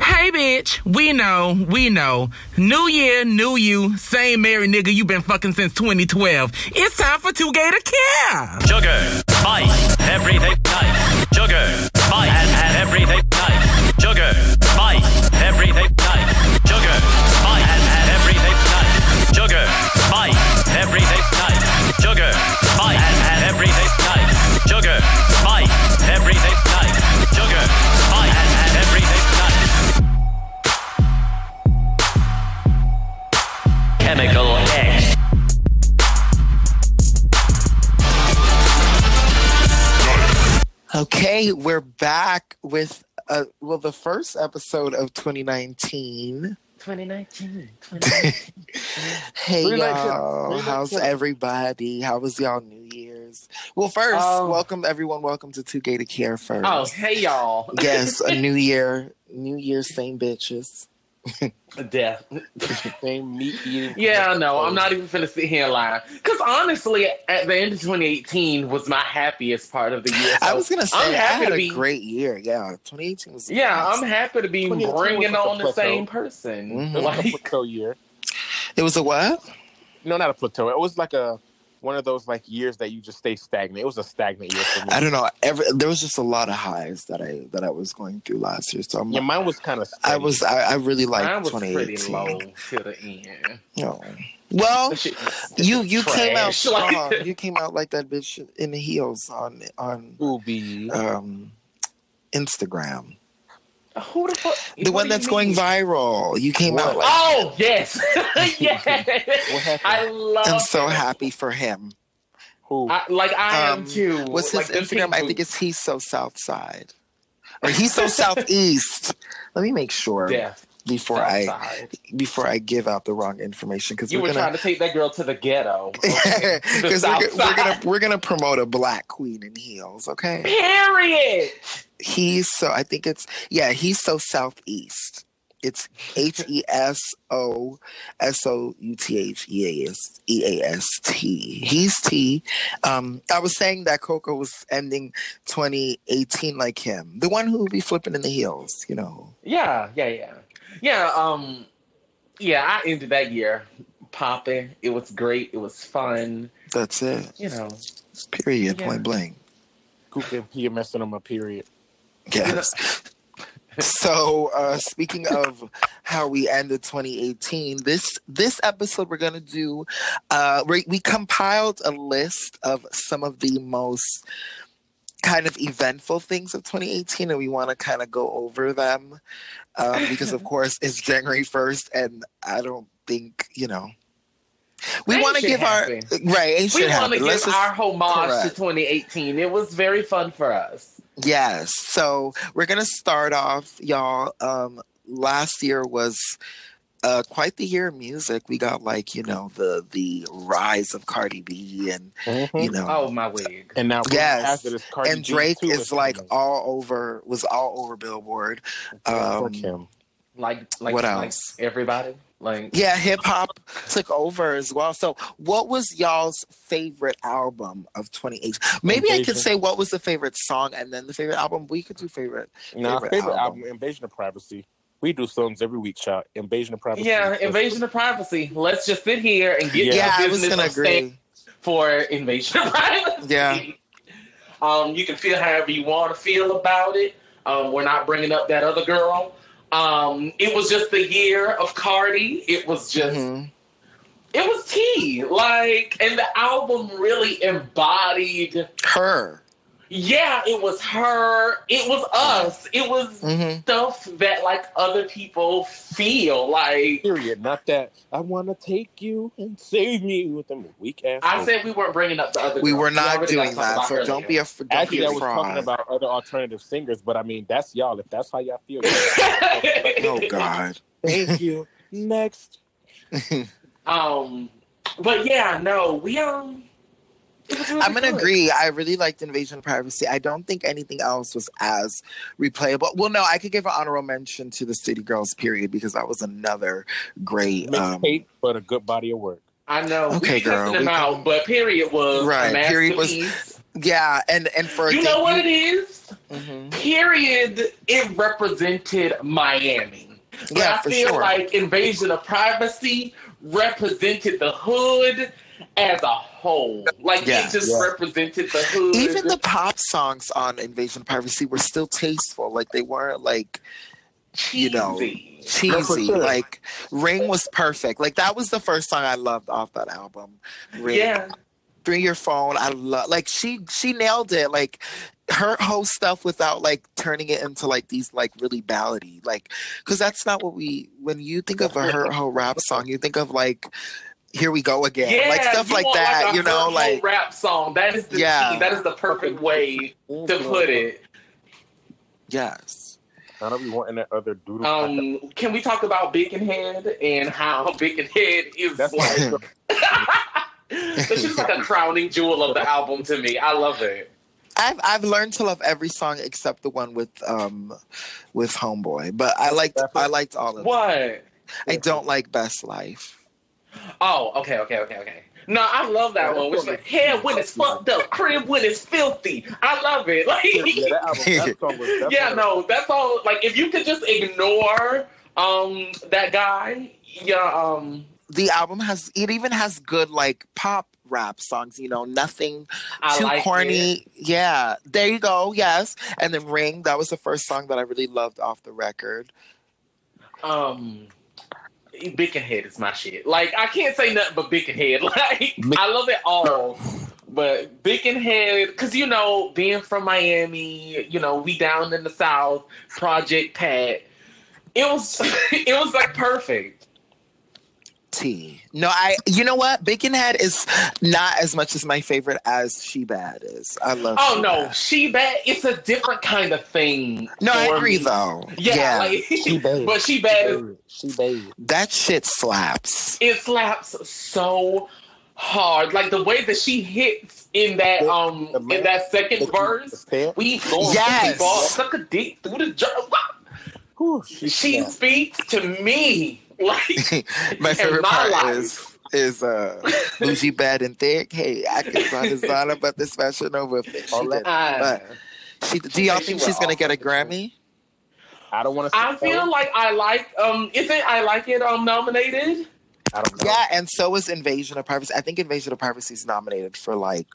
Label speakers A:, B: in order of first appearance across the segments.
A: Hey, bitch, we know, we know. New year, new you, same Mary nigga you been fucking since 2012. It's time for Two Gay to Care.
B: Sugar, spice, everything nice. Sugar, spice, and, and everything nice. Sugar, spice, everything nice. Sugar, spice, and, and everything nice. Sugar, spice, everything nice. Sugar, spice, and, and everything nice. Sugar, spice, everything nice. Sugar, spice, and, and everything nice. Chemical X.
C: Okay, we're back with uh, well the first episode of 2019.
D: 2019.
C: Hey
D: 2019,
C: y'all, how's
D: 2019.
C: everybody? How was y'all New Year's? Well, first,
D: Oh.
C: welcome everyone. Welcome to Two Gated Care first.
D: Oh, hey y'all.
C: yes, a new year, New Year, same bitches,
D: Death.
C: same meat eating.
D: Yeah, no, I'm not even finna sit here and lie. Cause honestly, at the end of 2018 was my happiest part of the year.
C: I
D: So
C: was gonna say
D: I'm
C: I
D: happy
C: had
D: to
C: a
D: be-
C: great year. Yeah, 2018 was.
D: yeah, I'm
C: awesome.
D: happy to be
E: 2018
D: bringing
E: was like a
D: on the
E: plateau.
D: same person.
C: Mhm.
E: Like a
D: Like,
E: plateau year.
C: It was a what?
E: No, not a plateau. It was like a one of those like years that you just stay stagnant. It was a stagnant year for me.
C: I don't know. Every, there was just a lot of highs that I that I was going through last year. So I'm
E: yeah, mine was kind of.
C: I was I, I really liked
D: mine was pretty
C: 2018.
D: low to the end.
C: No. Well,
D: That shit was
C: you you came out
D: trash. Like-
C: strong. you came out like that bitch in the heels on on
E: Booby.
C: um Instagram.
D: Who the fuck?
C: The
D: what
C: one
D: do
C: that's
D: you
C: going
D: mean?
C: viral. You came out like
D: Oh yes,
E: What
D: yes.
E: happened?
D: I love.
C: I'm so
D: it.
C: happy for him.
E: Who?
D: I, like I
C: Um,
D: am too.
C: What's
D: like,
C: his
D: them
C: Instagram? I
D: people-
C: think it's he's so south side. Or he's so southeast. Let me make sure
D: Death.
C: before I
D: outside.
C: before I give out the wrong information because
D: You were
C: we're gonna
D: trying to take that girl to the ghetto. Okay. The
C: because
D: South
C: we're, we're gonna
D: Side.
C: we're gonna promote a black queen in heels. Okay.
D: Period.
C: He's so I think it's yeah, he's so southeast. It's H E S O S O U T H E A S E A S T. He's T. Um I was saying that Coco was ending 2018 like him. The one who would be flipping in the heels, you know.
D: Yeah, yeah, yeah, yeah. Um, yeah. I ended that year popping. It was great. It was fun.
C: That's it.
D: You know.
C: Period.
D: Yeah.
C: Point blank.
E: Coop and P are messing on my period.
C: Yes. so uh speaking of how we ended 2018 this this episode we're gonna do uh we, we compiled a list of some of the most kind of eventful things of 2018 and we want to kind of go over them um, because of course it's january 1st and i don't think you know we
D: Ain't
C: want to
D: shit
C: give
D: happen.
C: our right ain't
D: We
C: shit
D: want to
C: happen.
D: give
C: Let's just-
D: our homage to
C: correct.
D: 2018. It was very fun for us.
C: Yes. So we're gonna start off, y'all. Um, last year was uh, quite the year of music. We got like you know the the rise of Cardi B and you know
D: Oh my wig.
E: And now,
C: Yes.
E: after this Mm-hmm. Cardi
C: and
E: B
C: Drake
E: too
C: is like
E: coming.
C: all over was all over Billboard.
E: Fuck
C: Um,
E: him.
D: Like like
C: What
D: like
C: else?
D: everybody. Like
C: yeah, hip hop took over as well. So what was y'all's favorite album of 2018? Maybe I could
E: Invasion.
C: say what was the favorite song and then the favorite album. We could do favorite. favorite
E: Now, favorite, favorite
C: album.
E: album. Invasion of Privacy. We do songs every week, child. Invasion of Privacy.
D: yeah,
E: is-
D: invasion of privacy. Let's just sit here and get
E: Yeah.
C: Yeah,
D: yeah,
C: I
D: business
C: was gonna
D: of stand-
C: agree.
D: for invasion of privacy.
C: Yeah.
D: Um, you can feel however you want to feel about it. Um, we're not bringing up that other girl. Um, it was just the year of Cardi. It was just
C: Mhm.
D: it was tea. Like, and the album really embodied.
C: Her.
D: Yeah, it was her. It was us. It was
C: hmm
D: stuff that like other people feel. Like
E: Period. Not that I want to take you and save me with them weak ass.
D: I
E: songs.
D: said, we weren't bringing up the other.
C: We
D: girl.
C: were
D: already
C: not
D: got
C: doing
D: talked about
C: that, so
D: earlier.
C: don't be a don't
E: Actually,
C: be
E: I
C: a
E: was talking
C: fraud.
E: about other alternative singers, but I mean, that's y'all. If that's how y'all feel,
C: Oh God.
E: thank you. Next,
D: Um, but yeah, no, we um. it was really
C: I'm gonna
D: good.
C: agree. I really liked Invasion of Privacy. I don't think anything else was as replayable. Well, no, I could give an honorable mention to the City Girls period because that was another great. Um,
E: mixtape, but a good body of work.
D: I know.
C: Okay,
D: we
C: girl,
D: cussing them
C: we
D: out,
C: can-
D: but period was
C: Right,
D: A
C: period was-
D: masterpiece.
C: yeah, and and for
D: You know what it is?
C: Mhm.
D: Period. It represented Miami. But
C: Yeah,
D: I
C: for
D: feel
C: sure.
D: like Invasion of Privacy represented the hood as a whole. Like
C: Yeah,
D: it just
E: yeah.
D: represented the hood.
C: Even the pop songs on Invasion of Privacy were still tasteful. Like they weren't like you know,
D: Cheesy.
E: No, for
C: cheesy.
E: sure.
C: Like Ring was perfect. Like that was the first song I loved off that album. Ring.
D: Yeah.
C: Bring Your Phone. I love like she she nailed it. Like her whole stuff without like turning it into like these like really ballady like because that's not what we when you think of a her whole rap song you think of like here we go again
D: Yeah,
C: like stuff
D: you
C: like
D: want,
C: that
D: a
C: you know
D: hurtful
C: like
D: rap song. That is the
C: Yeah. Mm-hmm.
D: key. That is the perfect way to put it.
C: yes
E: I don't be wanting that other doodle.
D: Um, can we talk about Bacon Head and how Bacon Head is
E: That's
D: like?
E: like,
D: It's just like a crowning jewel of the album to me. I love it.
C: I've I've learned to love every song except the one with um with Homeboy, but I liked I liked all of them.
D: What?
C: I don't like Best Life.
D: Oh, okay, okay, okay, okay. No, I love that one. Which like hair when it's fucked up, crib when it's filthy. I love it. Like
E: yeah, that album, that song was, that
D: yeah,
E: song-
D: no, that's all. Like, if you could just ignore um that guy, yeah, um,
C: The album has it even has good like pop rap songs, you know, nothing
D: I
C: too
D: like
C: corny.
D: it.
C: Yeah, there you go. Yes, and then Ring. That was the first song that I really loved off the record.
D: Um, Bacon Head is my shit. Like, I can't say nothing but Bacon Head. Like, I love it all. But Bacon Head, because, you know, being from Miami, you know, we down in the South, Project Pat, it was, it was like perfect.
C: T. No, I. You know what? Bacon Head is not as much as my favorite as She Bad is. I love.
D: Oh,
C: She
D: no.
C: Bad.
D: She bad. It's a different kind of thing.
C: No, I
D: for
C: agree
D: me.
C: though.
D: Yeah.
F: She
D: Like,
F: bad.
D: but she bad is
F: She bad.
C: that shit slaps.
D: it slaps so hard. Like the way that she hits in that
E: The-
D: um
E: the man-
D: in that second
E: the- the
D: verse,
E: step.
D: we going
C: Yes.
D: yes. ball, suck a dick through the jar.
E: Whew, she,
D: She speaks to me like
C: my
D: in
C: favorite
D: my
C: part
D: life.
C: is is uh bougie bad and thick. Hey, I can buy designer, but this fashion over. She
E: All
C: did-
D: I,
C: but she, do y'all
D: She
C: think
D: went
C: she's gonna
D: off
C: get a
D: with the Grammy.
C: Grammy?
E: I don't want to.
D: I feel like I like um isn't I like it um nominated?
E: I don't know.
C: Yeah, and so is Invasion of Privacy. I think Invasion of Privacy is nominated for like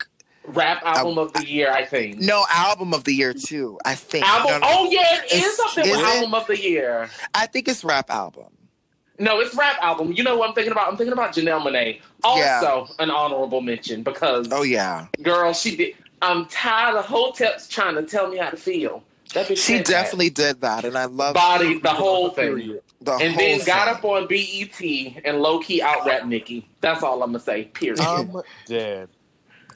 D: Rap album of the year, I think.
C: no album of the year too. I think.
D: Album
C: No, no.
D: oh yeah, it is
C: Is-
D: something with
C: is it?
D: album of the year.
C: I think it's rap album.
D: No, it's rap album. You know what I'm thinking about? I'm thinking about Janelle Monae. Also
C: Yeah.
D: an honorable mention because
C: Oh yeah,
D: Girl, she did. I'm tired of hoteps trying to tell me how to feel. That bitch
C: she
D: said that.
C: definitely did that, and I love
D: body the whole thing,
E: Period.
C: the
D: and
C: whole
D: then got
C: song.
D: up on BET and low key out rap Nicki. That's all I'm gonna say. Period.
E: I'm dead.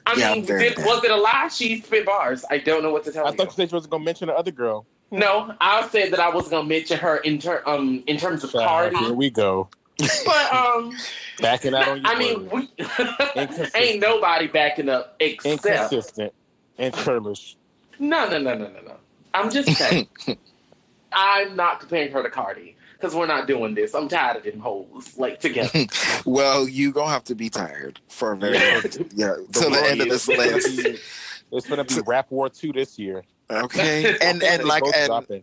D: I
C: yeah,
D: mean,
C: I'm very
D: did,
C: bad.
D: was it a lie? She spit bars. I don't know what to tell
E: I
D: you.
E: thought you said you was gonna mention the other girl.
D: no, I said that I was gonna mention her in ter- um in terms of Cardi,
E: Here we go.
D: but um,
E: Backing out on you.
D: I mean, we, ain't
E: Inconsistent.
D: nobody backing up except
E: inconsistent and churlish.
D: No, no, no, no, no, no. I'm just saying. I'm not comparing her to Cardi because we're not doing this. I'm tired of them hoes like together.
C: Well, you gonna have to be tired for a very long yeah till the end of this list.
E: It's gonna be rap war two this year.
C: Okay, and and
E: They
C: like
E: both
C: and
E: dropping.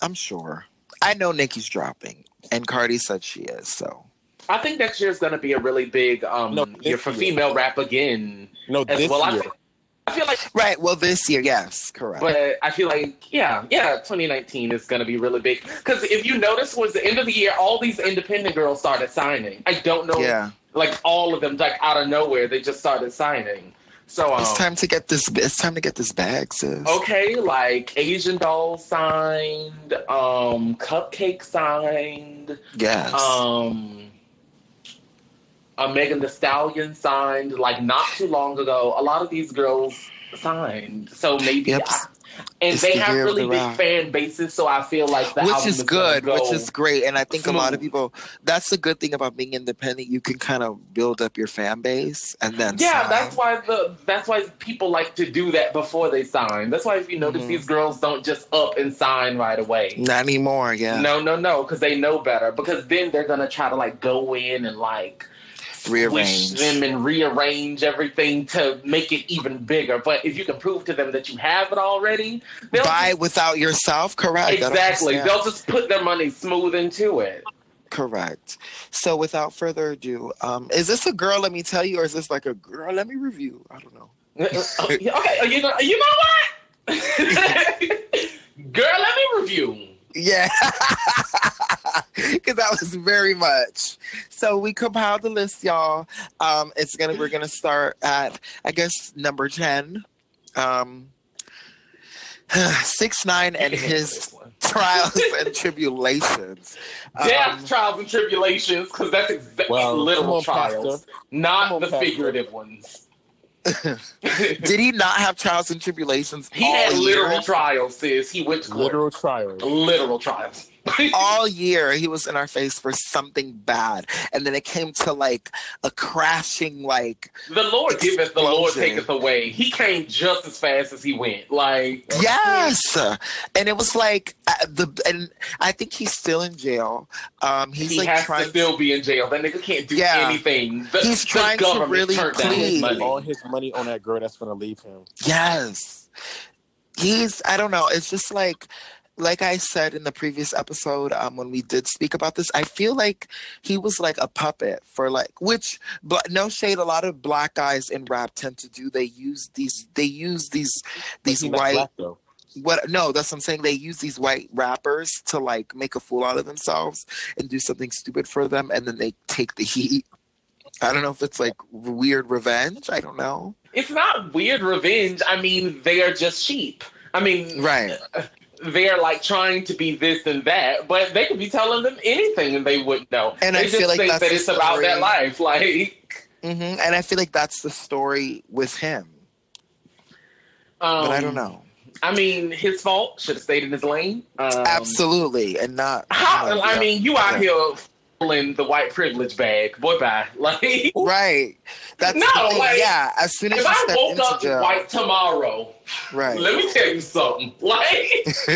C: I'm sure I know Nikki's dropping, and Cardi said she is. So
D: I think next year's gonna be a really big um
E: No,
D: year for
E: this year.
D: female rap again
E: no
D: as
E: this
D: well. I
E: year.
D: feel, I feel like,
C: right, well this year, yes, correct.
D: but I feel like yeah, yeah. 2019 is gonna be really big because if you notice, towards the end of the year, all these independent girls started signing. I don't know,
C: yeah,
D: like all of them, like out of nowhere, they just started signing. So um,
C: it's time to get this. It's time to get this bag, sis.
D: Okay, like Asian Doll signed, um, Cupcake signed,
C: Yes.
D: um, uh, Megan The Stallion signed, like not too long ago. A lot of these girls signed, so maybe,
C: Yep.
D: I- and
C: It's
D: they
C: the
D: have
C: year of
D: really
C: the
D: big
C: rock.
D: fan bases. So I feel like the
C: which
D: album
C: is
D: gonna
C: good, which
D: go-
C: is great, and I think a lot of
D: smooth.
C: people. That's the good thing about being independent. You can kind of build up your fan base, and then
D: Yeah,
C: sign.
D: that's why the that's why people like to do that before they sign. That's why if you notice
C: Mhm.
D: these girls don't just up and sign right away.
C: not anymore. Yeah,
D: No, no, no, because they know better. Because then they're gonna try to like go in and like
C: Rearrange.
D: squish them and rearrange everything to make it even bigger. But if you can prove to them that you have it already, they'll
C: Buy without yourself, correct? I don't
D: exactly.
C: understand.
D: They'll just put their money smooth into it.
C: Correct. So without further ado, um, is this a girl? Let me tell you, or is this like a girl? Let me review. I don't know.
D: Uh, okay, uh, you know, you know what? Girl, let me review.
C: Yeah, because that was very much. So we compiled the list, y'all. Um, it's gonna we're gonna start at I guess number ten. Um, six nine and his trials and tribulations. Um,
D: Death, trials, and tribulations, because that's exactly
E: Well, come
D: literal
E: on,
D: trials,
E: Pastor.
D: not
E: Come on,
D: the
E: Pastor.
D: figurative ones.
C: Did he not have trials and tribulations?
D: He
C: all
D: had
C: year?
D: literal trials, sis. He went to court.
E: Literal trials.
D: literal trials.
C: all year he was in our face for something bad and then it came to like a crashing like
D: the Lord giveth, the Lord
C: Explosion.
D: taketh away. He came just as fast as he went. Like
C: yes and it was like uh, the and i think he's still in jail um he's
D: he
C: like
D: has
C: trying
D: to still be in jail. That nigga can't do
C: Yeah.
D: anything. The,
C: He's
D: the
C: trying to
D: government
C: really
D: turned down his
C: plead.
E: All
D: money.
E: his money on that girl that's gonna leave him.
C: yes he's i don't know it's just like like i said in the previous episode um when we did speak about this i feel like he was like a puppet for like which but no shade a lot of black guys in rap tend to do they use these they use these these
E: He's not
C: white
E: black, though.
C: what no that's what i'm saying they use these white rappers to like make a fool out of themselves and do something stupid for them and then they take the heat i don't know if it's like weird revenge i don't know
D: It's not weird revenge. I mean, they are just sheep. I mean,
C: right
D: they're like trying to be this and that, but they could be telling them anything and they wouldn't know.
C: And
D: they
C: I
D: just
C: feel like
D: think
C: that's
D: that
C: the
D: it's about
C: story.
D: that life. Like,
C: hmm and i feel like that's the story with him
D: um,
C: but i don't know
D: I mean, his fault should have stayed in his lane. Um,
C: absolutely and not
D: How,
C: you know,
D: I
C: yeah.
D: mean, you out
C: Yeah.
D: here pulling the white privilege bag. Boy, bye. Like,
C: right that's
D: No,
C: the thing.
D: like,
C: yeah as soon as
D: if
C: you
D: I
C: step
D: woke
C: into
D: up
C: jail
D: white tomorrow,
C: right
D: let me tell you something. Like,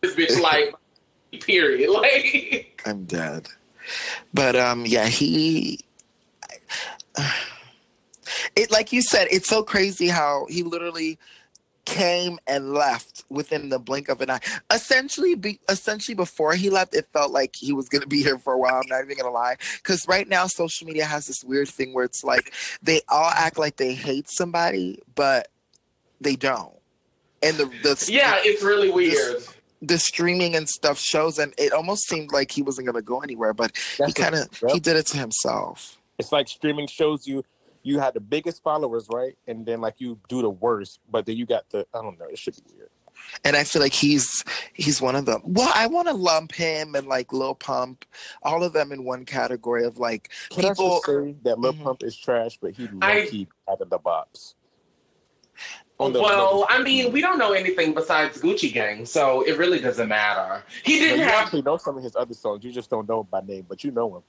D: this bitch, like, period. Like,
C: i'm dead but um yeah he it like you said it's so crazy how he literally came and left within the blink of an eye essentially be, essentially before he left it felt like he was going to be here for a while i'm not even going to lie because right now social media has this weird thing where it's like they all act like they hate somebody but they don't and the, the
D: yeah, it's really weird.
C: the streaming and stuff shows and it almost seemed like he wasn't going to go anywhere but
E: That's
C: he kind of
E: what-
C: he did it to himself
E: It's like streaming shows you you had the biggest followers, right? And then like you do the worst, but then you got the I don't know, it should be weird.
C: and i feel like he's he's one of them well i want to lump him and like lil pump all of them in one category of like
E: Can I
C: people
E: just say that Lil
C: Mhm.
E: Pump is trash, but he
D: I-
E: low key out of the box. On the-
D: Well,
E: on the-
D: I mean, we don't know anything besides Gucci Gang, so it really doesn't matter. He
E: No,
D: didn't
E: you
D: have.
E: actually know some of his other songs. You just don't know him by name, but you know him.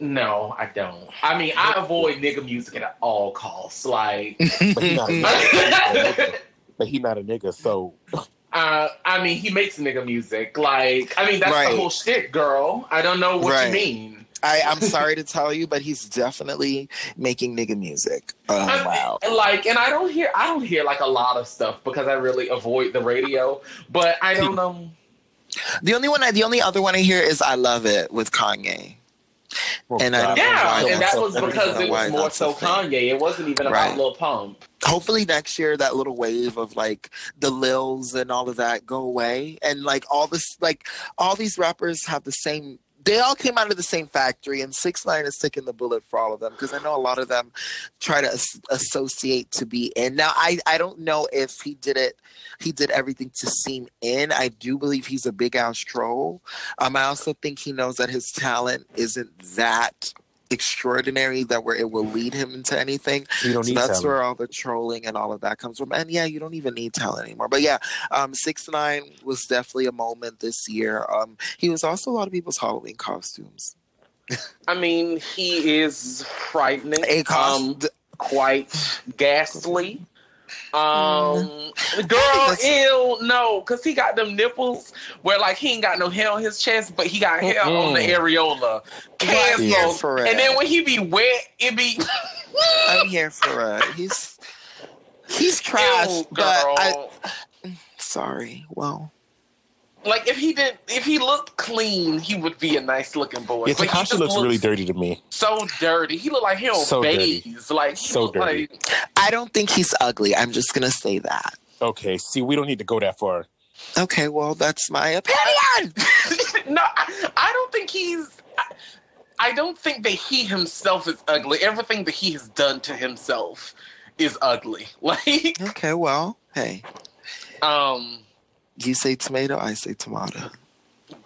D: No, I don't. I mean, I avoid nigga music at all costs. Like,
E: But he
C: Mm-hmm.
E: not a nigga.
D: uh,
E: but he not a nigga. So
D: I mean, he makes nigga music. Like, I mean, that's
C: Right.
D: the whole shit, girl. I don't know what
C: Right.
D: you mean.
C: i i'm sorry to tell you but he's definitely making nigga music um,
D: I-
E: wow.
D: And, Like, and I don't hear, I don't hear like a lot of stuff because I really avoid the radio. But I don't know.
C: the only one I, the only other one i hear is i love it with kanye
E: Oh,
C: And I
E: God.
C: don't know why
D: Yeah, and
C: that's
D: that
C: a
D: was
C: thing.
D: because it
C: Why
D: was more
C: that's a
D: so
C: thing.
D: Kanye. It wasn't even about
C: Right.
D: Lil Pump.
C: hopefully next year that little wave of like the lils and all of that go away and like all this like all these rappers have the same they all came out of the same factory and six nine is taking the bullet for all of them because i know a lot of them try to as- associate to be in now i i don't know if he did it he did everything to seem in i do believe he's a big ass troll um i also think he knows that his talent isn't that extraordinary that where it will lead him into anything
E: You don't
C: so
E: need
C: that's
E: talent.
C: where all the trolling and all of that comes from. And yeah, you don't even need talent anymore. But yeah, um, six nine was definitely a moment this year. Um, he was also a lot of people's Halloween costumes.
D: I mean, he is frightening.
C: A cost-
D: quite ghastly.
E: Mm-hmm.
D: Um,
C: I
D: girl,
C: think that's-
D: ew, no, because he got them nipples where like he ain't got no hair on his chest, but he got hair on the areola. Cancel.
C: Yeah, for real.
D: and then when he be wet, it be.
C: I'm here for uh he's he's trash,
D: Ew,
C: but I
D: girl.
C: sorry. Well,
D: like if he did, if he looked clean, he would be a nice looking boy.
E: Yeah,
D: But he
E: Takashi
D: just
E: looks, really dirty to me.
D: So dirty. He looked like he don't
E: So dirty.
D: bathe. Like he
E: So
D: look like-
C: I don't think he's ugly. I'm just gonna say that.
E: Okay, see, we don't need to go that far.
C: Okay, well that's my opinion.
D: no, I, I don't think he's. I, I don't think that he himself is ugly. Everything that he has done to himself is ugly. Like,
C: Okay, well, hey.
D: um,
C: You say tomato, I say tomato.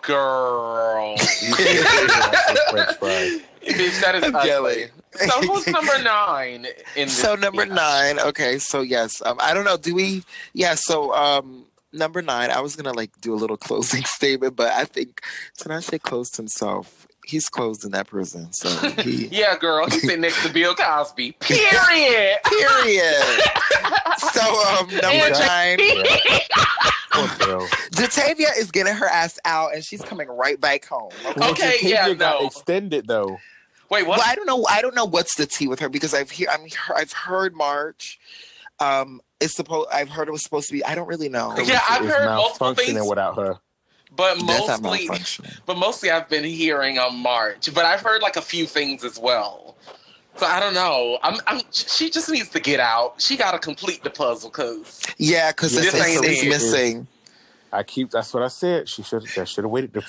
D: girl,
E: French fry.
D: bitch, that is
C: I'm
D: ugly.
C: yelling.
D: So who's number nine in this?
C: So number nine, okay, so yes. Um I don't know, do we yeah, so um number nine, I was gonna like do a little closing statement, but I think Tanache closed himself. He's closed in that prison, so he
D: Yeah, girl, he's sitting next to Bill Cosby. Period.
C: Period. so um number
D: And
C: nine,
E: Poor Bill.
C: Jatavia is getting her ass out and she's coming right back home. Okay.
E: Well,
D: Okay,
E: Jatavia
D: yeah,
E: got
D: no.
E: extended though.
D: Wait, what?
C: Well, I don't know. I don't know what's the tea with her because I've hear I'm he- I've heard March. Um, it's supposed. I've heard it was supposed to be. I don't really know.
D: Yeah, I've
E: Is
D: heard multiple things,
E: malfunctioning without her.
D: but
C: That's not
D: mostly,
C: malfunction.
D: but mostly I've been hearing on March, but I've heard like a few things as well. So I don't know. I'm, I'm she just needs to get out. She got to complete the puzzle cause
C: Yeah, because
D: This
C: it's, it's,
D: ain't
C: it's
D: it.
C: missing.
E: I keep. That's what I said. She should. I should have waited. To,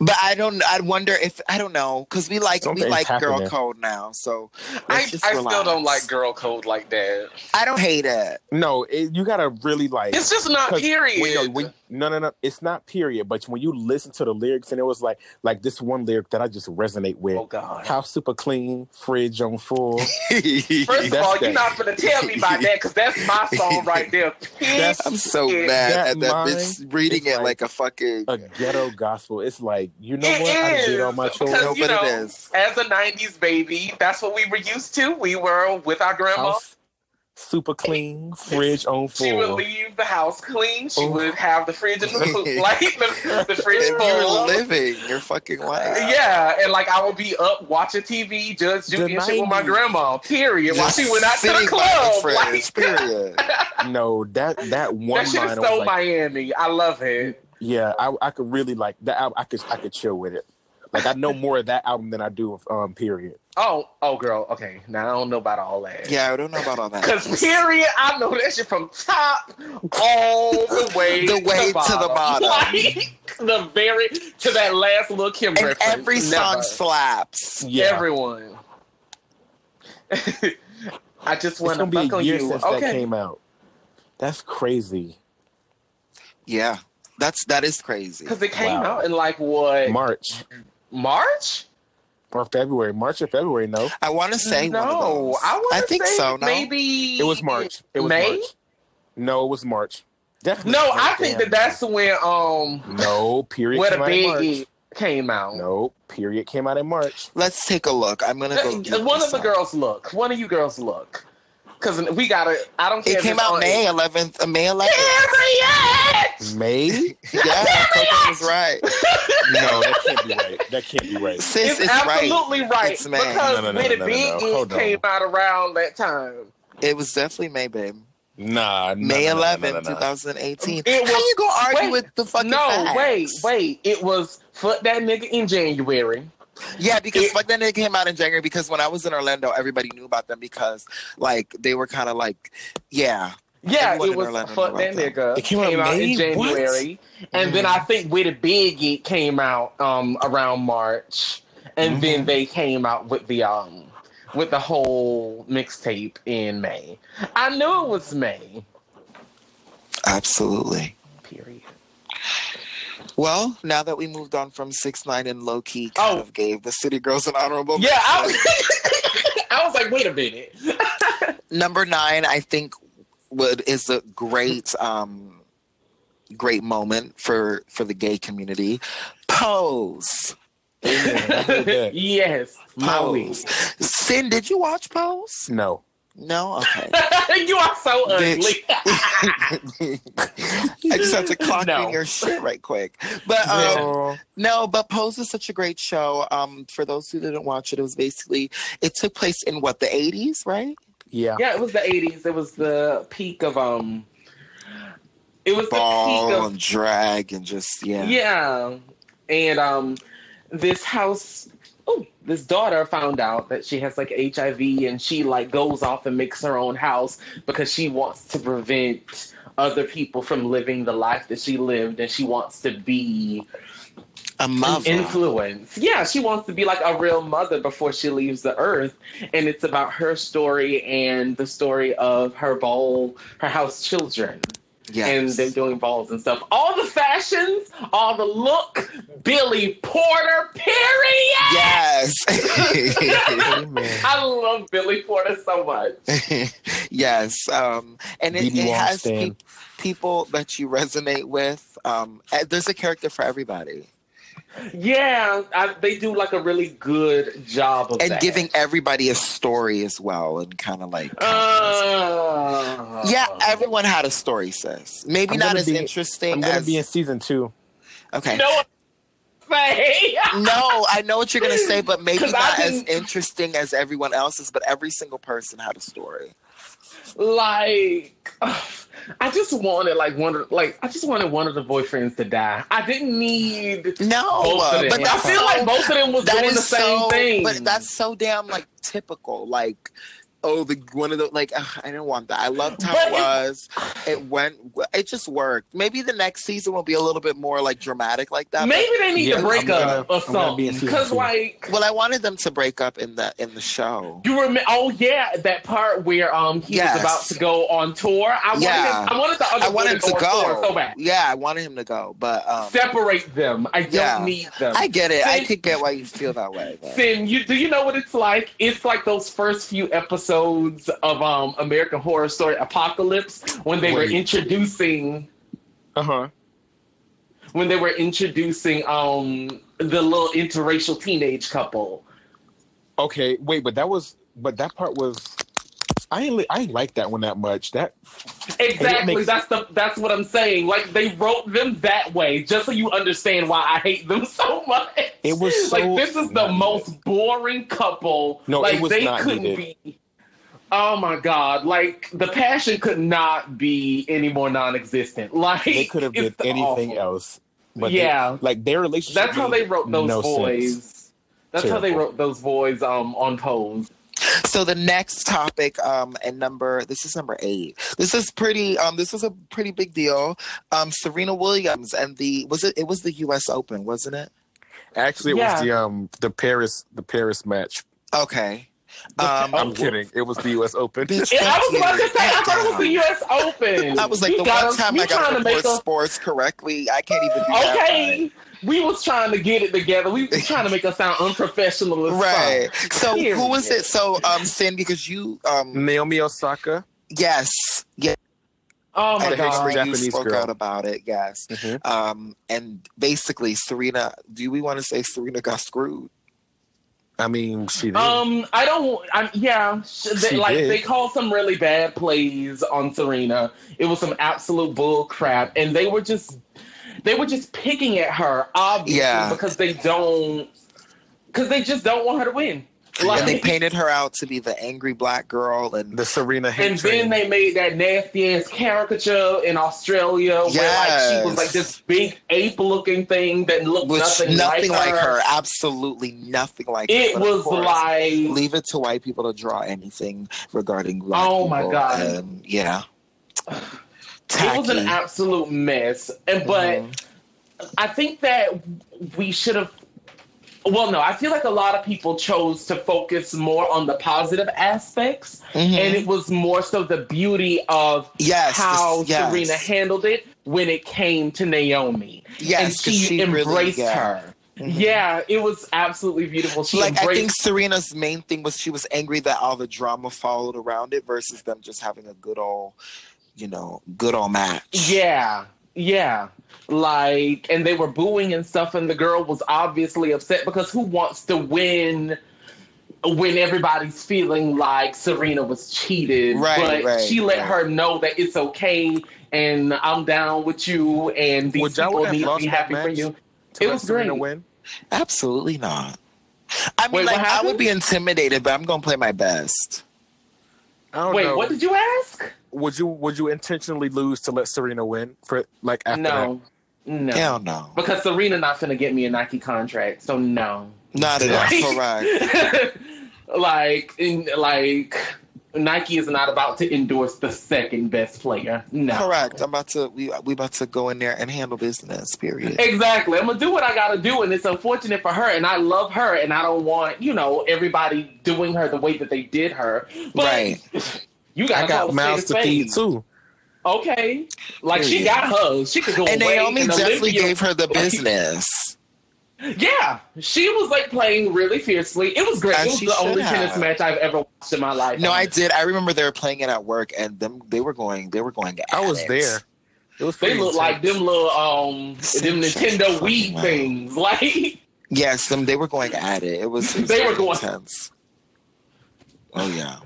C: But I don't. I wonder if I don't know because we like we
E: Something's
C: like girl
E: happening.
C: code now. So
D: I,
C: let's
D: I
C: just
D: still
C: relax.
D: don't like girl code like that.
C: I don't hate it.
E: no, it, you gotta really like.
D: It's just not
E: 'cause
D: period.
E: When, you- when- no, no, no. It's not period. But when you listen to the lyrics, and it was like, like this one lyric that I just resonate with.
D: oh God.
E: House super clean, fridge on full.
D: First of
E: That's
D: all, you're
E: that.
D: not gonna tell me about that because that's my song right there.
E: That's-
C: I'm so
D: It-
C: mad
E: that
C: at that
E: line
C: bitch reading
E: is
C: it
E: like
C: like a fucking.
E: a ghetto gospel. It's like you know
D: It
E: what? I done
D: is,
E: did all my
D: because,
E: chores.
C: No,
D: you
C: but it
D: know,
C: is.
D: As a '90s baby, that's what we were used to. We were with our grandma.
E: House super clean, fridge on
D: She would
E: full.
D: leave the house clean. She
E: Ooh.
D: would have the fridge in the food, like the, the fridge
C: If you're
D: full.
C: living your fucking life.
D: Yeah, and like I would be up watching TV, just
E: The
D: doing shit with my
E: 90s.
D: grandma. Period. While
C: Just
D: she went out to the
C: sitting by
D: club,
C: friends,
D: like
C: period.
E: No, that that one
D: that shit
E: line.
D: is
E: I was
D: so
E: like,
D: Miami. I love it.
E: Yeah, I, I could really like that. I, I could I could chill with it. Like I know more of that album than I do of um period.
D: Oh, oh, girl. Okay, now I don't know about all that.
C: Yeah, I don't know about all that.
D: Cause period, I know that shit from top all the way
C: The way to the bottom.
D: Like, the very to that last little Kim
C: and
D: reference.
C: every
D: Never.
C: song slaps.
E: Yeah,
D: everyone. I just
E: it's
D: want to
E: gonna be
D: fuck
E: a
D: on
E: year
D: you.
E: since that
D: Okay,
E: came out. That's crazy.
C: Yeah, that's that is crazy.
D: because it came
E: Wow.
D: out in like what
E: March
D: March?
E: or February, March or February? No,
C: I want to say
D: no,
C: one of those.
D: I want.
C: think
D: say
C: so. No,
D: Maybe
E: it was March. It was
D: May.
E: March. No, it was March. Definitely.
D: No,
E: March,
D: I think
E: damn.
D: that that's when um
E: no period.
D: where the
E: What came out in
D: big
E: March.
D: Eat came out.
E: No period came out in March.
C: let's take a look. I'm gonna go.
D: Uh,
C: look
D: One
C: this
D: of the
C: up.
D: girls look. One of you girls look. Cause we gotta. I don't care.
C: It
D: if
C: came
D: it's
C: out
D: on-
C: May 11th. uh, May 11th.
D: Period.
E: May?
C: Yeah, Coco was right.
E: no, that can't be right. That can't be right.
C: Sis
D: It's,
C: is right.
D: absolutely right.
C: It's May.
D: because
E: No, no, no,
D: when the
E: no, no, no,
D: big
E: no. Hold on.
D: came out around that time.
C: It was definitely May, babe.
E: Nah, no,
C: May
E: no, no, no,
C: 11th,
E: no, no, no.
C: 2018.
D: It was-
C: How you gonna argue
D: wait,
C: with the fucking
D: no,
C: facts?
D: wait, wait. It was fuck that nigga in January.
C: Yeah, because
D: It-
C: fuck that nigga came out in January because when I was in Orlando, everybody knew about them because like they were kind of like, yeah,
D: Yeah,
C: Everyone
D: it
C: in
D: was
C: Orlando
D: fuck
C: knew
D: that
C: about
D: nigga.
E: It came out
D: in
E: May? What?
D: January, and then
C: Mm-hmm.
D: I think with the big it came out um around March,
E: Mm-hmm.
D: and then they came out with the um with the whole mixtape in May. I knew it was May.
C: absolutely.
D: Period.
C: Well, now that we moved on from six nine and low key,
D: Oh.
C: kind of gave the city girls an honorable.
D: Yeah, I, I was like, wait a minute.
C: Number nine, I think, would is a great, um, great moment for for the gay community. Pose,
E: I heard that. Oh.
D: yes, Maui.
C: pose. Sin, did you watch Pose?
E: No.
C: No, okay.
D: you are so ugly.
C: I just have to clock
D: No.
C: in your shit right quick. But um,
E: Oh,
C: no, but Pose is such a great show. Um, for those who didn't watch it, it was basically it took place in what the eighties, right?
E: yeah.
D: yeah, it was the 80s. It was the peak of um it was the peak
C: Ball
D: of
C: and drag and just yeah.
D: Yeah. And um this house oh, this daughter found out that she has like HIV and she like goes off and makes her own house because she wants to prevent other people from living the life that she lived and she wants to be
C: A
D: an
C: mother.
D: influence. Yeah, she wants to be like a real mother before she leaves the earth. And it's about her story and the story of her bowl, her house children and
C: yes.
D: they're doing balls and stuff. All the fashions, all the look, Billy Porter, period.
C: yes.
E: Amen.
D: I love Billy Porter so much.
C: yes. Um, and it,
E: BB
C: it has
E: Weinstein.
C: peop- people that you resonate with. Um, and there's a character for everybody,
D: Yeah, I, they do like a really good job of
C: and
D: that.
C: giving everybody a story as well, and kind of like.
D: Uh,
C: yeah, everyone had a story, sis. Maybe
E: Oh. I'm
C: not
E: gonna
C: as
E: be-
C: interesting
E: I'm gonna
C: as
E: be in season two.
C: okay.
D: You know what I'm saying?
C: No, I know what you're gonna say, but maybe
D: 'Cause I
C: not as
D: didn't-
C: interesting as everyone else's. But every single person had a story.
D: like I just wanted like one of like I just wanted one of the boyfriends to die. I didn't
C: No,
D: need both of them.
C: Oh, uh, but
D: I
C: that's
D: feel
C: so-
D: like both of them was
C: that
D: doing
C: is
D: the same
C: so,
D: thing.
C: but that's so damn like typical. Like, oh, the one of the like, ugh, I didn't want that. I loved how
D: But
C: it
D: it-
C: was. It went. It just worked. Maybe the next season will be a little bit more like dramatic, like that.
D: Maybe they need
E: Yeah,
D: to break
E: I'm gonna-
D: up or
E: I'm gonna be
D: something.
E: in season
D: Because
E: two.
D: like
C: But, well, I wanted them to break up in the in the show.
D: you remember? Oh yeah, that part where um he
C: Yes.
D: was about to go on tour. I wanted
C: Yeah.
D: I wanted the other
C: I wanted
D: one
C: him to
D: on
C: go.
D: tour so bad.
C: Yeah, I wanted him to go, but um,
D: Separate them. I don't
C: Yeah.
D: need them.
C: I get it. I
D: Sid-
C: could get why you feel that way. but-
D: Then you do you know what it's like? It's like those first few episodes of um American Horror Story Apocalypse when they
E: Wait.
D: were introducing
E: Uh huh.
D: when they were introducing um the little interracial teenage couple.
E: Okay, wait, but that was, but that part was, I ain't, li- I ain't like that one that much. That
D: Exactly.
E: makes-
D: that's the that's what I'm saying. Like they wrote them that way, just so you understand why I hate them so much.
E: It was so
D: like this is the
E: not
D: most boring couple.
E: No, it
D: like
E: was
D: they
E: not
D: couldn't
E: needed.
D: be. Oh my god! Like the passion could not be any more non-existent. Like
E: they could have did
D: it's
E: anything
D: awful.
E: else. they-
D: Yeah.
E: like their relationship.
D: That's how
E: made
D: they wrote those
E: no
D: boys.
E: sense.
D: That's how they
E: Terrible.
D: wrote those boys um on pose.
C: So the next topic, um, and number this is number eight. This is pretty. Um, this is a pretty big deal. Um, Serena Williams and the was it? It was the U.S. Open, wasn't it?
E: Actually, it was
D: Yeah.
E: the um the Paris the Paris match.
C: Okay. Um,
E: I'm kidding. It was the U.S. Open.
C: bitch,
D: Yeah, I
C: fuck
D: was about
C: you.
D: to say I
C: Fuck
D: thought it was the
C: you.
D: U.S. Open.
C: I was like,
D: You
C: the
D: got
C: one
D: us-
C: time
D: you
C: I got
D: trying
C: to
D: to make
C: report
D: us
C: sports correctly, I can't even. Do that
D: Okay, we was trying to get it together. We was trying to make us sound unprofessional as fuck.
C: Right. So who
D: Period.
C: was it? So um, Sin, because you um,
E: Naomi Osaka.
C: yes, yes,
D: Oh
C: I
D: my
E: The
C: remember
D: god.
E: Hicks-
C: you
E: Japanese
C: spoke
E: girl.
C: out about it. Yes.
E: Mm-hmm.
C: Um, and basically, Serena, do we want to say Serena got screwed?
E: I mean, she did.
D: Um, I don't. I, yeah, sh-
E: She
D: they, like
E: did.
D: they called some really bad plays on Serena. It was some absolute bull crap, and they were just they were just picking at her, obviously,
C: Yeah.
D: because they don't because they just don't want her to win. Like,
C: and they painted her out to be the angry black girl and
E: the Serena hate
D: and
E: train.
D: then they made that nasty ass caricature in Australia where like she was like
C: Yes.
D: this big ape looking thing that looked
C: which
D: nothing,
C: nothing, like,
D: her.
C: her. absolutely nothing like
D: It
C: her. But of
D: was
C: course,
D: like
C: leave it to white people to draw anything regarding black
D: Oh, my
C: people,
D: God.
C: and, yeah
D: it was an
C: Tacky.
D: absolute mess. And but
C: Mhm.
D: I think that we should have. Well, no, I feel like a lot of people chose to focus more on the positive aspects,
C: Mhm.
D: and it was more so the beauty of
C: yes
D: how
C: this- yes.
D: Serena handled it when it came to Naomi.
C: Yes,
D: and she,
C: 'cause she really-
D: embraced
C: yeah. Mm-hmm.
D: her. Yeah, it was absolutely beautiful. She
C: like I think
D: embraced.
C: Serena's main thing was she was angry that all the drama followed around it versus them just having a good old, you know, good old match.
D: yeah, yeah. Like, and they were booing and stuff, and the girl was obviously upset because who wants to win? when everybody's feeling like Serena was cheated,
C: Right,
D: but
C: right,
D: she let
C: right.
D: her know that it's okay and I'm down with you and these
E: Would y'all
D: people
E: have
D: need to
E: lost
D: be
E: that
D: happy for
E: match?
D: you.
E: To
D: It
E: let
D: was
E: Serena
D: great.
E: Win.
C: Absolutely not. I mean,
D: Wait, what
C: like I
D: happened?
C: would be intimidated, but I'm gonna play my best.
E: I don't
D: Wait,
E: know.
D: what did you ask?
E: would you would you intentionally lose to let Serena win for like after
D: No. No.
C: Hell no,
D: Because Serena not finna get me a Nike contract, so no.
C: not at all. Correct.
D: like in, like Nike is not about to endorse the second best player. No.
C: Correct. I'm about to we we about to go in there and handle business. Period.
D: Exactly. I'm gonna do what I gotta do, and it's unfortunate for her. And I love her, and I don't want you know everybody doing her the way that they did her. But
C: Right.
D: You
E: that?
D: gotta
E: I got
D: call a
E: mouths
D: spade
E: to
D: a
E: feed
D: spade.
E: too.
D: Okay. Like she
C: Period.
D: got hugs. She could go
C: And
D: away.
C: Naomi
D: and
C: definitely
D: Olivia-
C: gave her the business.
D: Yeah, she was like playing really fiercely. It was great.
C: As
D: it was
C: she
D: the
C: should
D: only tennis
C: have.
D: match I've ever watched in my life.
C: No, I did. I remember they were playing it at work, and them they were going. They were going.
E: I
C: at
E: was
C: it.
E: there. It was
D: They
E: pretty
D: look like
E: intense.
D: them little um them Nintendo Wii things. Like
C: Yes, them they were going at it. It was, it was
D: They were
C: very
D: going-
C: intense. Oh yeah.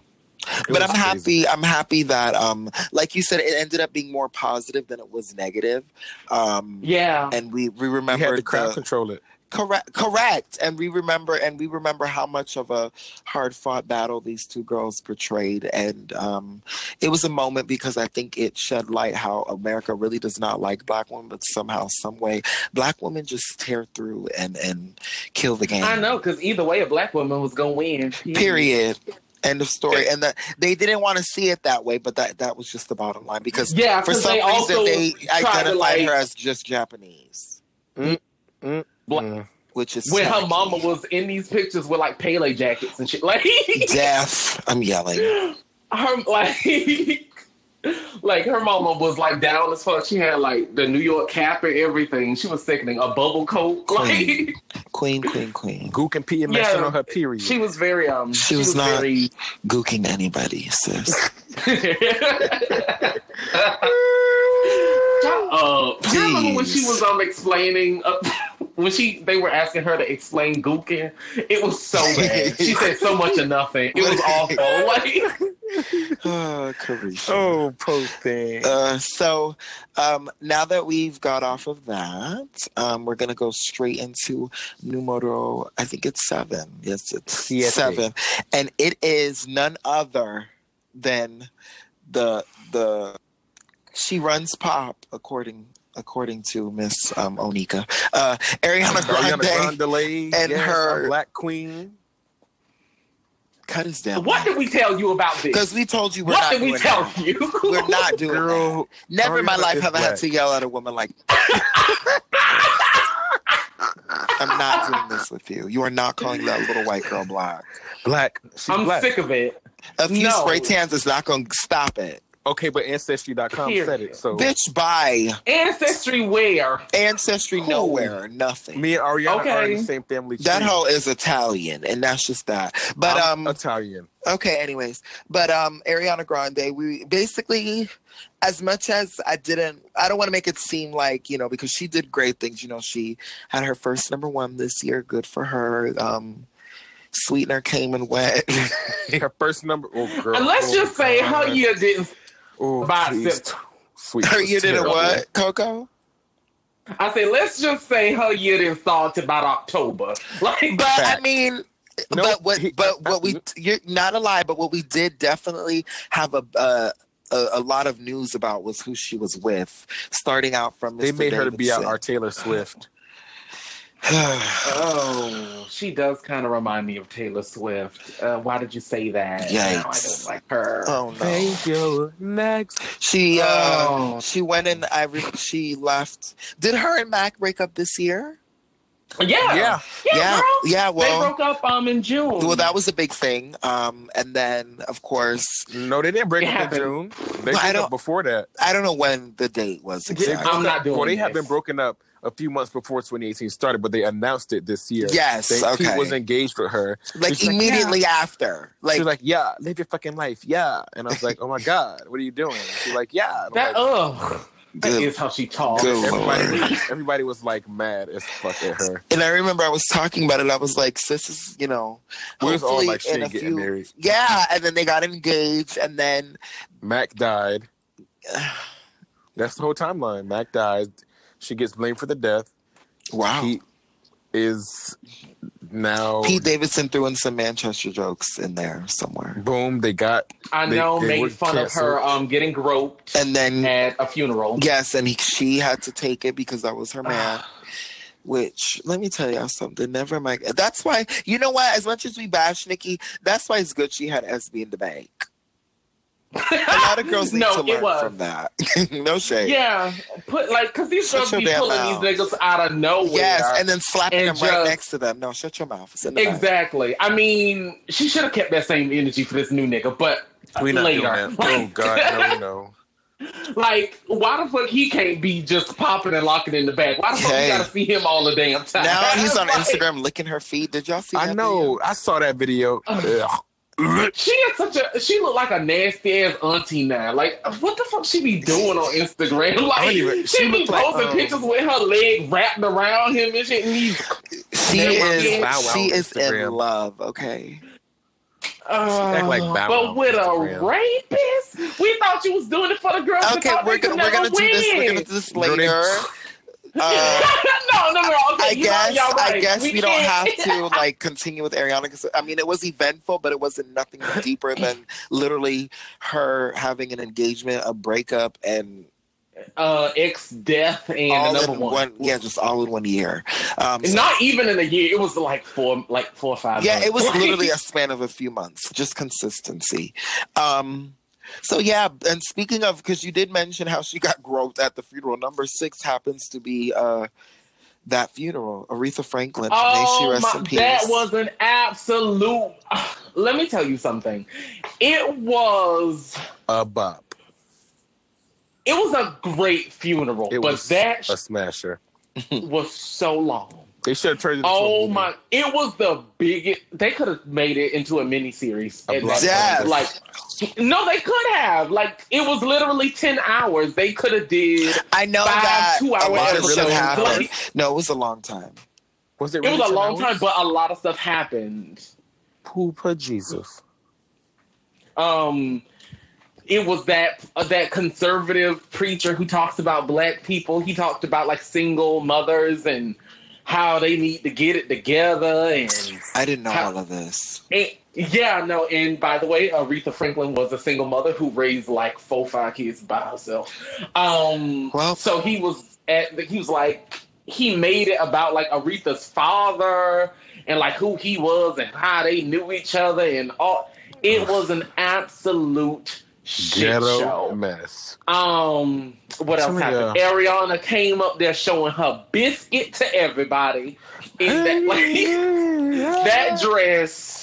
E: It
C: But
E: was
C: I'm
E: crazy.
C: happy. I'm happy that, um, like you said, it ended up being more positive than it was negative. Um,
D: yeah,
C: and we we
E: You had
C: remembered
E: to crowd
C: the,
E: control it.
C: correct, correct, and we remember and we remember how much of a hard fought battle these two girls portrayed, and um, it was a moment because I think it shed light how America really does not like black women, but somehow, some way, black women just tear through and and kill the game.
D: I know because either way, a black woman was gonna win.
C: Period. End of story. And that they didn't want to see it that way, but that that was just the bottom line because
D: Yeah,
C: for
D: 'cause
C: some
D: they also
C: reason they
D: tried to,
C: identified
D: like-
C: her as just Japanese,
D: Black-
E: Mm.
C: which is
D: when her
C: tacky.
D: mama was in these pictures with like Pele jackets and shit. Like
C: deaf. I'm yelling.
D: her like like her mama was like down as fuck. She had like the New York cap and everything. She was sickening a bubble coat. Like
C: Queen. Queen, queen, queen.
E: Gook and Pia
D: Yeah.
E: messing on her period.
D: she was very um
C: She was not-
D: very
C: Gooking anybody, sis.
D: Shut
C: Oh,
D: up. You remember when she
C: Please.
D: was um explaining uh, when she they were asking her to explain gooking? It was so bad. she said so much of nothing. It was awful. Like
C: Oh, Carisha.
E: oh, poor thing.
C: Uh, so um, now that we've got off of that, um, we're gonna go straight into numero. I think it's seven. Yes, it's
E: Siete.
C: seven, and it is none other than the the she runs pop according according to Miss um, Onika uh, Ariana Grande.
E: Ariana Grande
C: and
E: yes,
C: her-
E: our black queen.
C: Cut us down.
D: what did we tell you about this?
C: Because we told you we're
D: What
C: not
D: did we
C: doing
D: tell
C: that.
D: you?
C: We're not doing that.
E: Girl,
C: Never in my
E: Ariana
C: life
E: is
C: have I had
E: black.
C: to yell at a woman like I'm not doing this with you. You are not calling that little white girl black.
E: black. She's
D: I'm
E: black.
D: sick of it.
C: A few
D: No.
C: spray tans is not going to stop it.
E: Okay, but Ancestry.com said
D: Period.
E: it. So
C: Bitch, bye.
D: Ancestry where?
C: Ancestry
E: Cool.
C: nowhere, nothing.
E: me and Ariana are in
D: Okay.
E: the same family.
C: that
E: tree.
C: hoe is Italian, and that's just that. But
E: I'm
C: um,
E: Italian.
C: Okay, anyways. But um Ariana Grande, we basically as much as I didn't I don't want to make it seem like, you know, because she did great things, you know, she had her first number 1 this year, good for her. Um Sweetener came and went.
E: Her first number. Oh, girl.
D: And let's
E: Oh,
D: just say
E: God.
D: her year didn't.
E: Oh,
D: by
E: please.
D: September.
E: Sweet.
C: her you did a
E: Terrible.
C: what, Coco?
D: I say let's just say her year didn't start to about October. Like
C: But I
E: Fact.
C: mean
E: No,
C: but what
E: he-
C: but what we
E: uh,
C: you're not a lie, but what we did definitely have a uh, a, a lot of news about was who she was with, starting out from Mr.
E: They made her to be out
C: Davidson.
E: our Taylor Swift.
D: Oh, she does kind of remind me of Taylor Swift. Uh, why did you say that? No, I
C: Yikes.
D: don't like her.
C: oh no.
E: you. Next.
C: She uh
D: Oh.
C: she went and I re- she left. Did her and Mac break up this year?
D: yeah,
E: Yeah.
D: yeah,
C: yeah,
D: girl.
C: yeah, well-
D: they broke up um in June.
C: Well, that was a big thing. Um, and then of course
E: No, they didn't break
D: It
E: up in June.
D: happened.
E: They
C: Well, I
E: broke
C: don't-
E: up before that.
C: I don't know when the date was
E: They
C: exactly.
E: broke
D: I'm not
E: up-
D: doing
E: Well, they have
D: this.
E: been broken up a few months before 2018 started, but they announced it this year.
C: Yes,
E: They,
C: okay.
E: He was engaged with her.
C: Like
E: She's like,
C: immediately after. Like,
E: she was like, "Yeah, live your fucking life, yeah." And I was like, "Oh my god, what are you doing?" She's like, "Yeah." And I'm
D: that
E: like,
D: ugh. That
C: Good.
D: is how she talks.
C: Good
E: Everybody,
C: Lord.
E: everybody was like mad as fuck at her.
C: And I remember I was talking about it. I was like, "Sis is, you know,
E: We was all
C: hopefully
E: like, she
C: in a
E: ain't getting
C: few-
E: married.
C: yeah." And then they got engaged, and then
E: Mac died. That's the whole timeline. Mac dies. She gets blamed for the death.
C: wow,
E: Pete is now
C: Pete Davidson threw in some Manchester jokes in there somewhere,
E: boom. They got
D: I
E: They-
D: know,
E: they were
D: made fun
E: canceled.
D: of her um, getting groped
C: and then
D: at a funeral.
C: Yes, and he, she had to take it because that was her man. Which let me tell y'all something. Never mind. That's why you know what. As much as we bash Nikki, that's why it's good she had SB in the bank. A lot of girls need
D: No,
C: to
D: it
C: learn
D: was.
C: from that. no shade.
D: Yeah, put like because these
C: Shut
D: girls
C: your
D: be
C: damn
D: pulling
C: mouth.
D: these niggas out of nowhere.
C: Yes, and then slapping them
D: And
C: right
D: just-
C: next to them. No, shut your mouth. It's in the bank.
D: exactly. I mean, she should have kept that same energy for this new nigga, but
E: we not
D: later.
E: doing that. Oh God, no, no.
D: Like, why the fuck he can't be just popping and locking in the back? Why the fuck
C: Hey.
D: we gotta see him all the damn time?
C: Now he's on
D: Like,
C: Instagram licking her feet. Did y'all see?
E: I
C: that
E: know. I saw that video. Ugh.
D: She is such a. She look like a nasty ass auntie now. Like, what the fuck she be doing on Instagram? Like,
E: even-
D: she,
E: she
D: be
E: look like,
D: posting
E: um,
D: pictures with her leg wrapped around him and shit. And he,
C: video? She
D: Never
C: is.
D: mind.
E: Bow Wow
C: she is
E: Instagram.
C: in love. Okay.
D: uh,
E: act like Bow Wow
D: but
E: on
D: with a
E: Instagram.
D: rapist, we thought you was doing it for the girls.
C: Okay, we're gonna we're gonna do this. We're gonna do this
E: Girl, they-
C: later. Uh,
D: no, no, no. Okay,
C: I
D: you
C: guess
D: Know, y'all right.
C: I guess we, don't have
D: can't-
C: to like continue with Ariana because I mean it was eventful, but it wasn't nothing deeper than literally her having an engagement, a breakup, and,
D: Uh, ex death and
C: all
D: another
C: in
D: one.
C: Yeah, just all in one year. Um, so-
D: Not even in a year. It was like four, like four or five.
C: yeah,
D: months.
C: it was
D: Like-
C: literally a span of a few months, just consistency. Um, so yeah, and speaking of, because you did mention how she got groped at the funeral. Number six happens to be uh, that funeral, Aretha Franklin. May she rest in peace.
D: That oh, was an absolute. Let me tell you something. It was.
E: A bop.
D: It was a great funeral,
E: It
D: but
E: was
D: that
E: a smasher.
D: shit was so long.
E: They should have turned it. Into a
D: Oh
E: movie.
D: my! It was the biggest. They could have made it into a mini series.
E: A block
C: Yes.
E: on
D: Like, no, they could have. Like, it was literally ten hours. They could have did.
C: I know
D: five
C: that
D: two-hour
C: a lot of
E: episodes.
C: stuff happened.
D: Like-
C: No, it was a long time.
E: Was it?
D: It was
E: really
D: a long
E: 10
D: time,
E: hours?
D: but a lot of stuff happened.
E: Poopa Jesus.
D: um it was that uh, that conservative preacher who talks about black people he talked about like single mothers and how they need to get it together and,
C: I didn't know
D: How-
C: all of this.
D: and- yeah no and by the way aretha franklin was a single mother who raised like four five kids by herself um
C: Well-
D: so he was at the, he was like he made it about like aretha's father and like who he was and how they knew each other and all it was an absolute shit
E: Ghetto
D: show.
E: mess.
D: Um, what
E: Some
D: else happened?
E: of
D: Ariana came up there showing her biscuit to everybody in that like, that dress.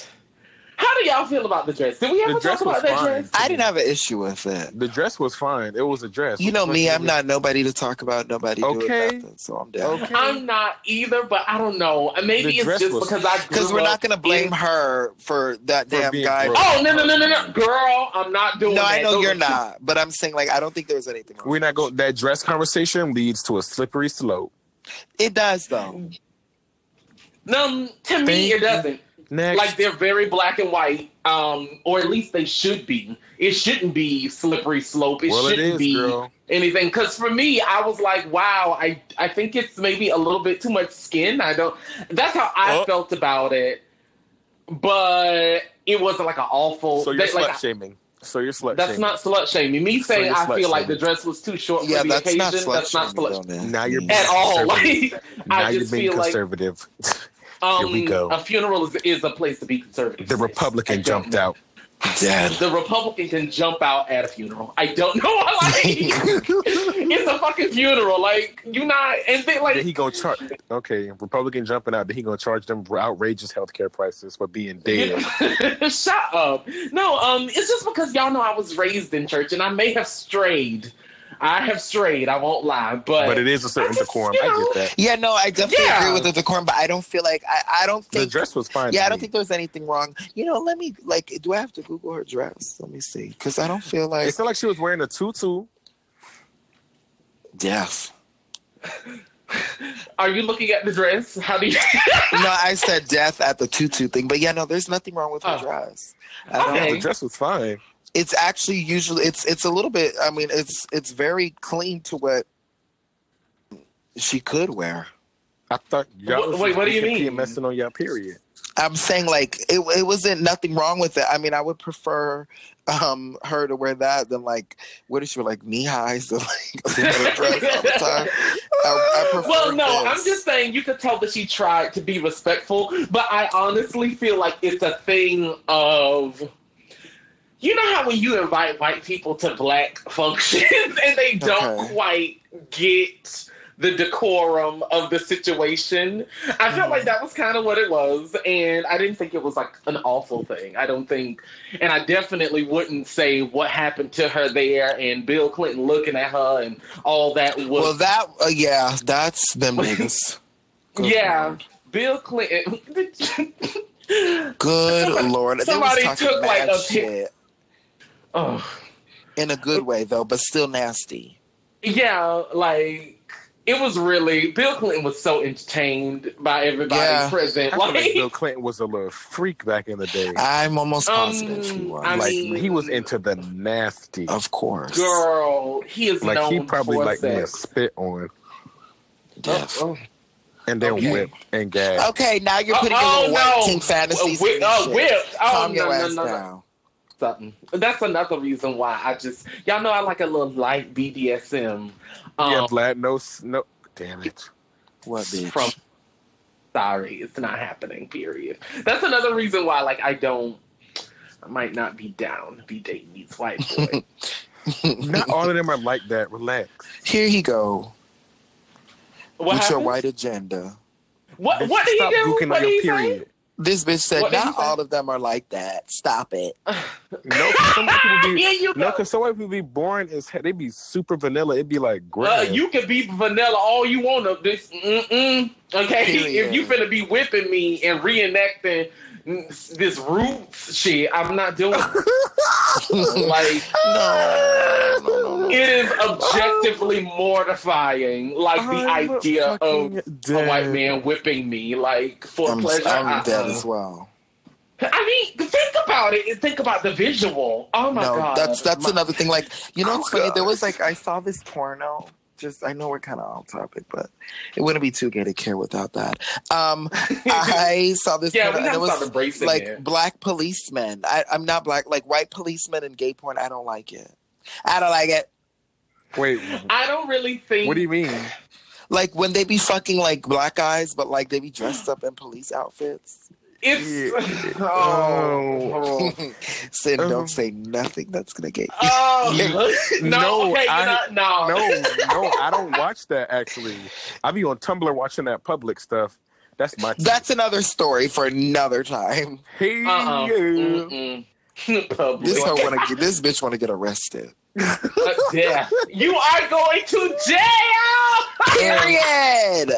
D: How do y'all feel about the dress? Did we ever
E: The dress
D: talk
E: was
D: about that
E: fine.
D: dress?
C: I didn't have an issue with it.
E: The dress was fine. It was a dress.
C: You know
E: What
C: me,
E: the
C: I'm
E: fuck
C: not nobody to talk about, nobody
E: Okay.
C: doing nothing, so I'm
E: is-
C: down.
E: Okay.
D: I'm not either, but I don't know. Maybe
E: The
D: it's
E: dress
D: just
E: was-
D: because I
C: Because
D: grew
C: we're not
D: up
C: gonna blame
D: in-
C: her for that
E: For
C: damn
E: being
C: guy. Oh,
E: broke. Oh,
D: Oh no no no no no, girl! I'm not doing
C: no,
D: that.
C: I know
D: Those
C: you're
D: are-
C: not, but I'm saying like I don't think there was anything. Wrong.
E: We're not going. That dress conversation leads to a slippery slope.
C: It does though.
D: No, to me
E: Thank
D: it doesn't.
E: Next,
D: like they're very black and white, um, or at least they should be. It shouldn't be slippery slope. It
E: well, it
D: shouldn't
E: is,
D: be
E: girl.
D: anything. Because for me, I was like, wow, I I think it's maybe a little bit too much skin. I don't. That's how I
E: Oh.
D: felt about it. But it wasn't like an awful.
E: So you're
D: that- like,
E: slut shaming. So you're slut
D: that's
E: shaming.
D: not slut shaming. Me
E: So
D: saying
E: you're
D: I
E: slut
D: feel like the
E: shaming.
D: dress was too short
C: Yeah,
D: for the
C: that's
D: occasion.
C: not
D: that's not
C: slut
D: slut
C: shaming. though, man.
E: Now you're
D: at all.
E: Conservative.
D: Like
E: now
D: I
E: you're
D: just
E: being
D: feel like
E: conservative.
D: um,
E: we go.
D: a funeral is, is a place to be conservative.
E: the
D: I
E: Republican
D: don't
E: jumped
D: know.
E: out.
C: Dead.
D: The Republican can jump out at a funeral. I don't know. Like, it's a fucking funeral. Like you not and they like
E: Then he gonna charge. Okay, Republican jumping out. Then he gonna charge them outrageous healthcare prices for being dead.
D: Shut up. No, um, it's just because y'all know I was raised in church and I may have strayed. I have strayed, I won't lie, but
E: but it is a certain
D: I just,
E: decorum.
D: you
E: I
D: know,
E: get that.
C: Yeah, no, I definitely
D: Yeah.
C: agree with the decorum, but I don't feel like I, I don't
E: The
C: think
E: dress was fine.
C: Yeah,
E: to
C: I don't
E: me.
C: think there's anything wrong. You know, let me like, do I have to Google her dress? Let me see, because I don't feel like
E: It's not like she was wearing a tutu.
C: Yes.
D: Are you looking at the dress? How do you?
C: No, I said death at the tutu thing, but yeah, no, there's nothing wrong with her
D: Oh.
C: dress. I don't
D: Okay.
E: The dress was fine.
C: It's actually usually it's it's a little bit. I mean, it's it's very clean to what she could wear.
E: I thought y'all
D: Wh-
E: was
D: wait,
E: just
D: what do you
E: thinking
D: mean?
E: Messing on your period.
C: I'm saying like it, it wasn't nothing wrong with it. I mean, I would prefer um her to wear that than like what is she like knee highs or like a little dress all the time. I, I prefer
D: well,
C: this.
D: no, I'm just saying you could tell that she tried to be respectful, but I honestly feel like it's a thing of. You know how when you invite white people to black functions and they don't
C: Okay.
D: quite get the decorum of the situation? I felt
C: Mm-hmm.
D: like that was kind of what it was, and I didn't think it was like an awful thing. I don't think, and I definitely wouldn't say what happened to her there and Bill Clinton looking at her and all that was
C: well that uh, yeah, that's them niggas. Good
D: yeah,
C: Lord.
D: Bill Clinton.
C: Good lord. They was
D: somebody
C: talking
D: took, like,
C: mad
D: a pic-
C: shit
D: oh,
C: in a good way though, but still nasty.
D: yeah, like it was really Bill Clinton was so entertained by everybody
C: Yeah.
D: present.
E: I feel like
D: Like,
E: Bill Clinton was a little freak back in the day.
C: I'm almost
D: Um,
C: positive he was.
D: I
E: like
D: mean-
E: he was into the nasty.
C: of course.
D: girl, he is
E: Like
D: known
E: he probably
D: for
E: like to
D: sex.
E: spit on
D: uh,
C: Yes.
E: and then
D: oh, Okay.
E: whip and gas.
C: Okay, now you're
D: Oh,
C: putting
D: oh,
C: in a white
D: no.
C: king fantasies.
D: Whip-
C: and
D: oh,
C: shit.
D: whipped. Oh,
C: Calm your
D: no, no,
C: ass
D: no, no.
C: down.
D: something. That's another reason why I just y'all know I like a little light BDSM. Um,
E: yeah, Vlad. No, s- no. Damn it.
C: What bitch?
D: from sorry it's not happening period that's another reason why like i don't i might not be down to be dating these white boys
E: Not all of them are like that. Relax.
C: Here he go.
D: what
C: with your
D: happened?
C: white agenda.
D: what,
E: Bitch,
D: what did he
E: stop
D: do
E: gooking
D: what
E: on
D: did
E: your
D: he
E: period.
D: say Uh,
C: This bitch said,
D: What Ah! did he
C: not
D: say?
C: all of them are like that. Stop it.
E: No, 'cause some white people be
D: yeah, you,
E: no,
D: go.
E: because some white people be boring as hell. They be super vanilla. It'd be like
D: uh,
E: great.
D: you can be vanilla all you want of this mm-mm, okay
C: Period.
D: if you finna be whipping me and reenacting mm, this roots shit i'm not doing it. like
C: No. no, no, no.
D: it is
E: Oh.
D: objectively mortifying like the idea of a white man whipping me like for
C: I'm,
D: pleasure.
C: I'm
D: Uh-uh.
C: dead as well.
D: I mean, think about it. Think about the visual. Oh my
C: no,
D: god,
C: that's that's
D: My-
C: another thing. Like, you know what's
E: Oh,
C: funny? There
E: God.
C: was like I saw this porno. Just I know we're kind of off topic, but it wouldn't be too gay to care without that. Um, I saw this.
D: yeah.
C: porno,
D: We
C: and it
D: have
C: was
D: to start embracing
C: like
D: it.
C: black policemen. I, I'm not black. Like white policemen and gay porn. I don't like it. I don't like it.
E: Wait,
D: I don't really think.
E: what do you mean?
C: Like when they be fucking like black guys, but like they be dressed up in police outfits.
D: It's
E: Yeah.
D: oh. oh.
C: Sin,
E: Um,
C: don't say nothing. That's gonna get you.
D: Oh, no,
E: No,
D: okay, you're
E: I-
D: not, no,
E: No, no, I don't watch that actually. I be on Tumblr watching that public stuff. That's my.
C: That's another story for another time.
E: hey,
D: Uh-uh.
E: you.
D: Mm-mm. Public.
C: This hoe wanna get, this bitch wanna get arrested.
D: Uh, death. You are going to jail.
C: Period.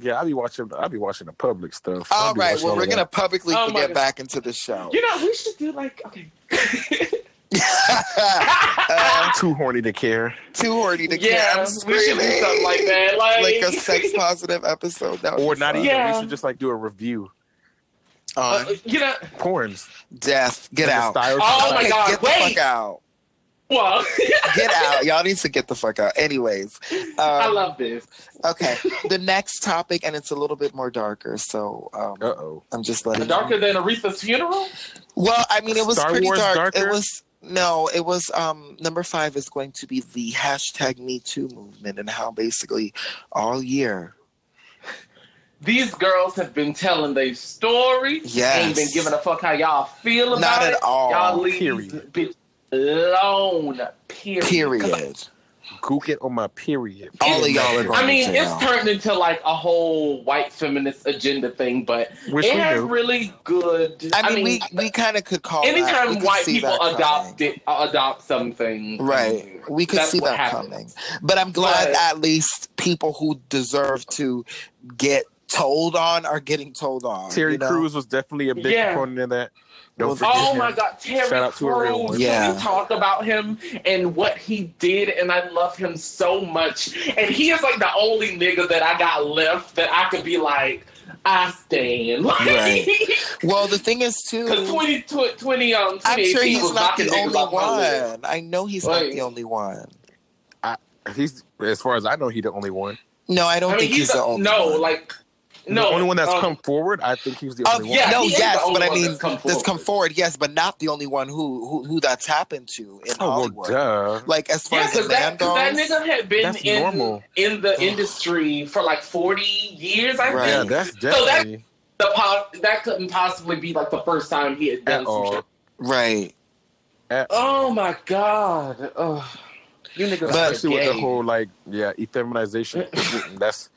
E: yeah, I be watching. I be watching the public stuff. I
C: All
E: be
C: right.
E: watching
C: Well,
E: all
C: we're
E: of
C: gonna publicly
D: Oh my
C: get
D: God.
C: back into the show.
D: You know, we should do like okay.
E: that. too horny to care.
C: Uh, Too horny to care.
D: yeah,
C: I'm
D: we should do
C: screaming.
D: something like that, like,
C: Like a sex positive episode. That would
E: Or
C: be
E: not
C: fun.
E: even.
D: Yeah.
E: We should just like do a review.
C: On
D: Uh, you know,
E: Porns.
C: death. Get
E: Like a
C: out.
E: styrofoam
D: Oh
C: Hey,
D: my
E: box.
D: God,
C: Get the
D: wait.
C: fuck out.
D: well,
C: Get out. Y'all need to get the fuck out. Anyways. Um,
D: I love this.
C: okay. The next topic, and it's a little bit more darker. So um,
E: Uh-oh.
C: I'm just letting.
D: Darker than Aretha's funeral?
C: Well, I mean, it was
E: Star
C: pretty
E: Wars
C: dark. It
E: darker?
C: was no, it was um number five is going to be the hashtag Me Too movement and how basically all year.
D: These girls have been telling their story.
C: Yes.
D: Ain't been giving a fuck how y'all feel about
C: Not
D: it.
C: at all.
D: Y'all leave
E: Period.
D: these bitch alone. Period.
C: Period.
E: Gook it on my period.
C: All of y'all are going
D: I mean,
C: to jail.
D: it's turned into like a whole white feminist agenda thing, but
E: Which
D: it
E: we
D: has
E: do.
D: really good.
C: I mean, we, we kind of could call that-
D: anytime
C: Oh, we could
D: white
C: see
D: people
C: that
D: adopt
C: coming.
D: it, uh, adopt something,
C: Right, we could
D: that's
C: see
D: what
C: that
D: happens.
C: coming, but I'm glad
D: But-
C: at least people who deserve to get told on are getting told on.
E: Terry
C: you know?
E: Crews was definitely a big
D: Yeah.
E: proponent of that.
C: Well,
E: Don't forget
D: Oh
E: him.
D: my God, Terry
E: Shout out to a real
D: Crews!
E: one.
C: Yeah.
D: We talk about him and what he did, and I love him so much. And he is like the only nigga that I got left that I could be like, I stand. Like,
C: Right. Well, the thing is
D: Because
C: too.
D: 20, 20, um,
C: I'm sure
D: 2018
C: he's
D: was
C: not
D: my
C: the
D: nigga
C: only
D: off my list.
C: one. I know he's
D: Like-
C: not the only one.
E: He's as far as I know, he the only one.
C: No, I don't
D: I mean,
C: think he's, the only
D: no,
C: one.
D: like
E: the
D: no,
E: only one that's
D: um,
E: come forward. I think he's the
C: Of-
E: only
D: yeah,
E: one.
C: oh, no,
D: he is
C: yes,
D: the only
C: but I
D: one
C: mean,
D: that's come
C: that's come
D: forward.
C: forward, yes, but not the only one who who, who that's happened to in
E: Oh
C: Hollywood.
E: well, duh.
C: Like as far
D: Yeah,
C: as the
D: because that,
C: man
D: 'cause that
C: goes,
D: nigga had been
E: That's
D: in
E: normal.
D: in the industry for like forty years, I
C: Right.
E: Yeah,
D: think.
E: that's
D: that-
E: definitely
D: The po- that couldn't possibly be like the first time he had done
E: at
D: some
E: all.
D: shit.
C: right?
E: At-
D: Oh my god, Ugh. you niggas
C: But-
D: are
E: especially with the
D: gay.
E: whole like yeah, feminization. that's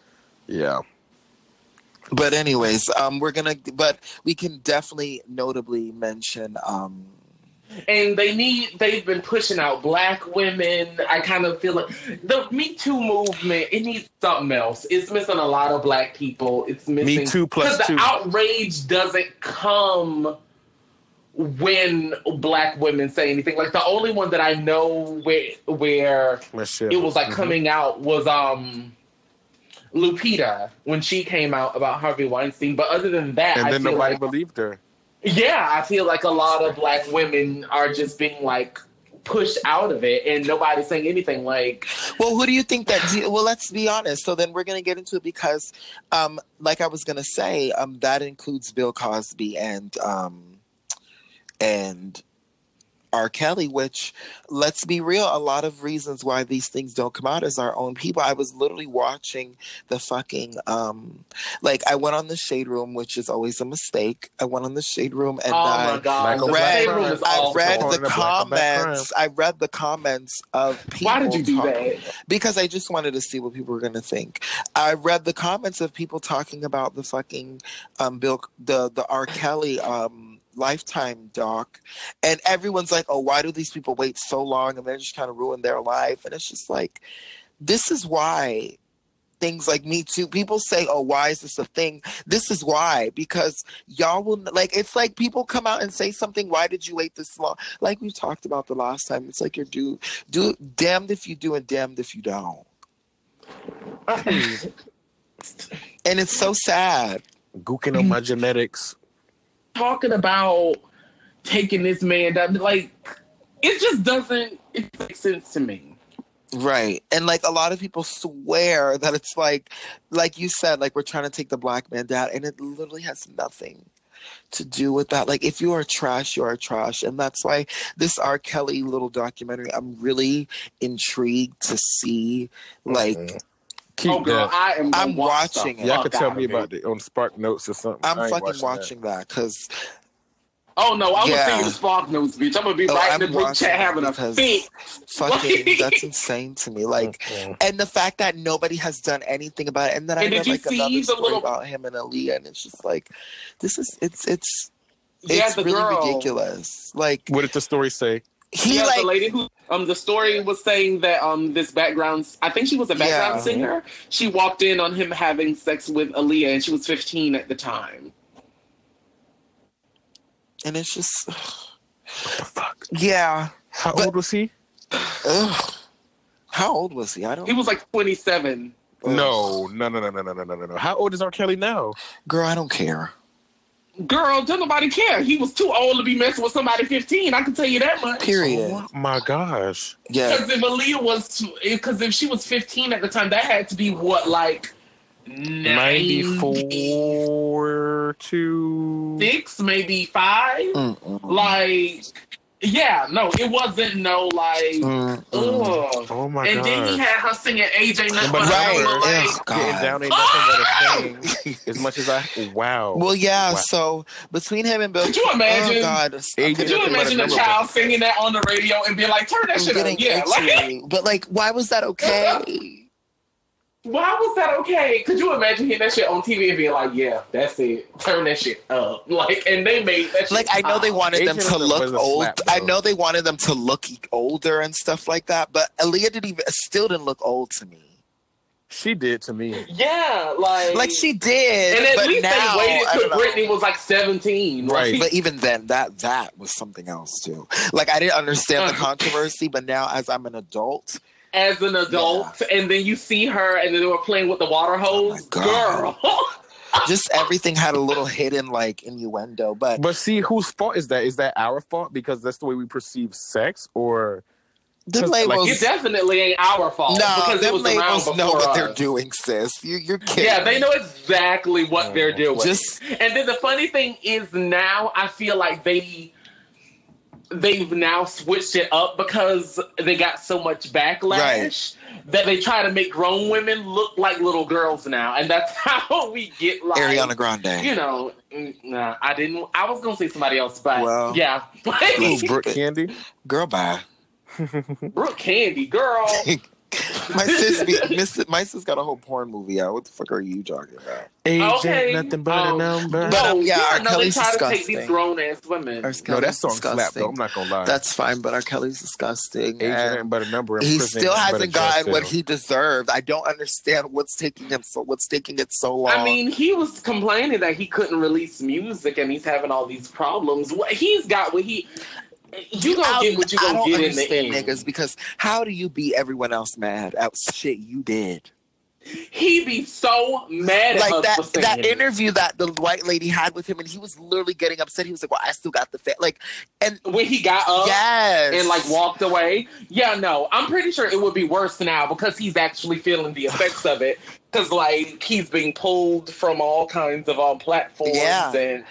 E: yeah.
C: But anyways, um, we're gonna, but we can definitely notably mention um,
D: and they need they've been pushing out black women. I kind of feel like the Me Too movement it needs something else. It's missing a lot of black people. It's missing
E: Too plus
D: 'cause the
E: two.
D: outrage doesn't come when black women say anything. Like the only one that I know where where
E: Michelle.
D: it was like
E: Mhm.
D: coming out was um Lupita when she came out about Harvey Weinstein. But other than that,
E: Mm-hmm. and
D: I
E: then
D: feel
E: nobody
D: like
E: believed her.
D: yeah, I feel like a lot of black women are just being like pushed out of it and nobody's saying anything like
C: Well, who do you think that? do- Well, let's be honest. So then we're going to get into it because, um, like I was going to say, um, that includes Bill Cosby and um, and R. Kelly. Which, let's be real, a lot of reasons why these things don't come out is our own people. I was literally watching the fucking um, like I went on the shade room, which is always a mistake. I went on the shade room and
D: oh
C: I
D: my god
E: Michael
D: the
C: Red-
D: Red Room is
C: I
D: awful.
C: read
E: Calling
C: the
E: it a black on black
C: comments. I read the comments of people.
D: why did you do
C: talking-
D: that
C: because I just wanted to see what people were going to think. I read the comments of people talking about the fucking um, Bill, the the R. Kelly um, Lifetime doc, and everyone's like, "Oh, why do these people wait so long?" And they're just trying to ruin their life. And it's just like, this is why things like Me Too. People say, "Oh, why is this a thing?" This is why because y'all will like. It's like people come out and say something. Why did you wait this long? Like we talked about the last time. It's like you're due do damned if you do and damned if you don't. And it's so sad.
E: Gooking
D: Mm.
E: on my genetics.
D: talking about taking this man down like it just doesn't it makes sense to me
C: Right. And like a lot of people swear that it's like like you said, like we're trying to take the black man down and it literally has nothing to do with that. Like if you are trash, you are trash. And that's why this R. Kelly little documentary, I'm really intrigued to see like
E: Keep
D: oh girl
E: that.
D: i am gonna
C: I'm
D: watch the
C: watching it.
E: Y'all
D: fuck
E: could tell
D: out
E: me
D: of it.
E: about it on Spark Notes or something. I
C: I'm
E: ain't
C: fucking watching that because
D: oh no i'm
C: Yeah.
D: gonna see the spark news bitch i'm gonna be
C: Oh,
D: right
C: I'm
D: in the group
C: watching
D: chat having a
C: because-
D: fit
C: fucking that's insane to me. Like
E: Mhm.
C: and the fact that nobody has done anything about it, and then I
D: And did
C: read
D: you
C: like
D: see
C: another
D: the
C: story
D: little-
C: about him and Aaliyah, and it's just like, this is it's it's
D: yeah
C: it's
D: the
C: really
D: girl
C: ridiculous. Like
E: What did the story say?
C: he
D: yeah,
C: like
D: the lady who um the story was saying that um this background I think she was a background
C: Yeah.
D: singer. She walked in on him having sex with Aaliyah and she was fifteen at the time.
C: and it's just
E: Fuck.
C: yeah.
E: How
C: But-
E: old was he?
C: Ugh. How old was he? I don't
D: He was like twenty seven.
E: Oh. No, no, no, no, no, no, no, no, no, no. How old is R. Kelly now?
C: girl, I don't care.
D: Girl, don't nobody care. He was too old to be messing with somebody fifteen, I can tell you that much.
C: Period.
E: My gosh.
C: Yeah.
D: Because if Aaliyah was because if she was fifteen at the time, that had to be what, like 96,
E: 94 to.
D: maybe five?
C: Mm. Mm-mm.
D: Like yeah, no, it wasn't no like
C: mm, Mm-mm.
D: ugh.
E: Oh my
D: and
E: gosh.
D: then he had her singing AJ Nothing
E: But
D: But
C: Right.
D: Nothing,
E: remember,
D: like,
C: Ugh,
E: Getting
C: God.
E: down ain't nothing but a thing. As much as I. Wow.
C: Well, yeah.
E: Wow.
C: So between him and Bill,
D: Could you imagine-
C: Oh, God,
E: Could
D: Could you
E: Nothing but
D: imagine a
E: memorable.
D: child singing that on the radio and being like, turn that
C: I'm
D: shit up?
C: getting
D: Yeah, like,
C: itchy. But like, why was that okay?
D: why was that okay? Could you imagine hearing that shit on TV and being like, yeah, that's it, turn that shit up? Like, and they made that shit
C: Like I know they
D: pop.
C: wanted them
E: Asian
C: to
E: was a-
C: look
E: Ah, was a
C: old.
E: slap,
C: I
E: though.
C: know they wanted them e-, to look older and stuff like that. But Aaliyah didn't even still didn't look old to me.
E: She did to me.
D: Yeah, like
C: Like she did,
D: And at
C: but
D: least
C: now,
D: they waited
C: I don't
D: till
C: know.
D: Britney was like seventeen,
E: Right.
D: like-
C: But even then, that that was something else too. Like I didn't understand the
D: Uh.
C: controversy, but now as I'm an adult,
D: as an adult, and then you see her, and then they were playing with the water hose,
C: Oh my
D: girl.
C: God. just everything had a little hidden like innuendo. But
E: But see, whose fault is that? Is that our fault because that's the way we perceive sex, or
C: the
E: like,
C: labels,
D: it definitely ain't our fault
C: no,
D: because it
C: them
D: was around
C: labels
D: before
C: know what
D: us.
C: they're doing, sis. You, you're kidding.
D: Yeah, they know exactly what
E: Mm.
D: they're doing.
C: Oh, Just-
D: and then the funny thing is now I feel like they they've now switched it up because they got so much backlash that they try to make grown women look like little girls now, and that's how we get like
C: Ariana Grande.
D: You know, mm, nah, I didn't. I was gonna say somebody else, but
C: Well.
D: yeah,
E: Ooh,
D: Brooke
E: Brooke Candy?
C: Girl, bye.
D: Candy, girl.
C: My sis, be, miss, my sis got a whole porn movie out. What the fuck are you talking about?
E: Agent,
D: Okay.
E: nothing but
D: Um,
E: a number.
C: But,
D: no,
C: um, yeah, R.
D: you know they
C: Kelly's
D: try to take these
C: disgusting.
D: grown ass women.
C: R.
E: no, that
C: Kelly's
E: song slapped
C: disgusting.
E: though. I'm not gonna lie.
C: That's fine, but R. Kelly's disgusting.
E: Agent
C: and-
E: nothing but a number. in
C: he
E: prison
C: still
E: ain't nothing
C: hasn't
E: but a jail
C: gotten what
E: cell.
C: he deserved. I don't understand what's taking him so what's taking it so long.
D: I mean, he was complaining that he couldn't release music and he's having all these problems. What he's got what he you gonna
C: I-
D: get what you
C: I
D: gonna
C: don't
D: get in the
C: understand
D: end.
C: niggas because how do you be everyone else mad at shit you did?
D: He be so mad at
C: Like
D: us
C: that
D: for saying
C: that
D: it.
C: interview that the white lady had with him, and he was literally getting upset. He was like, "Well, I still got the fat." Like,
D: when he got up
C: yes,
D: Uh, and like walked away. Yeah, no, I'm pretty sure it would be worse now because he's actually feeling the effects of it. Because like he's being pulled from all kinds of um, platforms
C: Yeah.
D: and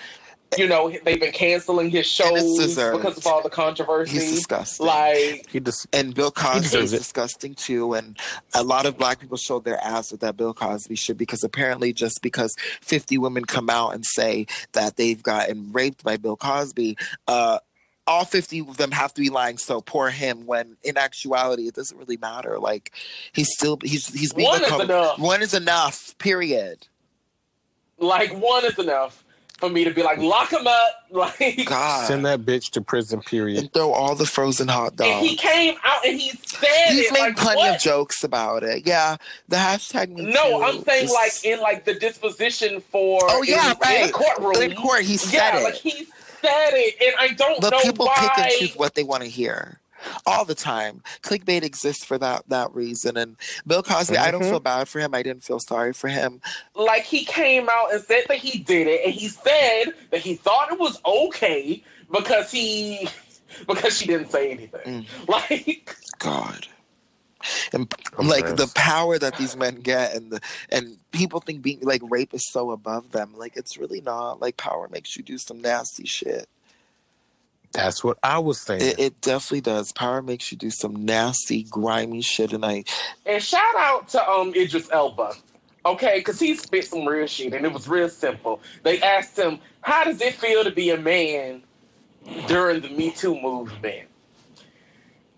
D: you know they've been canceling his
C: And it's
D: shows
C: deserved.
D: because of all the controversy.
C: He's disgusting.
D: like
E: He just
C: and Bill Cosby
E: deserves
C: is
E: it.
C: disgusting too. And a lot of black people showed their ass with that Bill Cosby shit because apparently, just because 50 women come out and say that they've gotten raped by Bill Cosby, uh, all 50 of them have to be lying. So poor him, when in actuality, it doesn't really matter. Like, he's still, he's, he's being
D: One is
C: accom-
D: enough.
C: One is enough, period.
D: like one is enough for me to be like lock him up like
C: God.
E: send that bitch to prison. Period.
C: and throw all the frozen hot
D: and
C: dogs.
D: he came out and he said
C: He's
D: it,
C: made
D: like,
C: plenty
D: what?
C: of jokes about it. Yeah, the hashtag. Me
D: no
C: Too
D: i'm saying
C: is-
D: like in like the disposition for
C: Oh, yeah,
D: in, in
C: right.
D: the courtroom
C: in court, he said
D: yeah
C: it.
D: like he said it and i don't
C: but
D: know
C: people
D: why
C: pick and choose what they want to hear all the time clickbait exists for that that reason and bill cosby i don't
E: Mhm.
D: Mm-hmm.
C: feel bad for him i didn't feel sorry for him
D: like he came out and said that he did it and he said that he thought it was okay because he because she didn't say anything
C: Mm.
D: like
C: god and like the
E: Hilarious.
C: power that these men get and the and people think being like rape is so above them like it's really not like power makes you do some nasty shit
E: That's what I was saying.
C: it, it definitely does power makes you do some nasty grimy shit and i
D: And shout out to um Idris Elba. Okay, because he spit some real shit and it was real simple. They asked him, How does it feel to be a man during the Me Too movement?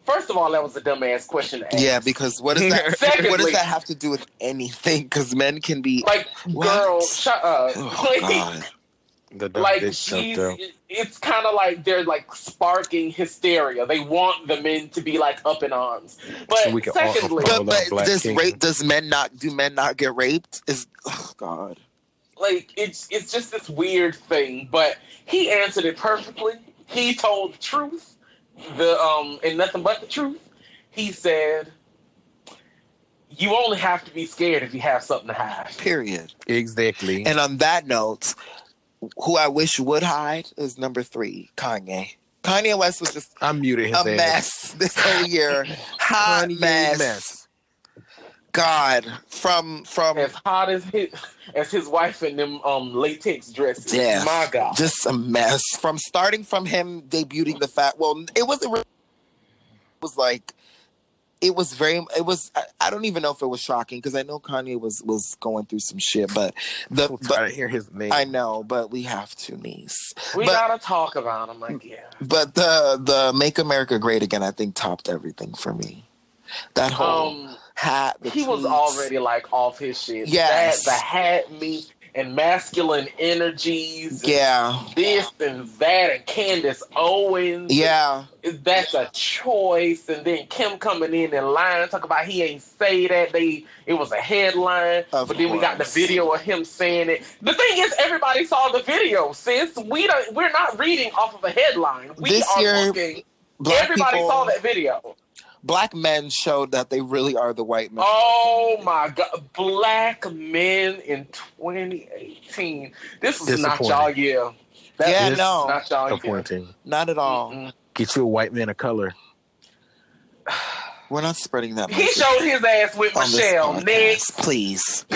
D: First of all, that was a dumbass question to ask.
C: yeah because what does that what does
D: Secondly-
C: that have to do with anything because men can be
D: Like,
C: What?
D: girl, shut up.
C: oh,
D: like,
C: god
E: the dumb
D: like
E: bitch
D: she's,
E: jumped out.
D: it's kind of like they're like sparking hysteria. They want the men to be like up in arms. But
E: So we can all-
D: secondly,
E: all-
C: but,
E: Hold on,
C: but
E: Black
C: does
E: King.
C: rape does men not do men not get raped is oh god
D: like it's it's just this weird thing but he answered it perfectly he told the truth the um and nothing but the truth he said you only have to be scared if you have something to hide
C: period
E: Exactly.
C: and on that note who i wish would hide is number three kanye kanye west was just
E: I muted his
C: a mess
E: ass.
C: this whole year hot
E: Kanye
C: mess.
E: mess.
C: god from from
D: as hot as his as his wife in them um latex dresses
C: death
D: my god
C: just a mess from starting from him debuting the fact well it wasn't really, it was like it was very it was I, I don't even know if it was shocking because i know kanye was was going through some shit but the
E: I'm so
C: but
E: tired of hearing his name.
C: I know, but we have to, niece.
D: we
C: but-
D: gotta talk about him like yeah
C: But the the Make America Great Again, I think, topped everything for me. That whole
D: um
C: hat. The
D: he was
C: tweets.
D: already like off his shit
C: Yes.
D: that, the hat me and masculine energies.
C: Yeah.
D: This and that, and Candace Owens.
C: Yeah.
D: that's a choice. And then Kim coming in and lying, talk about he ain't say that. They it was a headline,
C: Of
D: but then we got the
C: course.
D: video of him saying it. The thing is, everybody saw the video. Since we don't, we're not reading off of a headline. We
C: This
D: are
C: year,
D: looking.
C: Black
D: everybody
C: people,
D: saw that video.
C: Black men showed that they really are the white men.
D: Oh my god! Black men in 2018. This is not
F: Disappointing.
D: y'all year. That
C: Yeah, Oh,
D: is
C: no.
D: not y'all year.
F: Disappointing.
C: Not at all.
D: Mm-mm.
F: Get you a white man of color.
C: We're not spreading that.
D: He
C: message
D: showed his ass with
C: on this
D: Michelle.
C: podcast,
D: Next.
C: please.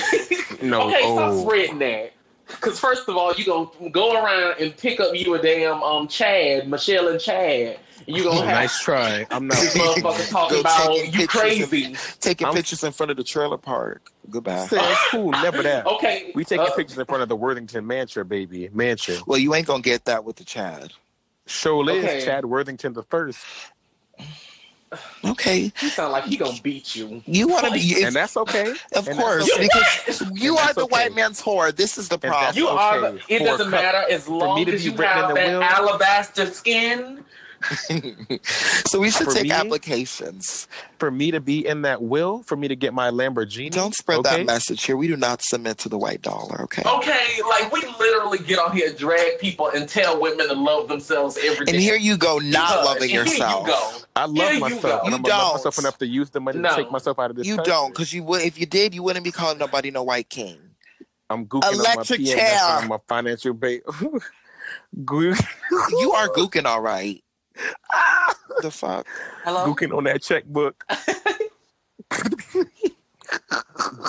F: No.
D: okay,
F: oh.
D: stop spreading that. Because first of all, you gonna go around and pick up you a damn um Chad, Michelle and Chad. You gonna have
F: nice try. I'm not.
D: this motherfucker talking
C: Go
D: about
C: taking
D: you
C: pictures of-
D: crazy.
C: Taking
F: I'm-
C: pictures in front of the trailer park. Goodbye.
F: Says who? Never that.
D: Okay,
F: We taking
D: uh,
F: pictures in front of the Worthington Mansion, baby. Mansion.
C: Well, you ain't gonna get that with the Chad.
F: Show Liz
D: Okay.
F: Chad Worthington the first,
C: Okay,
D: You sound like he gonna beat you.
C: you want to be, if-
F: and that's okay.
C: of
F: and that's
C: course,
F: okay.
C: because you
F: And
C: are
F: that's
C: the
F: okay.
C: white man's whore. This is the
F: that's
C: problem.
D: You are. The,
F: okay
D: it
F: for a
D: doesn't
F: cup-
D: matter as long
F: to
D: as
F: be
D: you
F: written in
D: have
F: the
D: that
F: will.
D: alabaster skin.
C: so we should
F: For
C: take
F: me-
C: applications.
F: For me to be in that will, for me to get my Lamborghini.
C: Don't spread
F: okay?
C: that message here. We do not submit to the white dollar. Okay.
D: Okay, like we literally get on here, drag people, and tell women to love themselves every day.
C: And here you go, not
D: Because-
C: loving
D: and here
C: yourself.
D: You go.
F: I love
D: Here you
F: myself,
D: go.
F: and
C: You
F: I'm gonna love
C: don't.
F: myself enough to use the money
D: No.
F: to take myself out of this.
C: You
F: country.
C: don't, because you would. If you did, you wouldn't be calling nobody no white king.
F: I'm gooking
C: Electric
F: on my
C: chair. Uh-huh.
F: PMS on my financial base. gooking
C: You are gooking, all right.
F: Ah.
C: the fuck?
D: Hello.
F: on that checkbook.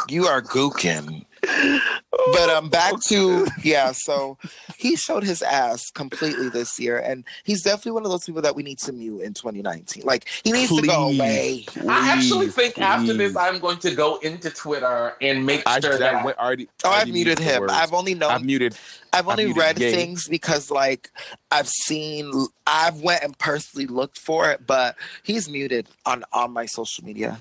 C: You are gooking. But
F: Oh,
C: um, back to yeah. So he showed his ass completely this year, and he's definitely one of those people that we need to mute in 2019. Like he needs to go
F: Please.
C: away.
D: I actually
F: Please,
D: think after this,
F: please.
D: I'm going to go into Twitter and make
F: I,
D: sure
F: I
D: that.
F: went- already.
C: Oh, I've
F: already
C: muted
F: the
C: him.
F: words.
C: I've only known.
F: I muted.
C: I've only
F: I've muted
C: read
F: Gabe.
C: things because like I've seen. I've went and personally looked for it, but he's muted on on my social media.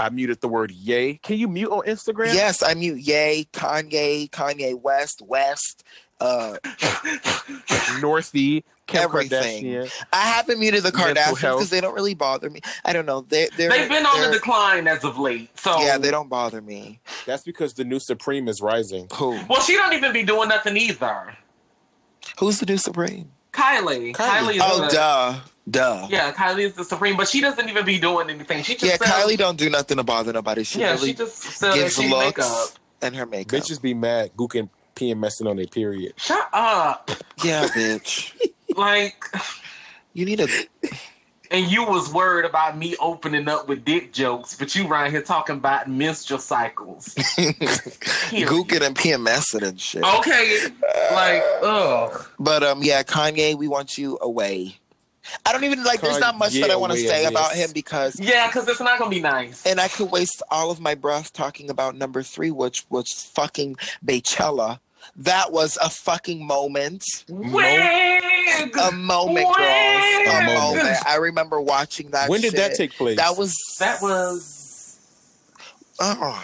F: I muted the word "yay." Can you mute on Instagram?
C: Yes, I mute. Yay, Kanye, Kanye West, West. Uh,
F: Northie, Kim
C: Everything.
F: Kardashian.
C: I haven't muted the
F: Mental
C: Kardashians
F: health.
C: because they don't really bother me. I don't know. They, they're
D: They've been on
C: they're-
D: the decline as of late, so
C: Yeah, they don't bother me.
E: That's because the new Supreme is rising.
C: Who?
D: Well, she don't even be doing nothing either.
C: Who's the new Supreme?
D: Kylie, Kylie, is
C: Oh,
D: the,
C: duh, duh. Yeah,
D: yeah, Kylie is the supreme, but she doesn't even be doing anything. She just sells,
C: Kylie don't do nothing to bother nobody. She
D: yeah,
C: really
D: she just sells
C: gives
D: cheap
C: looks
D: makeup.
C: and her makeup.
E: Bitches be mad gooking PMSing on their period.
D: Shut up,
C: Yeah, bitch.
D: like,
C: You need a
D: and you was worried about me opening up with dick jokes, but you right here talking about menstrual cycles. Period.
C: gook it and PMS it and shit.
D: Okay, like, ugh.
C: But um, yeah, Kanye, we want you away. I don't even like. There's not much that I
E: Kanye
C: want to
E: away
C: say
E: at
C: about
E: least.
C: him because,
D: Yeah, because it's not gonna be nice.
C: and I could waste all of my breath talking about number three, which was fucking Beychella. That was a fucking moment.
D: Wig.
C: A moment, girls.
D: Wait.
C: A
E: A moment.
C: moment. I remember watching that.
E: when did that
C: shit.
E: take place?
C: That was
D: that was
C: uh,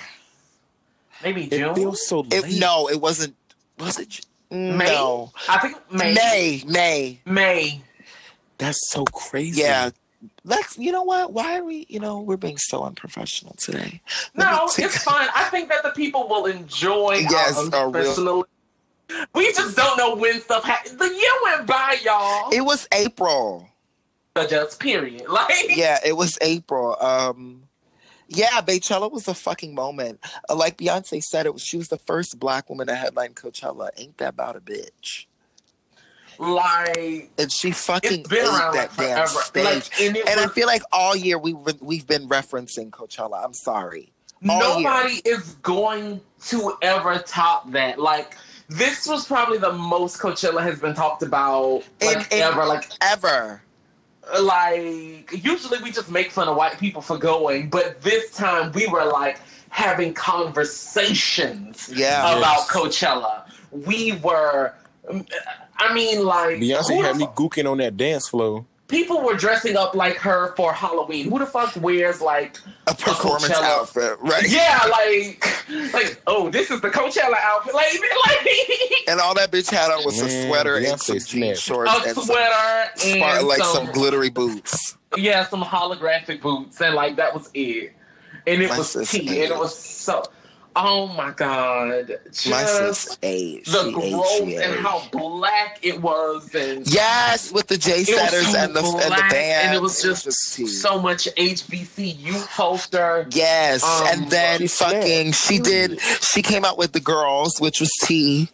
D: maybe
E: It
D: June.
E: feels so late.
C: it, no, it wasn't. Was it? May?
D: May?
C: No,
D: I think May.
C: May, May.
D: May.
E: That's so crazy.
C: Yeah, Lex. You know what? Why are we? You know, we're being so unprofessional today. Let me
D: No,
C: take-
D: it's fine. I think that the people will enjoy
C: Yes, a
D: our
C: real-
D: unprofessional. We just don't know when stuff happened. The year went by, y'all.
C: It was April.
D: So just period. Like
C: Yeah, it was April. Um, yeah, Beychella was a fucking moment. Uh, like Beyonce said, it was. She was the first black woman to headline Coachella. Ain't that about a bitch?
D: like
C: And she fucking
D: it's been
C: ate
D: around
C: that
D: like
C: damn
D: forever.
C: stage.
D: Like and, it
C: and I
D: was-
C: feel like all year we re- we've been referencing Coachella. I'm sorry. all year.
D: nobody is going to ever top that. Like this was probably the most Coachella has been talked about
C: And-
D: like,
C: and-
D: ever. Like
C: Ever.
D: like usually we just make fun of white people for going, but this time we were like having conversations
C: Yeah.
D: about Coachella. We were, I mean, like
E: Beyonce
D: who
E: had
D: the
E: me
D: fu-
E: gooking on that dance floor.
D: people were dressing up like her for Halloween. Who the fuck wears like
C: A performance
D: Coachella.
C: outfit, right?
D: yeah, like like oh, this is the Coachella outfit, like like
C: And all that bitch had on was a
E: Man,
C: sweater and
E: Beyonce
C: some jean
E: snapped.
C: shorts
D: a
C: and some
D: sweater and
C: spark- like
D: some,
C: some glittery boots.
D: yeah, some holographic boots, and like that was it. And it
C: My
D: was
C: sis
D: tea,
C: ate.
D: and it was so. Oh my god! Just
C: My sis ate.
D: the
C: she ate,
D: growth
C: she
D: and
C: ate.
D: how black it was, and
C: Yes, with the J
D: It was
C: setters
D: so
C: and the and the
D: black,
C: band.
D: and it was just
C: tea.
D: so much HBCU poster.
C: Yes,
D: Um,
C: and then
E: she snapped.
C: fucking she did. She came out with the girls, which was tea.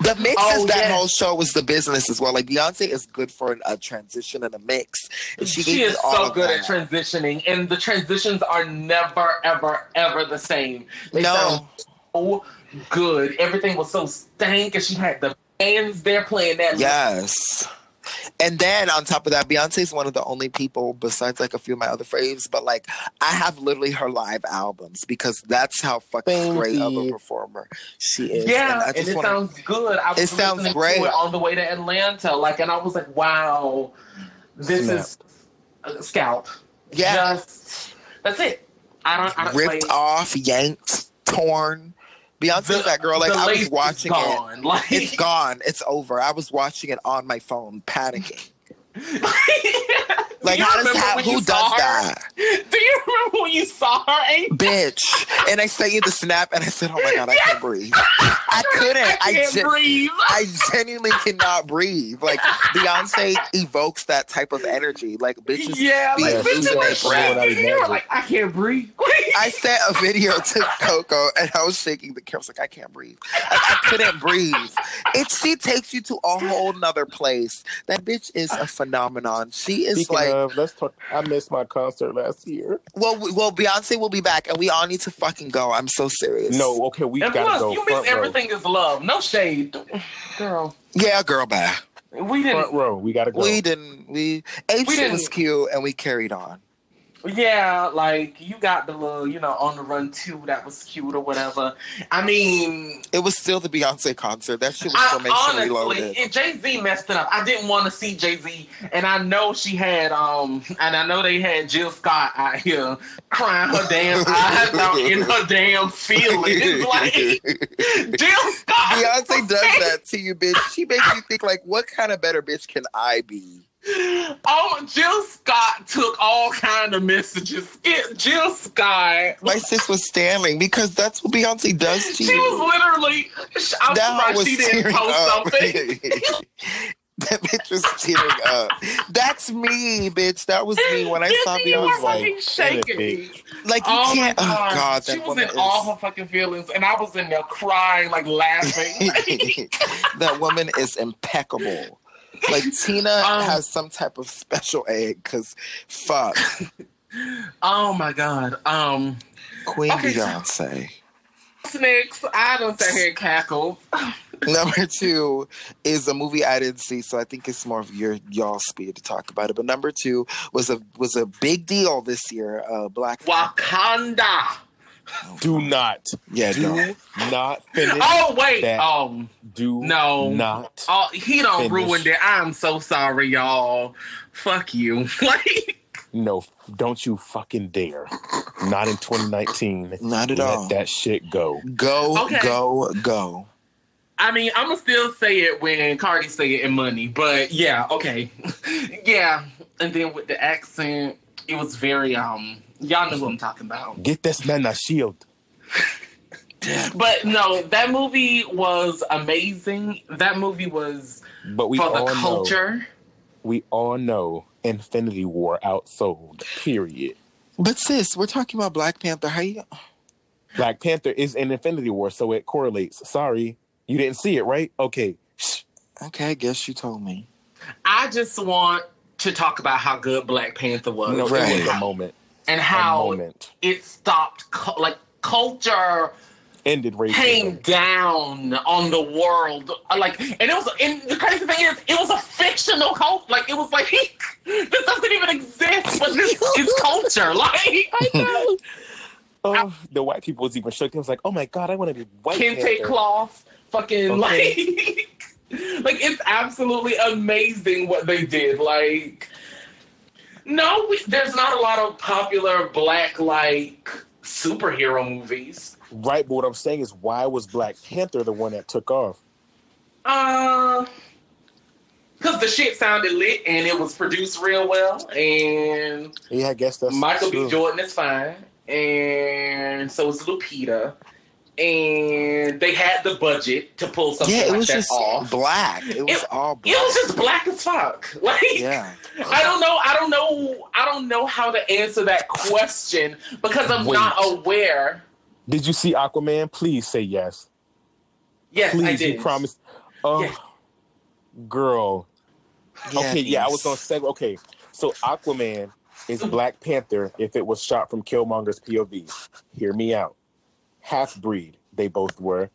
C: The mix
D: Oh,
C: is that
D: yeah.
C: whole show was the business as well. Like Beyonce is good for an, a transition and a mix. And she,
D: She,
C: gave
D: is
C: it all
D: so
C: of
D: good
C: that.
D: at transitioning, and the transitions are never, ever, ever the same. They
C: No,
D: sound so good. Everything was so stank, and she had the bands there playing that.
C: yes. And then on top of that, Beyonce is one of the only people besides like a few of my other faves, but like I have literally her live albums because that's how fucking
E: Thank
C: great of a
E: you.
C: performer she is.
D: Yeah,
C: and I
D: and,
C: just
D: it
C: want
D: sounds good. I was
C: sounds
D: listening
C: great.
D: to it on the way to Atlanta, like, and I was like, "Wow, this
E: Snap.
D: is uh, scalp."
C: yeah,
D: Just- that's it. I don't. I don't
C: ripped
D: like,
C: off, yanked, torn. Beyonce's that girl. Like
D: the
C: I
D: lace
C: was
D: is
C: watching it.
D: gone. Like,
C: It's gone. It's over. I was watching it on my phone, panicking. Like
D: Do you
C: how does
D: remember
C: that?
D: when
C: Who
D: you
C: does
D: saw her?
C: that,
D: Do you remember when you saw her? Ain't
C: bitch? And I sent you the snap, and I said, "Oh my god, I can't breathe. I couldn't.
D: I
C: I,
D: can't
C: gen-
D: breathe.
C: I genuinely cannot breathe. Like Beyonce evokes that type of energy. Like bitches.
D: yeah, like
C: Yeah,
D: bitch,
C: she's
D: you
C: like
D: like,
E: brown, I
D: shit. You were
E: imagine.
D: like, I can't breathe.
C: I sent a video to Coco and I was shaking the camera. I was like, I can't breathe. I, I couldn't breathe. It she takes you to a whole nother place. That bitch is a phenomenon. She is
E: Speaking
C: like,
E: of, let's talk. I missed my concert last year.
C: well, we- well, Beyonce will be back, and we all need to fucking go. I'm so serious.
E: No, okay, we
D: and
E: gotta
D: plus,
E: go.
D: you
E: Front
D: miss
E: row.
D: everything is love. No shade, girl.
C: yeah, girl, bye.
D: We didn't.
E: Front row. We gotta go.
C: We didn't. We H
D: We
C: was
D: didn't-
C: cute, and we carried on.
D: Yeah, like you got the little, you know, on the run too. That was cute or whatever. I mean,
C: It was still the Beyonce concert. That shit was
D: I,
C: formation reloaded.
D: honestly, Jay Z messed it up. I didn't want to see Jay Z, and I know she had, um, and I know they had Jill Scott out here crying her damn eyes out in her damn feelings. Like Jill Scott,
C: Beyonce does that to you, bitch. She makes you think like, what kind of better bitch can I be?
D: Oh, Jill Scott took all kind of messages. It, Jill Scott.
C: My sis was standing because that's what Beyonce does to
D: She was
C: you.
D: literally. I'm
C: That
D: surprised
C: hoe was
D: she didn't
C: tearing
D: post
C: up.
D: something.
C: that bitch was tearing up. That's me, bitch. That was me when I
D: Disney
C: saw
D: was
C: Beyonce.
D: fucking
E: like,
D: shaking
E: in it,
D: me.
C: Like you
D: Oh my
C: can't.
D: god,
C: Oh God,
D: she
C: that
D: was
C: woman
D: in
C: is.
D: all her fucking feelings, and I was in there crying, like laughing.
C: that woman is impeccable. Like Tina
D: Um,
C: has some type of special egg because fuck
D: oh my god. Um,
C: Queen
D: Okay.
C: Beyonce.
D: snakes. I don't sit here and cackle.
C: Number two is a movie I didn't see, so I think it's more of your y'all speed to talk about it. But number two was a was a big deal this year. Uh, Black.
D: Wakanda.
E: do not,
C: Yeah, no.
E: do not finish.
D: Oh wait.
E: That-
D: Um.
E: Do
D: No.
E: not.
D: Oh, he don't
E: Finish.
D: ruined it. I'm so sorry, y'all. Fuck you. Like,
E: No, f- don't you fucking dare. Not in 2019.
C: Not at
E: Let
C: all.
E: that shit go.
C: Go,
D: Okay.
C: go, go.
D: I mean, I'm gonna still say it when Cardi say it in Money, but yeah, okay, yeah. And then with the accent, it was very um. Y'all know who I'm talking about.
E: Get this man a shield.
D: But no, that movie was amazing. That movie was
E: But we
D: for
E: all
D: the
E: know.
D: culture.
E: We all know Infinity War outsold. Period.
C: But sis, we're talking about Black Panther. How you?
E: Black Panther is an Infinity War, so it correlates. Sorry, you didn't see it, right? Okay. Shh.
C: Okay, I guess you told me.
D: I just want to talk about how good Black Panther was,
E: No,
C: Right.
E: it was a moment.
D: and
E: A
D: how
E: moment.
D: it stopped cu- like culture
E: Ended racism.
D: came down on the world. Like, and it was, and the crazy thing is, it was a fictional cult. Like, it was like, this doesn't even exist, but this is culture. Like,
E: Oh, the white people was even shook. It was like, oh my god, I want to be white.
D: kente
E: Panther.
D: cloth, fucking
E: Okay.
D: like. Like it's absolutely amazing what they did. Like No, we, there's not a lot of popular black like superhero movies.
E: Right, but what I'm saying is, why was Black Panther the one that took off?
D: Uh, because the shit sounded lit and it was produced real well, and
E: Yeah, I guess that's
D: Michael B.
E: true.
D: Jordan is fine, and so is Lupita, and they had the budget to pull something
C: yeah, it
D: like
C: was
D: that
C: just
D: off.
C: black. It was
D: It-
C: all
D: it
C: black.
D: was just black as fuck. Like,
C: yeah.
D: I don't know. I don't know. I don't know how to answer that question because I'm
E: Wait.
D: not aware.
E: Did you see Aquaman? Please say yes.
D: Yes,
E: Please,
D: I did.
E: you promised. Oh,
D: Yeah.
E: girl. okay, yeah, I was gonna
C: these-
E: say. Okay, so Aquaman is Black Panther if it was shot from Killmonger's POV. Hear me out. Half breed, they both were,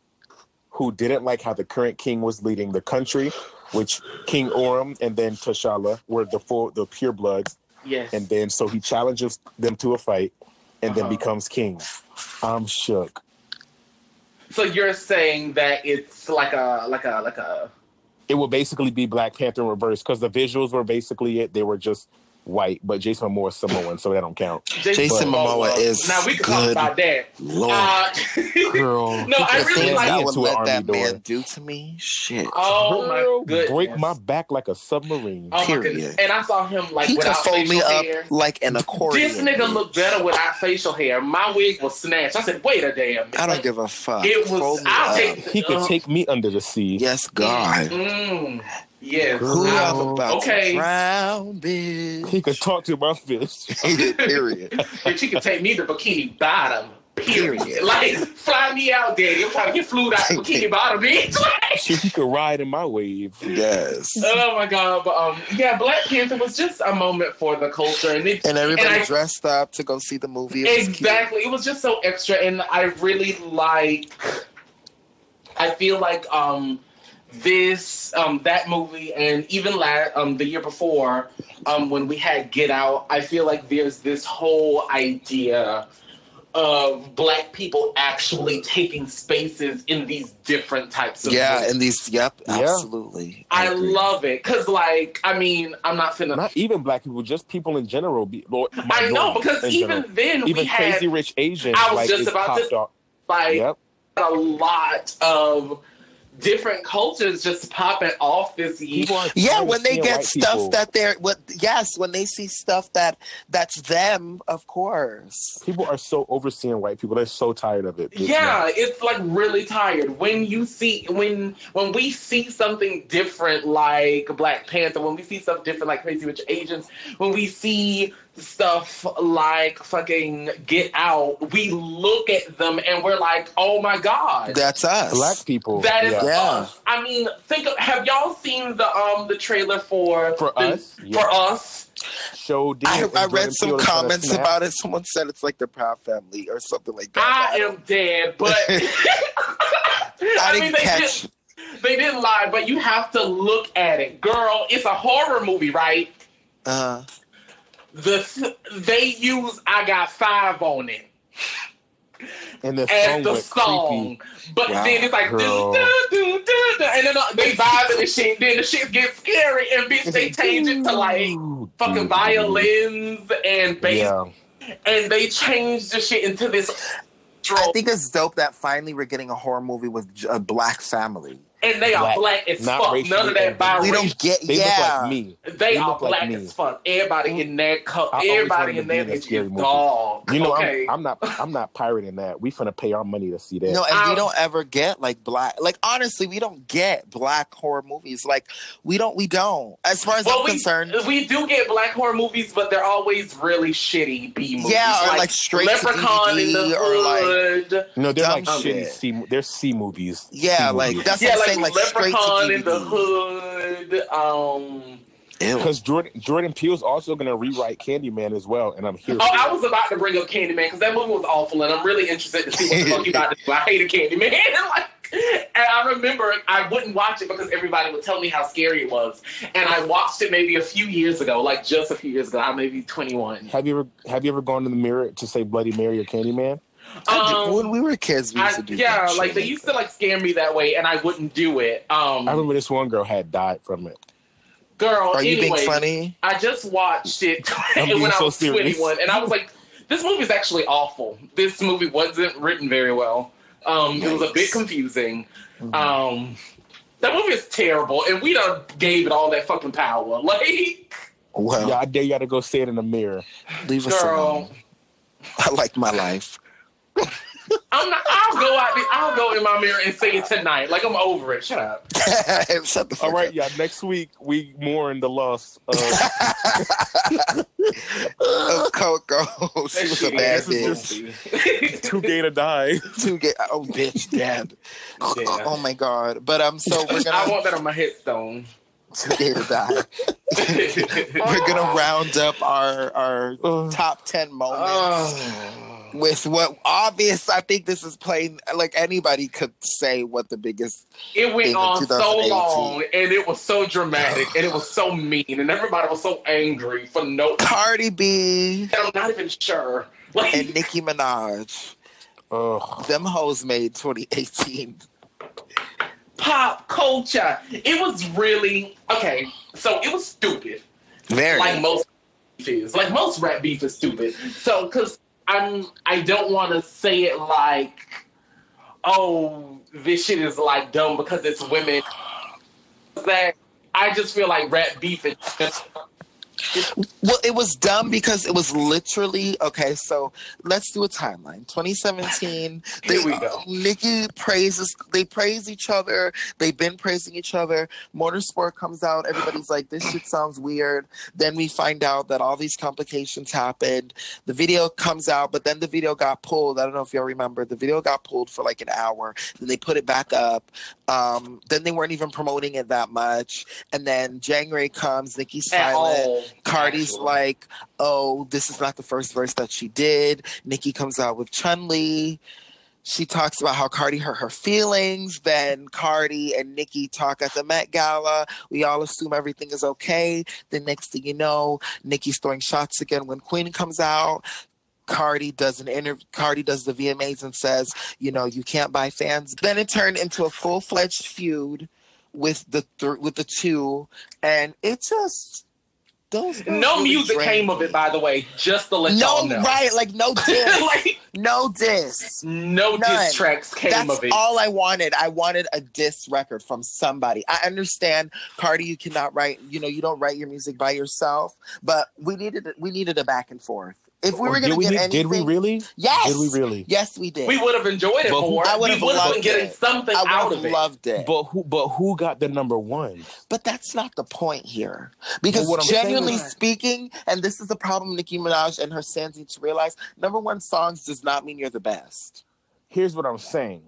E: who didn't like how the current king was leading the country, which King Oram and then T'Challa were the full, the pure bloods,
D: Yes.
E: and then so he challenges them to a fight, and then
D: Uh-huh.
E: becomes king. I'm shook.
D: so you're saying that it's like a like a like a
E: It would basically be Black Panther in reverse because the visuals were basically it. They were just white, but Jason Momoa is Samoan, so that don't count.
C: Jason Momoa is
D: now we can talk
C: good.
D: about that.
C: Lord.
D: Uh,
E: Girl.
D: no, I
C: the
D: really
C: things
D: like.
C: I
E: it
C: would
E: to an
C: let
E: army
C: that man
E: door.
C: do to me. Shit.
D: Oh my
E: Girl,
D: goodness!
E: Break my back like a submarine.
D: Oh my
C: period.
D: goodness! And I saw him like
C: he could
D: without
C: fold me
D: facial
C: up
D: hair.
C: like an accordion.
D: This nigga
C: bitch.
D: looked better without facial hair. My wig was snatched. I said, "Wait a damn minute!"
C: I don't give a fuck.
D: It was.
C: fold me
D: I'll
C: up.
D: take.
E: He could
D: uh,
E: take me under the sea.
C: Yes, God.
D: Mm, yes.
C: Who
D: I-
C: I'm about
D: okay.
C: to drown, bitch.
E: He could talk to my fish.
C: Period.
D: Bitch, you can take me to bikini bottom.
C: Period.
D: Period. like, fly me out, daddy. I'm trying to get flued out to bikini bottom, bitch. Like,
E: Shit, he could ride in my wave.
C: Yes.
D: oh my god. But um, yeah, Black Panther was just a moment for the culture, and it
C: And everybody
D: And I-
C: dressed up to go see the movie. It was cute.
D: exactly it was just so extra, and I really like. I feel like um, this um that movie and even la- um the year before um when we had Get Out, I feel like there's this whole idea of black people actually taking spaces in these different types of
C: Yeah,
D: movies.
C: and these. Yep,
E: Yeah.
C: absolutely.
D: I
C: agree.
D: love it because, like, I mean, I'm not finna.
E: Not even black people, just people in general. Be, or
D: I know
E: minorities
D: because
E: in
D: even
E: general.
D: then we
E: even
D: had
E: crazy rich Asians.
D: I was
E: like,
D: just
E: it's
D: about to-
E: popped off.
D: like
E: Yep.
D: a lot of different cultures just popping off this year.
E: People aren't
C: Yeah,
E: tired of
C: when they
E: seeing
C: get
E: white
C: stuff
E: people.
C: that they're what yes, when they see stuff that that's them, of course.
E: people are so overseeing white people. They're so tired of it. bitch.
D: yeah it's like really tired when you see when when we see something different like black panther when we see stuff different like crazy rich agents when we see stuff like fucking get out we look at them and we're like oh my god
C: That's us.
E: black people.
D: that is
E: yeah.
C: Yeah.
D: us. I mean, think. Of, have y'all seen the um the trailer for
E: For
D: the-
E: Us?
D: For
E: Yeah.
D: us,
E: show. Dean
C: I,
E: and
C: I
E: Jordan
C: read some
E: Peele to try to
C: comments
E: snap.
C: about it. Someone said it's like the Proud Family or something like that.
D: I am dead, but
C: I
D: I,
C: didn't
D: mean, they did,
C: catch.
D: They didn't lie, but you have to look at it, girl. It's a horror movie, right?
C: Uh,
D: The they use "I Got Five on it
E: and the
D: as
E: song
D: the
E: went
D: song,
E: creepy.
D: but
C: Wow,
D: then it's like do,
E: girl.
D: do, do, do, do, and then uh, they vibe and the shit. Then the shit gets scary, and bitch, they change it to like
E: Ooh,
D: fucking
E: dude.
D: violins and bass,
E: Yeah.
D: and they change the shit into this.
C: I think it's dope that finally we're getting a horror movie with j- a black family.
D: and they are
E: Black,
D: black as
E: not
D: fuck.
E: racially
D: None of that
E: ambiguous.
C: We
D: biracial.
C: don't get.
E: They
C: yeah,
E: look like me.
D: They
E: You
D: are
E: look like
D: black
E: me.
D: as fuck.
C: Mm-hmm.
D: Everybody in that cup.
E: I always
D: Everybody
E: wanted
D: in
E: to be
D: that
E: in a
D: bitch
E: scary
D: is
E: movie.
D: dog.
E: You know,
D: okay.
E: I'm, I'm not. I'm not pirating that. We finna pay our money to see that.
C: No, and we
D: Um,
C: don't ever get like black. Like honestly, we don't get black horror movies. Like we don't. We don't. As far as I'm
D: we,
C: concerned,
D: we do get black horror movies, but they're always really shitty B movies.
C: Yeah, or, like, straight to
D: Leprechaun in the
C: DVD or, like-
D: Hood.
E: no, they're
C: dumb
E: like shitty.
C: shit.
E: C, they're C movies.
C: yeah,
E: C
C: like
E: movies.
C: that's
D: yeah,
C: what I'm
D: like,
C: saying. Like straight to
D: Leprechaun in the
C: DVD.
D: Hood. Um,
C: Ew.
E: because Jordan Jordan Peele's also gonna rewrite Candyman as well, and I'm here.
D: oh,
E: for it.
D: I was about to bring up Candyman because that movie was awful, and I'm really interested to see what the fuck you about to do. I hated Candyman. like, and I remember I wouldn't watch it because everybody would tell me how scary it was, and I watched it maybe a few years ago, like just a few years ago. I maybe 21.
E: Have you ever Have you ever gone to the mirror to say Bloody Mary or Candyman?
C: I did-
D: Um,
C: when we were kids, we used
D: I,
C: to do
D: yeah,
C: that
D: like
C: shit.
D: they
C: Mm.
D: used to like scare me that way, and I wouldn't do it. Um,
E: I remember this one girl had died from it.
D: Girl,
C: Are you
D: anyway,
C: being funny?
D: I just watched it
E: being
D: when I
E: so
D: was
E: serious.
D: 21, and I was like, this movie's actually awful. This movie wasn't written very well. Um, it was a bit confusing.
C: Mm-hmm.
D: Um, that movie is terrible, and we done gave it all that fucking power. Like,
C: Well,
E: Yeah, I dare y'all to go see it in the mirror.
C: leave us
D: girl,
C: alone. I like my life.
D: I'm not, I'll go out. the- I'll go in my mirror and say it tonight. Like I'm over it. Shut up.
C: Shut the fuck
E: All right,
C: up.
E: y'all. Next week we mourn the loss of
C: Of Coco. she was a bad
E: This is
C: bitch.
E: just- two gay to die.
C: to get oh bitch dad
D: Yeah.
C: oh my god but um so we're
D: I
C: gonna
D: want that on my headstone.
C: to get to die Oh, we're gonna round up our our top 10 moments
D: Oh.
C: with what obvious i think this is plain like anybody could say what the biggest
D: It
C: In
D: went
C: the
D: on so
C: 2018.
D: long, and it was so dramatic, and it was so mean, and everybody was so angry for no.
C: cardi b
D: And I'm not even sure. Like,
C: and nicki minaj
E: Ugh.
C: them hoes made 2018
D: pop culture. It was really okay. So it was stupid.
C: very
D: like most beef is. Like most rap beef is stupid. So because I'm I don't want to say it like, oh, this shit is like dumb because it's women. That I just feel like rap beef is just
C: Well, it was dumb because it was literally okay. So let's do a timeline. 2017.
D: Here we go.
C: Nikki praises. They praise each other. They've been praising each other. Motorsport comes out. Everybody's like, "This shit sounds weird." Then we find out that all these complications happened. The video comes out, but then the video got pulled. I don't know if y'all remember. The video got pulled for like an hour. Then they put it back up. Um, then they weren't even promoting it that much. And then January comes. Nikki's
D: at
C: silent.
D: all.
C: Cardi's
D: actually.
C: like, oh, this is not the first verse that she did. Nikki comes out with Chun Li. She talks about how Cardi hurt her feelings. Then Cardi and Nikki talk at the Met Gala. We all assume everything is okay. The next thing you know, Nikki's throwing shots again when Queen comes out. Cardi does an interview. Cardi does the VMAs and says, you know, you can't buy fans. Then it turned into a full fledged feud with the th- with the two, and it just those girls
D: No
C: really
D: music
C: drained
D: came of it,
C: me.
D: by the way. Just to let
C: No,
D: y'all know.
C: right? Like no diss,
D: like
C: no diss.
D: no
C: None.
D: diss tracks came
C: That's
D: of it.
C: all I wanted. I wanted a diss record from somebody. I understand, Cardi, you cannot write. You know, you don't write your music by yourself. But we needed we needed a back and forth. If we were going
E: did
C: to
E: we,
C: get
E: did
C: anything,
E: we really?
C: yes,
E: Did we really?
C: yes, we did.
D: we would have enjoyed it
E: But who-
D: more.
C: I
D: we
C: would've
D: would have
C: loved
D: been getting
C: it.
D: something
C: I
D: out
C: would
D: of
C: have
D: it.
C: loved it.
E: But who? But who got the number one?
C: But that's not the point here. Because
E: But what I'm
C: genuinely
D: saying is-
C: speaking, and this is the problem Nicki Minaj and her stands need to realize number one songs does not mean you're the best.
E: Here's what I'm saying.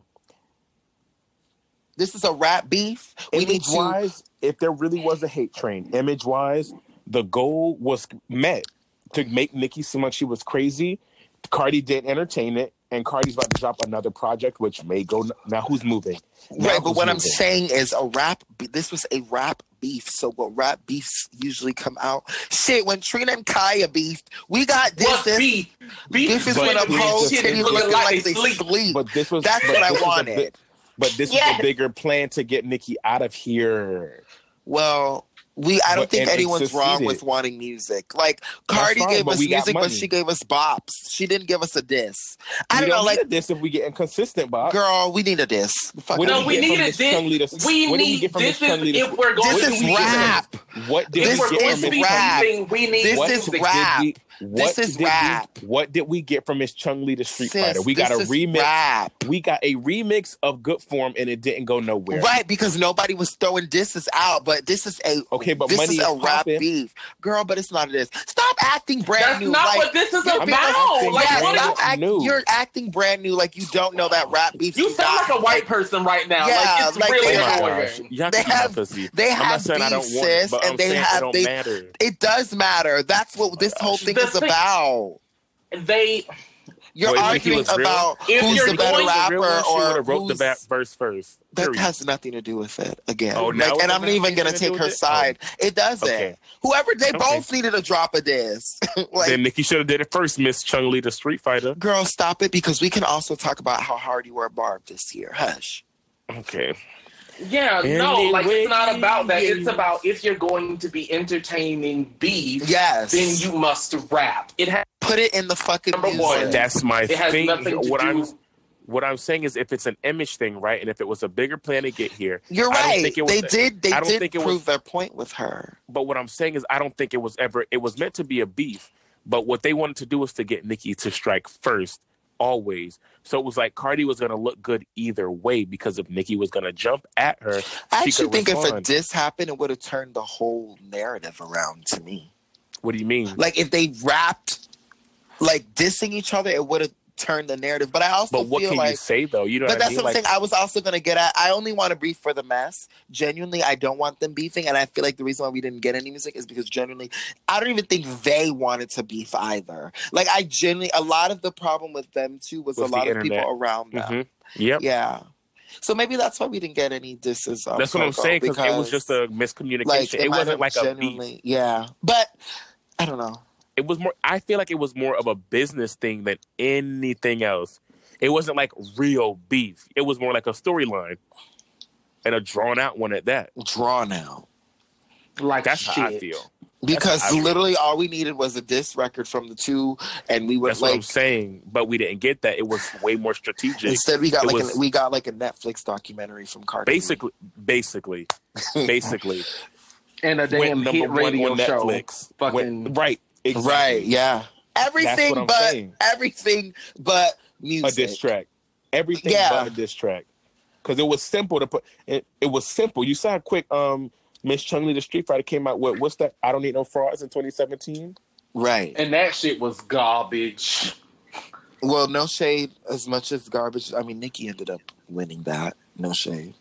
C: This is a rap beef. We need
E: Image
C: to.
E: wise, if there really was a hate train, image wise, the goal was met to make Nikki seem like she was crazy. Cardi did entertain it, and Cardi's about to drop another project, which may go now. Who's moving? Now
C: Right, but
E: who's
C: what I'm
E: moving?
C: saying is a rap. be- This was a rap beef. So what rap beefs usually come out? Shit, when Trina and Kaya beefed, we got this.
D: What's
C: This,
D: beef? Beef
C: is
E: but
C: when a
E: this
C: whole
E: is-
C: titty
E: this is
C: looking like they
D: sleep.
C: sleep.
E: But this was
C: That's
E: but
C: what I
E: this was a
C: wanted.
E: big- but this was
C: Yes.
E: a bigger plan to get Nikki out of here.
C: Well, we I don't
E: But-
C: think
E: and it
C: anyone's wrong
E: succeeded.
C: with wanting music. Like
E: That's
C: Cardi
E: fine,
C: gave
E: but
C: us
E: we got
C: music, but
E: money.
C: she gave us bops. She didn't give us a diss. I
E: We
C: don't know,
E: need uh
C: like
E: a diss if we get inconsistent, Bob.
C: girl, we need a diss. Fuck
E: What
D: No,
E: did
D: we
E: get from
D: need
E: this
D: a diss.
E: Chung Lee this-
D: we
E: what did
D: need
E: get from
D: this,
E: Chung Lee
D: is if we're going
C: this
D: to
C: is
D: be
C: rap.
E: What did
D: If
C: This
E: we
D: we're
E: get
D: going
C: is
E: from
D: to be
E: Miss
C: rap.
D: something, we need
C: This
E: What
C: is
E: did we-
D: music.
C: rap.
E: what
C: This is
E: did we-
C: rap.
E: what did we get from Miss Chung Lee the Street
C: Sis,
E: Fighter? We got a
C: this is
E: remix.
C: Rap.
E: We got a remix of Good Form, and it didn't go nowhere.
C: Right, because nobody was throwing disses out, but this is a
E: Okay, but
C: this
E: money
C: is
E: is
C: a rap
E: popping.
C: beef, girl. But it's not a diss. Stop acting brand
D: That's
C: new.
D: not
C: like,
D: what this is
C: you're
D: about.
E: being acting
D: Like,
C: yeah,
E: brand
D: what
C: stop
D: is,
C: act-
E: new.
C: You're acting brand new, like you don't know that rap beef.
D: you
C: is
D: sound
C: not-
D: like a white person right now.
C: Yeah,
D: like it's
C: like,
D: really
E: Oh
C: they
E: my
C: have-
E: gosh.
D: annoying.
E: Y'all
C: They
E: keep my
C: have-
E: pussy.
C: They
E: I'm
C: have
E: not saying
C: beef,
E: I don't want
C: sis,
E: it, but
C: and
E: I'm
C: they
E: saying it
C: have
E: don't
C: they.
E: matter.
C: It does matter. That's what this whole thing
D: The
C: is
D: thing-
C: about.
D: They
C: You're
E: Well, if he
C: arguing
E: was real-
C: about
D: If
C: who's
D: you're
C: the better
D: going to
E: The
C: rapper
E: real one, she
C: or
E: would've wrote the
C: who's-
E: bat verse first.
C: That
E: Period.
C: has nothing to do with it again.
E: Oh, now
C: like,
E: it
C: and I'm
E: doesn't
C: not
E: have
C: even gonna
E: anything to
C: take
E: do
C: her
E: with it?
C: side. It doesn't.
E: Okay.
C: Whoever they
E: Okay.
C: both needed to drop a diss. like,
E: then Nikki should have did it first, Miss Chung Lee the Street Fighter.
C: girl, stop it because we can also talk about how hard you were barbed this year. Hush.
E: Okay.
D: Yeah, no, like
E: Anyway.
D: it's not about that. It's about if you're going to be entertaining beef,
C: Yes.
D: then you must rap. It has
C: Put it in the fucking
D: Number
C: music.
D: one.
E: That's my
D: It has
E: thing.
D: nothing to
E: What
D: do-
E: I'm what I'm saying is, if it's an image thing, right, and if it was a bigger plan to get here,
C: You're
E: I don't
C: right.
E: think it was
C: They
E: a-
C: did. They
E: I don't
C: did
E: think it
C: prove
E: was-
C: their point with her.
E: but what I'm saying is, I don't think it was ever. It was meant to be a beef, but what they wanted to do was to get Nikki to strike first, always. So it was like Cardi was gonna look good either way because if Nikki was gonna jump at her,
C: I
E: She
C: actually
E: could
C: think if a
E: respond.
C: diss happened, it would have turned the whole narrative around to me.
E: what do you mean?
C: Like if they rapped, like dissing each other, it would have turned the narrative. But I also
E: But what
C: feel
E: can
C: like
E: you say though? You know,
C: But
E: what
C: that's
E: I mean?
C: what I'm
E: like,
C: saying. I was also gonna get at. I only want to brief for the mess. Genuinely, I don't want them beefing, and I feel like the reason why we didn't get any music is because genuinely, I don't even think they wanted to beef either. Like I genuinely, a lot of the problem with them too was,
E: Was
C: a lot
E: the
C: of people
E: internet.
C: around them.
E: Mhm. Yep.
C: Yeah, so maybe that's why we didn't get any disses. um, on
E: That's what I'm
C: Coco,
E: saying because it was just a miscommunication. it
C: might have
E: wasn't like a beef.
C: genuinely- Yeah, but I don't know.
E: it was more i feel like it was more of a business thing than anything else it wasn't like real beef it was more like a storyline and a drawn out one at that
C: Draw now.
D: like
E: that's
D: shit.
E: how i feel
C: Because
E: I-
C: literally all we needed was a diss record from the two, and we would
E: that's what i'm
C: like
E: saying but we didn't get that it was way more strategic
C: Instead, we got
E: It
C: like
E: was-
C: a, we got like a Netflix documentary from Cardi.
E: basically basically basically
D: And a damn hit radio show.
E: went-
D: Fucking
E: right exactly.
C: right? Yeah,
E: That's what
C: everything
E: I'm
C: but
E: saying.
C: everything but
E: a diss
C: music.
E: track. Everything
C: Yeah.
E: but a diss track. Because it was simple to put. It, it was simple. You saw how quick um Miss Chung Lee the Street Fighter came out with what's that? I don't need no frauds in 2017.
C: Right.
D: and that shit was garbage.
C: Well, no shade. As much as garbage, I mean, Nikki ended up winning that. No shade.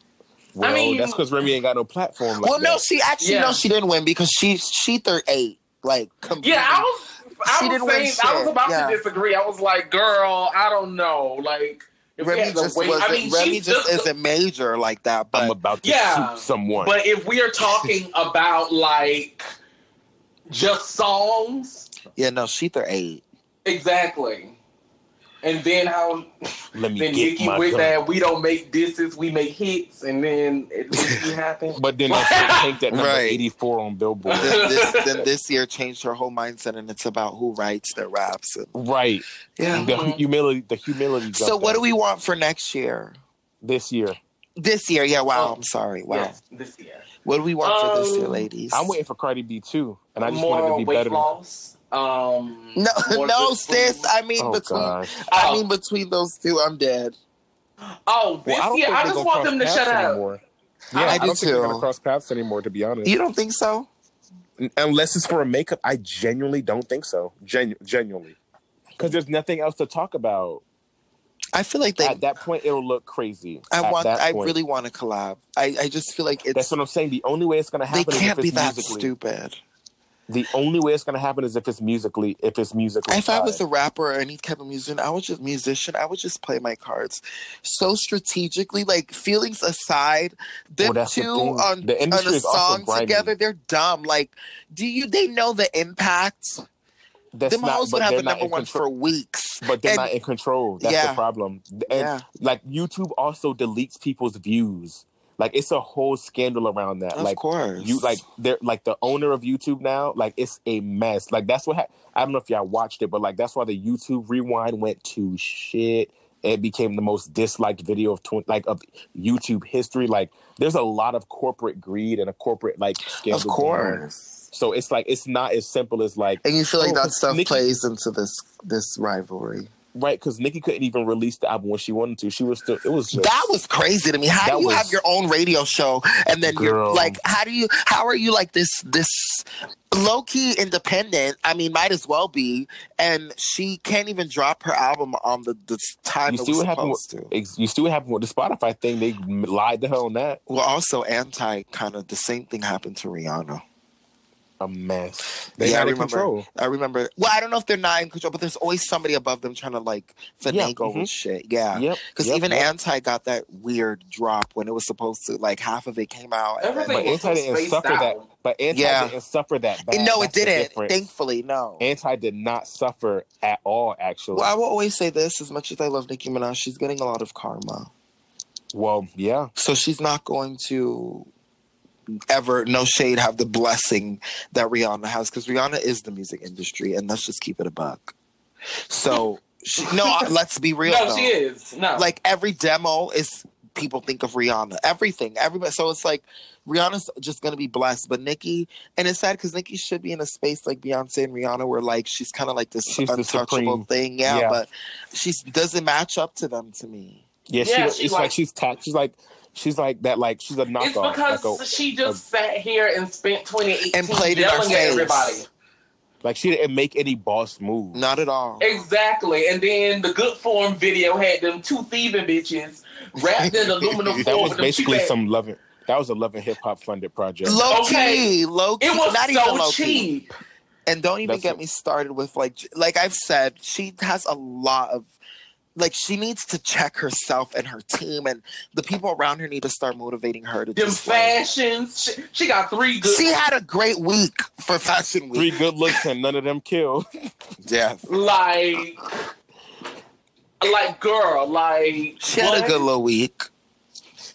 E: Well,
D: mean-
E: that's because Remy ain't got no platform. Like
C: well, no,
E: that.
C: she actually
D: Yeah.
C: no, she didn't win because she she third eight. Like, completely.
D: Yeah, I was. I
C: Mm-hmm. She
D: was
C: didn't win
D: saying, I
C: shit,
D: was about
C: yeah.
D: to disagree. I was like, "Girl, I don't know." Like, if we
C: Remy
D: had to
C: just
D: wait-
C: wasn't.
D: I mean,
C: Remy
D: she's
C: just
D: just-
C: isn't major like that. But
E: I'm about to
D: Yeah.
E: shoot someone.
D: But if we are talking about like just songs,
C: yeah, no, she third eight.
D: exactly. And then how
E: Let me
D: then
E: get
D: Nikki
E: my
D: with
E: gun.
D: that we don't make disses, we make hits, and then it didn't happen.
E: But then that shit tanked at number
C: Right.
E: 84 on Billboard.
C: Then this, then this year changed her whole mindset, and it's about who writes their raps. And,
E: right.
C: yeah.
E: The
D: Mm-hmm.
E: hu- humility. The humility.
C: So
E: jumped
C: what do
E: out
C: we want for next year?
E: this year?
C: This year, yeah. Wow,
D: Oh,
C: I'm sorry. Wow.
D: Yes, this year.
C: What do we want for this year,
D: Um,
C: ladies?
E: I'm waiting for Cardi B too, and I just
D: more
E: wanted to be
D: weight
E: better.
D: loss. Um,
C: no,
D: more
C: no,
D: good
C: sis.
D: food.
C: I mean
E: Oh
C: between.
E: gosh.
C: I
D: Oh.
C: mean between those two, I'm dead.
D: Oh, this
E: Well, I don't
D: year
E: think
D: I
E: they're
D: just
E: gonna
D: want
E: cross
D: them to shut
E: paths
D: up.
E: Anymore. Yeah,
C: I
E: I,
C: do
E: don't think they're
C: too.
E: gonna cross paths anymore. To be honest,
C: You don't think so?
E: N- unless it's for a makeup, I genuinely don't think so. Genu- genuinely, because there's nothing else to talk about.
C: I feel like they.
E: At that point, it'll look crazy.
C: I
E: At
C: want.
E: that
C: I
E: point.
C: really want to collab. I, I just feel like it's.
E: That's what I'm saying. The only way it's gonna
C: They
E: happen. is
C: can't
E: if
C: be
E: it's
C: that
E: musically.
C: stupid.
E: The only way it's gonna happen is if it's musically. If it's musically.
C: If I was a
E: tied.
C: rapper or any type of musician, I would just musician. I would just play my cards so strategically. Like feelings aside, them
E: Well, that's the
C: two
E: thing.
C: on,
E: The
C: on
E: industry
C: a
E: is also
C: song
E: grimy.
C: together, they're dumb. Like, do you? They know the impact.
E: That's
C: them
E: not-
C: hoes
E: but
C: would have
E: they're
C: a
E: not
C: number
E: in
C: one
E: control-
C: for weeks.
E: But they're
C: and-
E: not in control. That's
C: Yeah.
E: the problem. And
C: Yeah.
E: like YouTube also deletes people's views. Like it's a whole scandal around that.
C: Of
E: like
C: course.
E: you like they're like the owner of YouTube now. Like it's a mess. Like that's what hap I don't know if y'all watched it, but like that's why the YouTube Rewind went to shit. It became the most disliked video of tw- like of YouTube history. Like there's a lot of corporate greed and a corporate like scandal.
C: Of
E: going on.
C: course.
E: So it's like it's not as simple as like
C: And you feel like
E: Oh,
C: that stuff
E: Nicki-
C: plays into this this rivalry.
E: right because Nikki couldn't even release the album when she wanted to. She was still it was just,
C: That was crazy to me. How
E: That
C: do you
E: was-
C: have your own radio show and then you're
E: Girl.
C: like, how do you, how are you like this, this low key independent? I mean, might as well be. And she can't even drop her album on the, the time
E: you
C: it
E: see
C: was
E: what happened
C: supposed
E: with
C: to.
E: ex- you see what happened with the Spotify thing. They m- lied to her on that.
C: Well, also anti kind of the same thing happened to Rihanna.
E: A mess. They
C: Yeah, I
E: out of
C: remember.
E: control.
C: I remember. Well, I don't know if they're not in control, but there's always somebody above them trying to like finagle
E: mhm.
C: with shit. Yeah.
E: Yep.
C: Because
E: yep,
C: even
E: yep.
C: Anti got that weird drop when it was supposed to, like, half of it came out. and then-
D: Everything
E: but
D: was so
E: anti didn't
D: spaced
E: suffer
D: out.
E: that. But anti
C: Yeah.
E: didn't suffer that. Bad.
C: no, it
E: That's the
C: didn't.
E: difference.
C: Thankfully, no.
E: anti did not suffer at all. Actually,
C: well, I will always say this: as much as I love Nicki Minaj, she's getting a lot of karma.
E: Well, yeah.
C: So she's not going to ever, no shade, have the blessing that Rihanna has because Rihanna is the music industry, and let's just keep it a buck. So, she, no, I- let's be real.
D: no,
C: though.
D: she is. No,
C: Like every demo is people think of Rihanna. Everything, everybody. So it's like Rihanna's just gonna be blessed, but Nicki, and it's sad because Nicki should be in a space like Beyonce and Rihanna, where like she's kind of like this
E: She's the
C: untouchable
E: supreme.
C: thing. Yeah,
E: Yeah.
C: but she doesn't match up to them to me.
E: Yeah,
D: Yeah,
E: she,
D: she
E: it's
D: like-
E: like, she's tapped. She's like she's like that. Like she's a
D: it's
E: knockoff.
D: because
E: like, a-
D: she just sat here and spent 2018
C: And played in our
D: yelling at
C: face.
D: everybody.
E: like she didn't make any boss move.
C: Not at all.
D: Exactly. And then the good form video had them two thieving bitches wrapped in aluminum foil.
E: that was
D: with them
E: basically
D: cheap ass-
E: some loving. That was a loving hip hop funded project.
C: Low
D: Okay.
C: key, low key,
D: It was
C: not even
D: so
C: low key.
D: cheap.
C: And don't even
E: That's
C: get
E: it.
C: me started with like like I've said, she has a lot of like she needs to check herself and her team and the people around her need to start motivating her to
D: Them
C: just like,
D: fashions. She, she got three good.
C: she had a great week for fashion
E: Three
C: week.
E: good looks and none of them kill.
C: Yeah.
D: like, like girl, like
C: She had a
D: what?
C: good little week.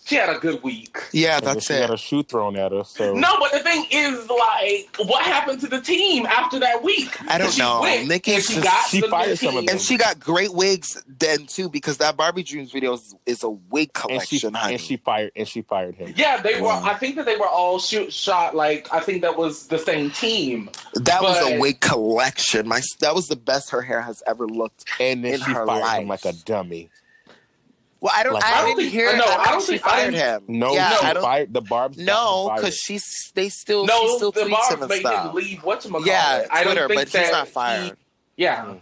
D: She had a good week.
C: Yeah,
E: And then
C: that's
E: she got
C: it.
E: a shoe thrown at her.
C: Mm.
E: So
D: No, but the thing is, like, what happened to the team after that week?
C: I don't
D: She
C: know.
D: Went,
C: Nikki's
D: and she
C: just-
D: got
E: she
D: the new
E: fired some of
D: team.
E: them.
C: And she got great wigs then too, because that Barbie Dreams video is, is a wig
E: and she
C: collection, honey.
E: and she fired and she fired him.
D: Yeah, they
C: Wow.
D: were. I think that they were all shoot shot. Like, I think that was the same team.
C: that was a
D: but-
C: wig collection. My that was the best her hair has ever looked.
E: And then
C: In
E: she
C: her
E: fired him
C: life.
E: like a dummy.
C: Well, I don't.
E: Like-
C: I,
E: I
D: don't
C: didn't
D: think-
C: hear.
D: no,
C: I,
D: I don't
C: she
D: think- I
C: fired him.
D: didn't-
E: No,
C: yeah,
E: she
C: I don't.
E: fired the Barb's.
C: No,
E: fired.
C: because she's they still she
D: No,
C: still
D: the
C: tweets him
D: Barb's
C: and
D: they
C: stuff.
D: didn't leave. What
C: Yeah,
D: I don't
C: Twitter,
D: think
C: but
D: that
C: he's not
D: he-
C: fired.
D: yeah,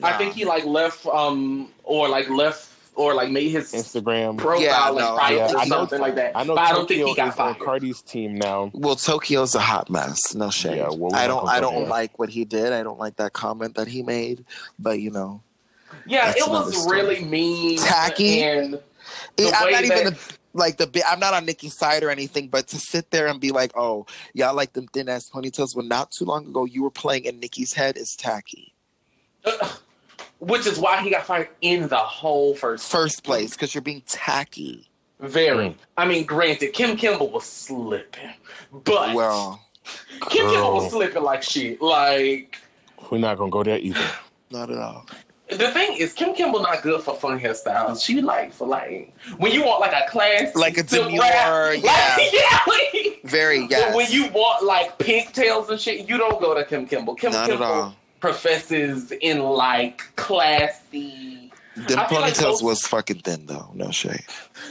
D: I
C: Nah.
D: think he like left, um, or like left, or like made his
E: Instagram.
D: profile
C: Yeah,
D: like
C: no, I
D: private
E: don't
D: or
E: think-
D: something like that.
E: I know
D: but I
E: Tokyo
D: don't think he
E: is
D: got
E: on
D: fired.
E: Cardi's team now.
C: Well, Tokyo's a hot mess. No shade.
E: Yeah, well, we're
C: I
E: not
C: don't.
E: gonna
C: I
E: go
C: don't
E: there.
C: like what he did. I don't like that comment that he made. But you know,
D: yeah,
C: That's
D: it
C: another
D: was
C: story.
D: really mean,
C: Tacky?
D: and
C: it, I'm
D: way
C: not even
D: that-
C: the, like the. bi- I'm not on Nikki's side or anything. But to sit there and be like, "Oh, y'all like them thin ass ponytails," when not too long ago you were playing in Nikki's head is tacky.
D: which is why he got fired in the whole first
C: First place because you're being tacky.
D: Very.
E: Mm.
D: I mean, granted, Kim Kimball was slipping, but
C: Well,
D: Kim Kimball was
E: Girl.
D: slipping like shit. Like
E: We're not gonna go there either.
C: not at all.
D: the thing is, Kim Kimball not good for fun hairstyles. She like for like when you want like a class,
C: Like a demure, yeah.
D: like, yeah. like-
C: Very
D: But
C: yes.
D: when you want like pigtails and shit, you don't go to Kim Kimball. Kim
C: Not at
D: Kimball
C: all.
D: professes in like classy.
C: Them
D: I feel like
C: ponytails
D: most-
C: was fucking thin though. No shade.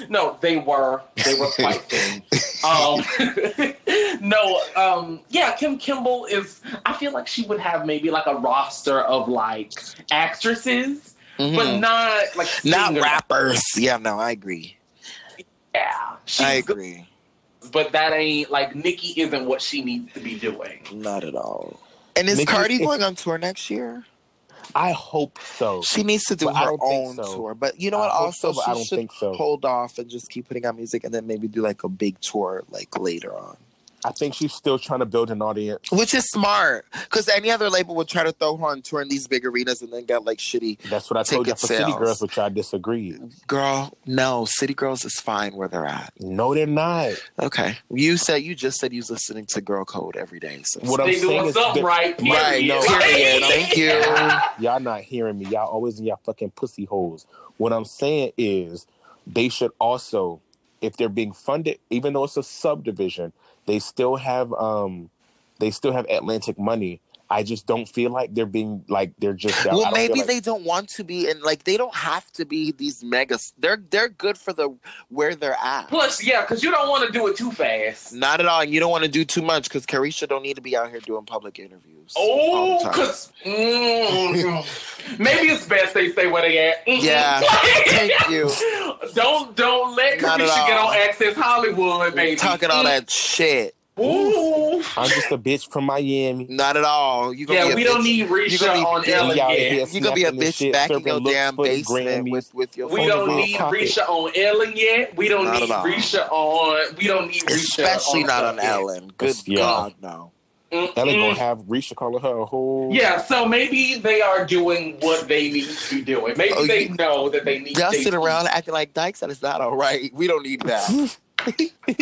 D: No, they were. They were quite thin. Um, no, um, yeah, Kim Kimball is. I feel like she would have maybe like a roster of like actresses, but
C: Mhm.
D: not like
C: Not
D: singers.
C: rappers. Yeah, no, I agree.
D: Yeah, she's
C: I
D: good,
C: agree.
D: but that ain't like Nikki isn't what she needs to be doing.
C: Not at all. And is
E: Nicki-
C: Cardi going on tour next year?
E: I hope so.
C: She needs to do
E: But I
C: her
E: don't think
C: own
E: so.
C: tour. But you know what?
E: I hope
C: Also,
E: so, but
C: she
E: I don't
C: should
E: think so.
C: hold off and just keep putting out music, and then maybe do like a big tour like later on,
E: I think she's still trying to build an audience.
C: which is smart because any other label would try to throw her on tour in these big arenas and then get like shitty.
E: That's what I told you
C: Ticket
E: for City
C: sales.
E: Girls, which I disagreed.
C: Girl, no, City Girls is fine where they're at.
E: No, they're not.
C: Okay, you said you just said you was listening to Girl Code every day. So
E: What I'm
D: they
E: saying
D: doing
E: is
D: something
E: that-
D: right, period.
C: Right, no,
D: Like-
C: period. Thank you.
E: Y'all not hearing me. Y'all always in y'all fucking pussy holes. What I'm saying is they should also, if they're being funded, even though it's a subdivision, they still have um they still have Atlantic money. I just don't feel like they're being like they're just I
C: Well,
E: don't feel
C: maybe
E: like-
C: they don't want to be, and like they don't have to be these megas. They're they're good for the where they're at.
D: Plus, yeah, because you don't want to do it too fast.
C: Not at all, and you don't want to do too much because Carisha don't need to be out here doing public interviews. all
D: Oh,
C: the time.
D: because mm, maybe it's best they stay where they at. Mm-mm.
C: yeah, thank you.
D: Don't don't let
C: Not at
D: Carisha get
C: all.
D: on Access Hollywood, baby.
C: Talking all that shit.
D: Ooh.
E: I'm just a bitch from Miami.
C: Not at all. You gonna
D: Yeah,
C: be a
D: we don't
C: bitch.
D: need
C: You gonna
D: Risha
C: be
D: on
C: big.
D: Ellen.
E: Y'all
D: Yet.
E: here
C: You gonna be a
E: snapping this
C: bitch
E: shit,
C: back in
E: serving
C: your
E: looks
C: damn
E: for
C: basement
E: Grammys.
C: with, with your
D: We
C: phone in
D: don't
C: your
D: need
C: pocket.
D: Risha on Ellen yet. We don't
C: Not
D: need
C: at all.
D: Risha on. We don't need Risha,
C: especially
D: on
C: not on
D: Ellen.
C: Ellen. Good
E: Yes, yeah.
C: God, no.
D: yet.
E: Ellie
D: Mm-mm.
E: gonna have Risha calling her a whole.
D: Mm. Yeah, so maybe they are doing what they need to be doing. Maybe
C: Oh,
D: they
C: you-
D: know that they need.
C: Y'all
D: they
C: sit around acting like dykes and it's not all right. We don't need that.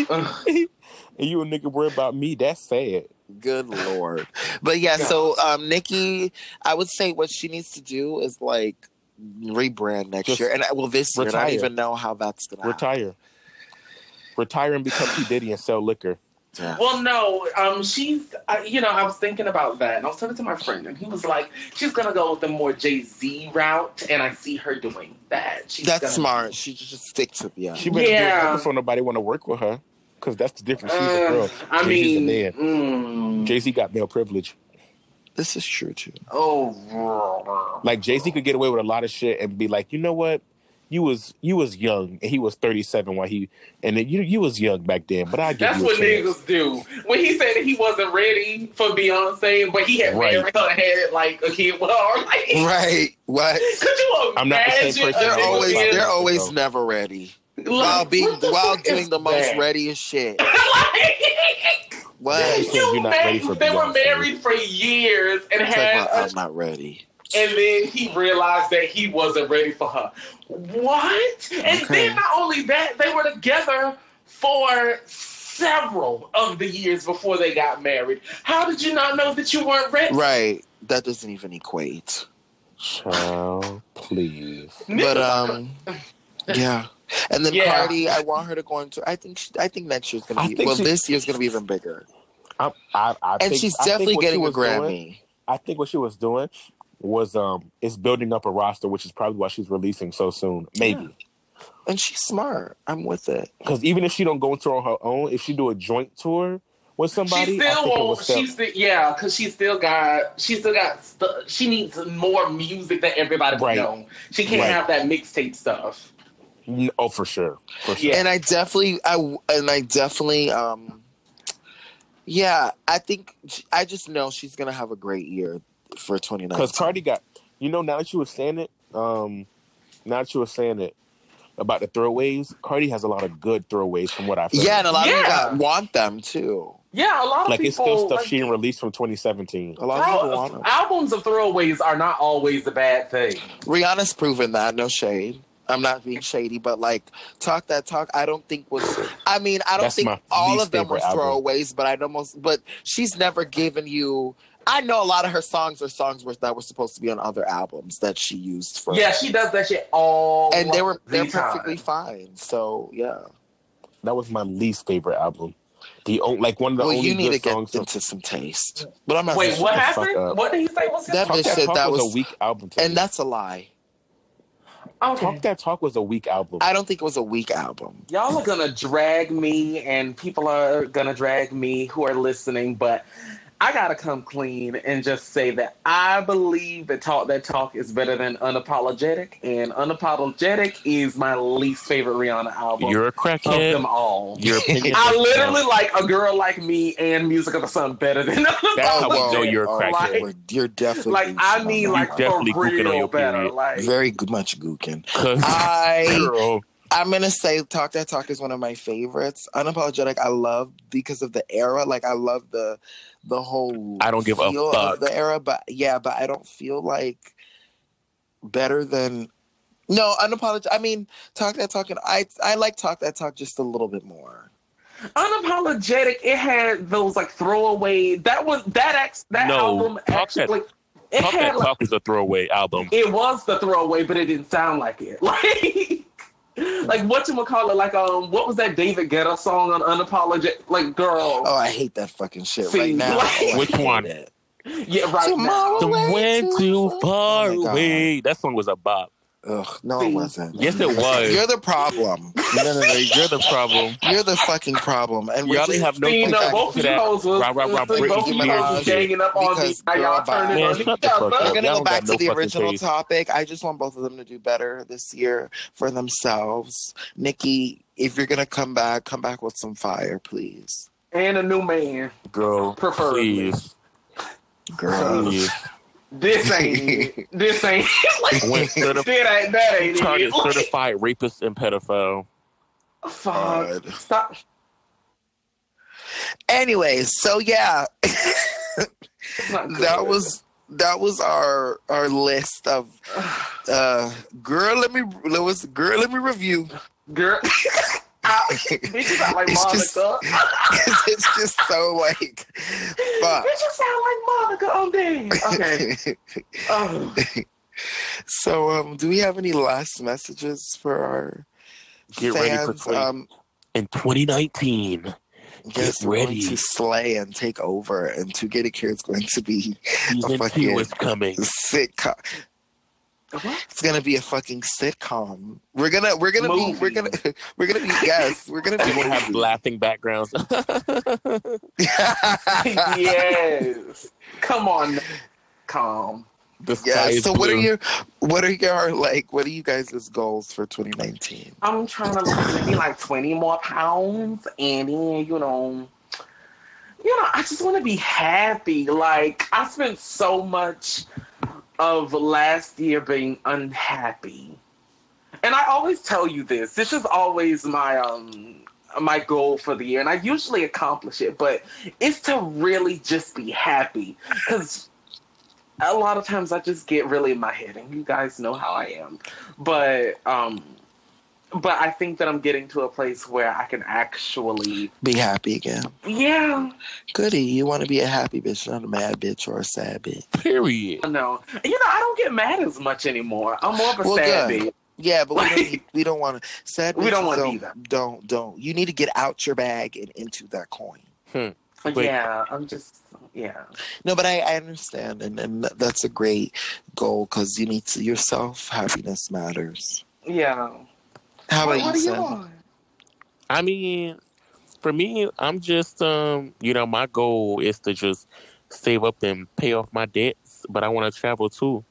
D: Ugh.
E: And you a nigga worried about me? That's sad.
C: Good lord. But yeah, so um Nikki, I would say what she needs to do is like rebrand next
E: Just
C: year. And I- well this year. and I
E: retire.
C: don't even know how that's gonna happen.
E: Retire. Retire and become P Diddy and sell liquor.
C: Yeah.
D: Well, no, um, she's. Uh, you know, I was thinking about that, and I was talking to my friend, and he was like, "She's gonna go with the more Jay Z route," and I see her doing that. She's
C: That's
D: gonna-
C: smart. She should just stick to yeah.
E: She better yeah. do
D: Yeah.
E: it before nobody want to work with her, because that's the difference. She's a
D: Uh,
E: girl.
D: I
E: Jay-Z's a
D: mean,
E: man.
D: mm,
E: Jay Z got male privilege.
C: This is true too.
D: oh,
E: Like Jay Z could get away with a lot of shit and be like, you know what? You was you was young and he was thirty seven while he and then you you was young back then, but I give
D: That's
E: you a
D: what
E: chance.
D: niggas do. When he said that he wasn't ready for Beyonce, but he had
E: Right.
D: married her and had like a kid with her, like,
C: Right. What?
D: could you imagine?
E: I'm not the same person
D: a
E: that
C: They're
D: nigga
C: always
E: Yeah.
D: being
C: they're always
E: Yeah.
C: never ready.
D: like,
C: While being
D: what the
C: while
D: fuck
C: doing
D: is
C: the most
D: that?
C: readiest shit.
D: like,
C: What?
E: Yeah. You're
D: you
E: not
D: ma-
E: ready for
D: they were
E: Beyonce.
D: married for years and
C: It's
D: had,
C: like,
D: a-
C: well, I'm not ready.
D: and then he realized that he wasn't ready for her. What? And
C: Okay.
D: then not only that, they were together for several of the years before they got married. How did you not know that you weren't ready?
C: Right. That doesn't even equate.
E: Child, please.
C: But um yeah. And then
D: Yeah.
C: Cardi, I want her to go into I think she, I think next year's
E: I
C: gonna be
E: think
C: well
E: she-
C: this year's gonna be even bigger.
E: I, I, I
C: And
E: think,
C: she's
E: I think
C: definitely
E: what she
C: getting a
E: was doing-
C: Grammy.
E: I think what she was doing was um, it's building up a roster, which is probably why she's releasing so soon. Maybe
C: And she's smart. I'm with it.
E: because even if she don't go into on her own, if she do a joint tour with somebody,
D: She
E: I
D: still
E: think it
D: won't.
E: was sell.
D: She still, yeah, because she still got. She still got. Stu- she needs more music than everybody
E: Right.
D: know. She can't
E: Right.
D: have that mixtape stuff.
E: N- Oh, for sure, for sure.
D: Yeah.
C: And I definitely I and I definitely um yeah, I think I just know she's gonna have a great year for 2019.
E: Because Cardi got, you know, now that you were saying it, um, now that you were saying it about the throwaways, Cardi has a lot of good throwaways from what I've heard.
C: Yeah, and a lot of
D: Yeah.
C: people got- want them too.
D: Yeah, a lot of
E: like
D: people.
E: it's still stuff
D: like,
E: she didn't release from 2017.
C: A lot of people want
D: throw-
C: them.
D: albums of throwaways are not always a bad thing.
C: Rihanna's proven that. No shade. I'm not being shady, but like talk that talk. I don't think was. I mean, I don't
E: That's
C: think
E: my
C: all
E: least
C: of them were
E: favorite album.
C: throwaways, but I almost. But she's never given you. I know a lot of her songs are songs were- that were supposed to be on other albums that she used for.
D: Yeah, she does that shit all.
C: and they were
D: the
C: they're
D: time.
C: perfectly fine. So yeah.
E: That was my least favorite album. The only like one of the
C: well,
E: only
C: you need
E: good
C: to get
E: songs. from-
C: into some taste. But I'm not.
D: Wait, what
E: the fuck
D: happened?
E: up.
D: What did he say? Was his
C: That
D: talk?
C: bitch said
E: Talk
C: that
E: was,
C: was-
E: a weak album. To me.
C: And that's a lie.
D: Okay.
E: Talk that talk was a weak album.
C: I don't think it was a weak album.
D: Y'all are gonna drag me, and people are gonna drag me who are listening, but I gotta come clean and just say that I believe that Talk That Talk is better than Unapologetic, and Unapologetic is my least favorite Rihanna album
E: You're a
D: of them
E: crackhead.
D: all.
E: Your opinion.
D: I literally like a girl like me and Music of the Sun better than
E: That's how
D: Unapologetic.
E: we know you're a
C: Oh,
E: crackhead.
C: we're- you're definitely
D: Like I
C: gooching
D: mean,
C: on
D: like
C: that
D: for
E: definitely gooking on
D: real
E: your
D: better.
E: period.
D: Like
C: one. very g- much gookin.
E: 'Cause-
C: I
E: girl,
C: I'm gonna say Talk That Talk is one of my favorites. Unapologetic, I love because of the era. Like I love the the whole
E: I don't give a
C: feel
E: fuck.
C: of the era, but yeah, but I don't feel like better than no unapologetic. I mean, Talk That Talk, and I I like Talk That Talk just a little bit more.
D: unapologetic. It had those like throwaway. That was that ex, that
E: No,
D: album
E: Talk
D: actually. it
E: talk
D: had
E: that
D: like,
E: talk is a throwaway album.
D: it was the throwaway, but it didn't sound like it. Like. Like what you call it? Like um, what was that David Guetta song on Unapologetic? Like girl,
E: Uh,
C: Oh, I hate that fucking shit
D: See,
C: right now.
D: like-
C: Oh, I
E: Which
C: hate
E: one?
C: it.
D: yeah, right
C: Tomorrow.
E: The
C: Way
E: went
C: too
E: too far
C: Oh my God.
E: away. That song was a bop.
C: Ugh, no, it
D: See.
C: wasn't.
E: Yes, it was.
C: You're the problem.
E: no, no, no. You're the problem.
C: You're the fucking problem. And we're
E: Y'all
C: just-
E: didn't have
D: now.
E: no
D: See,
C: think
D: no,
C: I-
D: both of you
E: that.
D: hoes was,
E: Rah, rah, rah,
D: see, both of
C: Britney
D: you hoes
C: Minaj.
D: was ganging up on me.
C: Because
D: Now y'all
C: girl, bye.
D: turning
E: Man,
D: on each
E: shut the fuck
D: other.
E: up.
C: We're gonna
E: Y'all
C: go
E: don't
C: back
E: got
C: to
E: no
C: the
E: fucking
C: original
E: taste.
C: topic. I just want both of them to do better this year for themselves. Nikki, if you're gonna come back, come back with some fire, please.
D: and a new man.
E: Girl,
D: Preferably.
E: please,
C: Girl.
E: please.
D: This ain't it. This ain't it. Like,
E: When certified,
D: that ain't, that ain't it.
E: target
D: Like,
E: certified rapist and pedophile.
D: fuck.
C: God.
D: Stop.
C: Anyway, so yeah.
D: It's not good.
C: that was that was our our list of uh girl let me let was girl let me review
D: girl. Bitch, you sound like
C: It's
D: Monica.
C: just- it's just so like fuck.
D: Bitch, you sound like Monica on there. Okay. Oh.
C: so um do we have any last messages for our
F: Get ready for
C: fans
F: twenty
C: um
F: in 2019.
C: yes
F: Get
C: we're
F: ready.
C: going to slay and take over and to get a cure is going to be
F: Season
C: fucking-
F: two is coming.
C: sitcom
D: What?
C: it's gonna be a fucking sitcom we're gonna we're gonna be we're
D: Movie.
C: gonna we're gonna be yes we're gonna be
F: We're gonna have laughing backgrounds.
D: yes. Come on. Calm.
F: the sky
C: Yeah.
F: is
C: So what are
F: blue.
C: your what are your like what are you guys' goals for 2019?
D: I'm trying to lose maybe like 20 more pounds and then, you know, you know, I just want to be happy. Like, I spent so much of last year being unhappy. And I always tell you this. This is always my um my goal for the year and I usually accomplish it, but it's to really just be happy cuz a lot of times I just get really in my head and you guys know how I am. But um but I think that I'm getting to a place where I can actually,
C: Be happy again.
D: yeah,
C: Goody, you want to be a happy bitch, not a mad bitch or a sad bitch.
F: period?
D: no, you know, I don't get mad as much anymore. I'm more of a
C: Well,
D: sad
C: good.
D: bitch.
C: Yeah, but we don't, need- we don't want to sad.
D: We don't
C: bitches
D: wanna be that.
C: Don't don't. You need to get out your bag and into that coin.
F: Wait.
D: Yeah, I'm just, yeah,
C: No, but I, I understand, and, and that's a great goal because you need to yourself. Happiness matters.
D: yeah.
C: How
D: What,
C: about
D: what
C: you,
D: do you
C: Sam?
D: want?
F: I mean, for me, I'm just um, you know, my goal is to just save up and pay off my debts, but I want to travel too.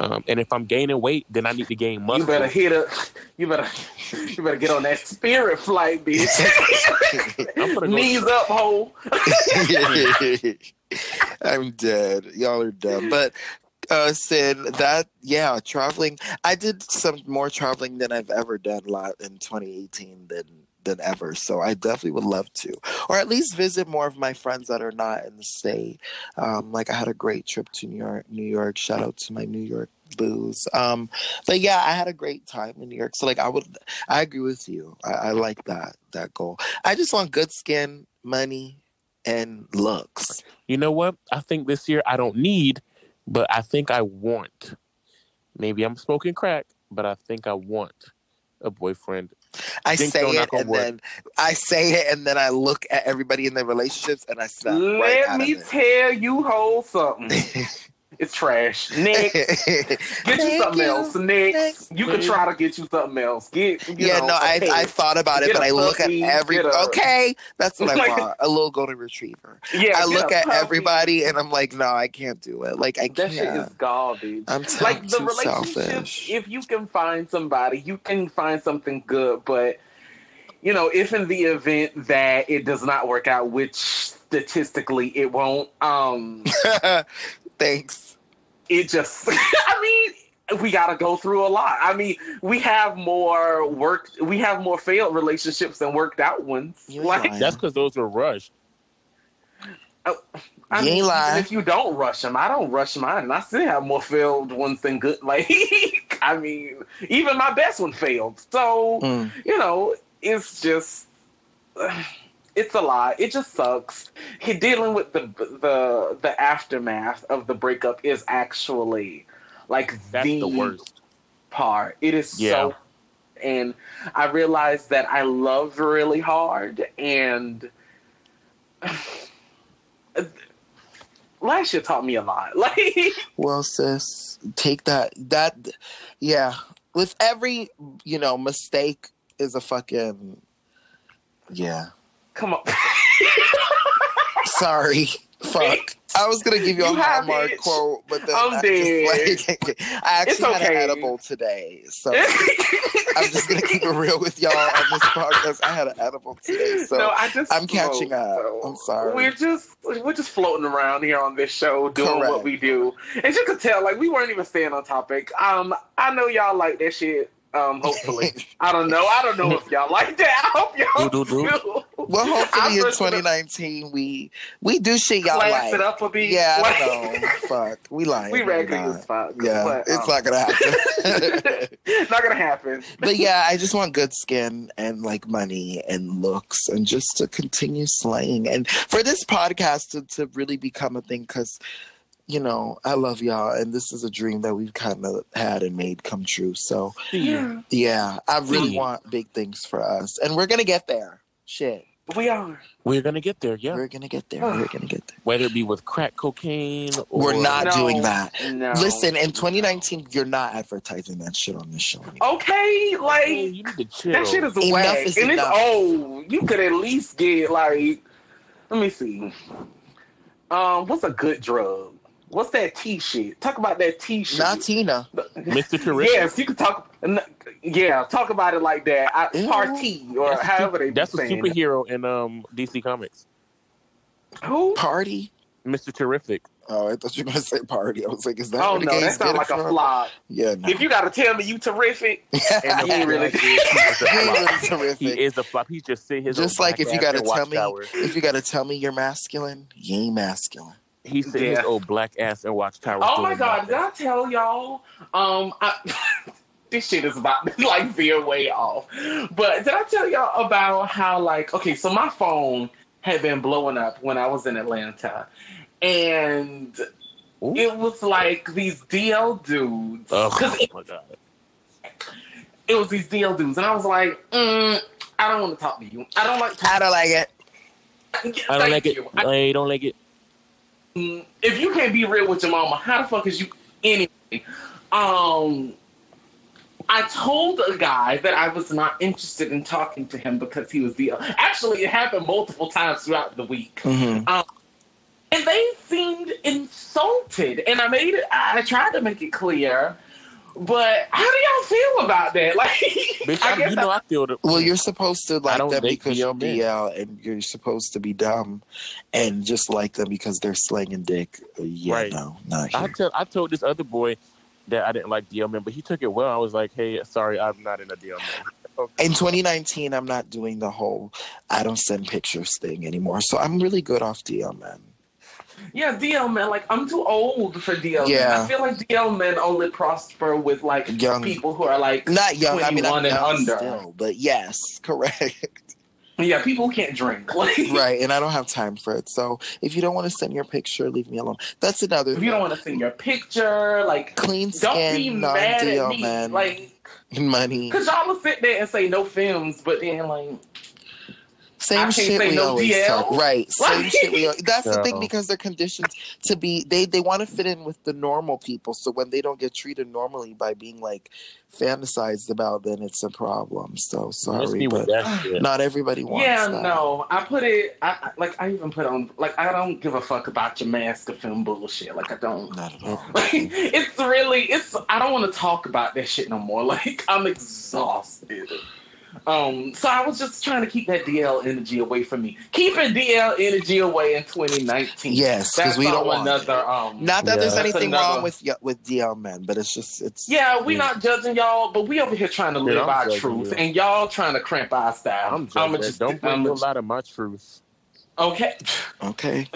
F: Um, and if I'm gaining weight, then I need to gain muscle.
D: You better hit a, you better, you better get on that spirit flight,
F: I'm gonna
D: bitch.
F: go-
D: Knees up, hoe.
C: I'm dead. Y'all are dumb. But uh Sid, that yeah, traveling I did some more traveling than I've ever done lot in twenty eighteen than than ever. So I definitely would love to. Or at least visit more of my friends that are not in the state. Um like I had a great trip to New York New York. Shout out to my New York booze. Um but yeah, I had a great time in New York. So like I would I agree with you. I, I like that that goal. I just want good skin, money, and looks.
F: you know what? I think this year I don't need, but I think I want. Maybe I'm smoking crack, but I think I want a boyfriend.
C: I
F: Think
C: say
F: so,
C: it
F: knock on
C: and
F: wood.
C: then I say it and then I look at everybody in their relationships and I snap. right
D: Let
C: out
D: me
C: of
D: tell you, hoe, something.
C: it.
D: It's trash. Nick, get you
C: Thank
D: something
C: you.
D: else. Nick,
C: Thanks,
D: you can
C: babe.
D: try to get you something else. Get, you
C: yeah,
D: know,
C: no,
D: a
C: I, I
D: pet.
C: thought about it,
D: Get
C: but
D: a
C: I look at
D: puppy,
C: every
D: get a-
C: okay, that's what I want. A little golden retriever.
D: Yeah,
C: I
D: get
C: look
D: a
C: at
D: puppy.
C: everybody and I'm like, no, I can't do it. Like I
D: That
C: can't.
D: shit is garbage.
C: I'm t-
D: Like the
C: too
D: relationships,
C: selfish.
D: if you can find somebody, you can find something good. But you know, if in the event that it does not work out, which statistically it won't, um,
C: Thanks.
D: it just i mean we gotta go through a lot i mean we have more work we have more failed relationships than worked out ones
C: You ain't
D: like
C: lying.
F: That's because those were rushed.
D: I
C: You
D: mean,
C: ain't lying.
D: even if you don't rush them i don't rush mine and i still have more failed ones than good like i mean even my best one failed so
C: Mm.
D: you know it's just it's a lot it just sucks he dealing with the the the aftermath of the breakup is actually like
F: That's the worst.
D: part. It is
F: Yeah.
D: so and I realized that I love really hard and last year taught me a lot. Like
C: Well, sis, take that. That, yeah. With every, you know, mistake is a fucking, yeah.
D: come on.
C: Sorry. Fuck. I was gonna give you,
D: You
C: a
D: have
C: Hallmark
D: it.
C: quote, but then
D: I'm
C: I,
D: dead.
C: just, like, I
D: It's
C: actually had an
D: okay.
C: edible today, so I'm just gonna keep it real with y'all on this podcast. I had an edible today, so
D: no, I just
C: I'm catching up. I'm sorry.
D: We're just we're just floating around here on this show doing
C: Correct.
D: what we do. As you could tell, like we weren't even staying on topic. Um I know y'all like that shit. Um hopefully. I don't know. I don't know if y'all like that. I hope y'all
F: Do, do, do.
D: do.
C: Well, hopefully in
D: I'm just gonna-
C: 2019 we we do shit y'all
D: class
C: like.
D: it up a bit.
C: Yeah,
D: like,
C: I know. Fuck, we lying.
D: we
C: We're
D: raggedy
C: not.
D: as fuck.
C: Yeah,
D: but,
C: it's not gonna happen.
D: not not gonna happen.
C: but yeah, I just want good skin and like money and looks and just to continue slaying and for this podcast to, to really become a thing because you know I love y'all and this is a dream that we've kind of had and made come true. So
D: Yeah,
C: yeah, I really
F: Hmm.
C: want big things for us and we're gonna get there. Shit,
D: we are.
F: We're gonna get there, yeah.
C: we're gonna get there. We're gonna get there.
F: Whether it be with crack cocaine or
C: We're not
D: No,
C: doing that.
D: No.
C: Listen, in 2019, you're not advertising that shit on this show. anymore.
D: Oh, Okay,
F: Man,
D: like
F: you need to chill.
D: that shit is
C: Enough
D: whack,
C: is
D: and
C: enough.
D: it's old. You could at least get like, let me see. Um, what's a good drug? What's that T shit? Talk about that T shit.
C: Not Tina.
F: Mr. Terrific.
D: Yes, you can talk. n- Yeah, talk about it like that. I,
C: Ew.
D: party or
F: That's a
D: however they
F: That's a
D: saying it.
F: superhero in um DC Comics.
D: Who?
C: Party.
F: Mr. Terrific.
C: Oh, I thought you were gonna say party. I was like, is that
D: Oh
C: where the
D: no, that
C: gays get
D: sounds
C: it
D: like a
C: from?
D: flop.
C: Yeah, no.
D: If you gotta tell me you terrific, and you ain't really.
F: is a
C: He
F: flop.
C: was terrific.
F: He is the flop. He's just sitting his
C: Just
F: own
C: like if you
F: black
C: gotta
F: ass in
C: tell
F: Watchtower.
C: if you gotta tell me you're masculine, you ain't masculine.
F: He's sitting his
D: Yeah.
F: old black ass and Watchtower.
D: Oh my
F: doing
D: god, did
F: nothing.
D: I tell y'all? Um, I, this shit is about to like veer way off. But did I tell y'all about how like okay, so my phone had been blowing up when I was in Atlanta, and
F: Ooh.
D: it was like these DL dudes
F: Ugh,
D: because
F: oh my god.
D: it was these DL dudes, and I was like, mm, I don't want to talk to you. I don't like.
C: I don't like it.
F: I don't
D: Thank
F: like it.
D: you. I-
F: I don't like it.
D: Mm, if you can't be real with your mama, how the fuck is you anyway? Um, I told a guy that I was not interested in talking to him because he was the. Actually, it happened multiple times throughout the week,
C: Mm-hmm.
D: and they seemed insulted. And I made it. I I tried to make it clear, but how do y'all feel about that? Like,
F: Bitch,
D: I
F: I
D: guess
F: you know I feel the
C: Well, you're supposed to
F: I
C: like
F: don't
C: them
F: think
C: because you're
F: DL men.
C: DL, and you're supposed to be dumb, and just like them because they're slanging dick. Uh, Yeah,
F: Right.
C: no, not
F: I
C: here.
F: tell I told this other boy that I didn't like DL man, but he took it well. I was like, hey, sorry, I'm not in a DL man.
C: In 2019, I'm not doing the whole I don't send pictures thing anymore. So I'm really good off DL, man.
D: Yeah, DL men. Like I'm too old for DL men.
C: Yeah.
D: I feel like DL men only prosper with like
C: Young.
D: people who are like
C: Not young. I mean, I'm
D: 21 and
C: young
D: under.
C: still, but yes, correct.
D: Yeah, people who can't drink. Like
C: right and i don't have time for it so if you don't want to send your picture leave me alone that's another
D: if you
C: thing.
D: don't want to send your picture, like
C: clean
D: don't be
C: skin
D: mad at
C: non-deal
D: me.
C: man
D: Like
C: money
D: cause y'all will sit there and say no films, but then like I
C: same
D: can't
C: shit
D: say
C: we
D: no
C: always
D: DL.
C: talk right same
D: Like-
C: shit we al- that's the thing
F: No.
C: because they're conditioned to be they they want to fit in with the normal people so when they don't get treated normally by being like fantasized about then it's a problem so
F: Miss
C: sorry
F: me with
C: but
F: that shit.
C: not everybody wants
D: yeah,
C: that
D: no. I put it. I I- like. I even put on. Like, I don't give a fuck about your mask of film bullshit. Like, I don't.
C: not at all
D: Like, it's really it's I don't want to talk about that shit no more. Like I'm exhausted. Um, so I was just trying to keep that DL energy away from me. Keeping DL energy away in 2019.
C: yes because
D: that's
C: we don't
D: all
C: want
D: another.
C: it.
D: Um,
C: not that
F: Yeah.
C: there's
D: That's
C: anything
D: another-
C: wrong with y- with DL men, but it's just it's
D: yeah, we not judging y'all, but we over here trying to
F: Yeah,
D: live
F: I'm
D: our
F: judging
D: truth,
F: you.
D: and y'all trying to cramp our style.
F: I'm just,
D: I'ma
F: just don't bring
D: I'ma
F: a lot of my truth.
D: Okay.
C: okay.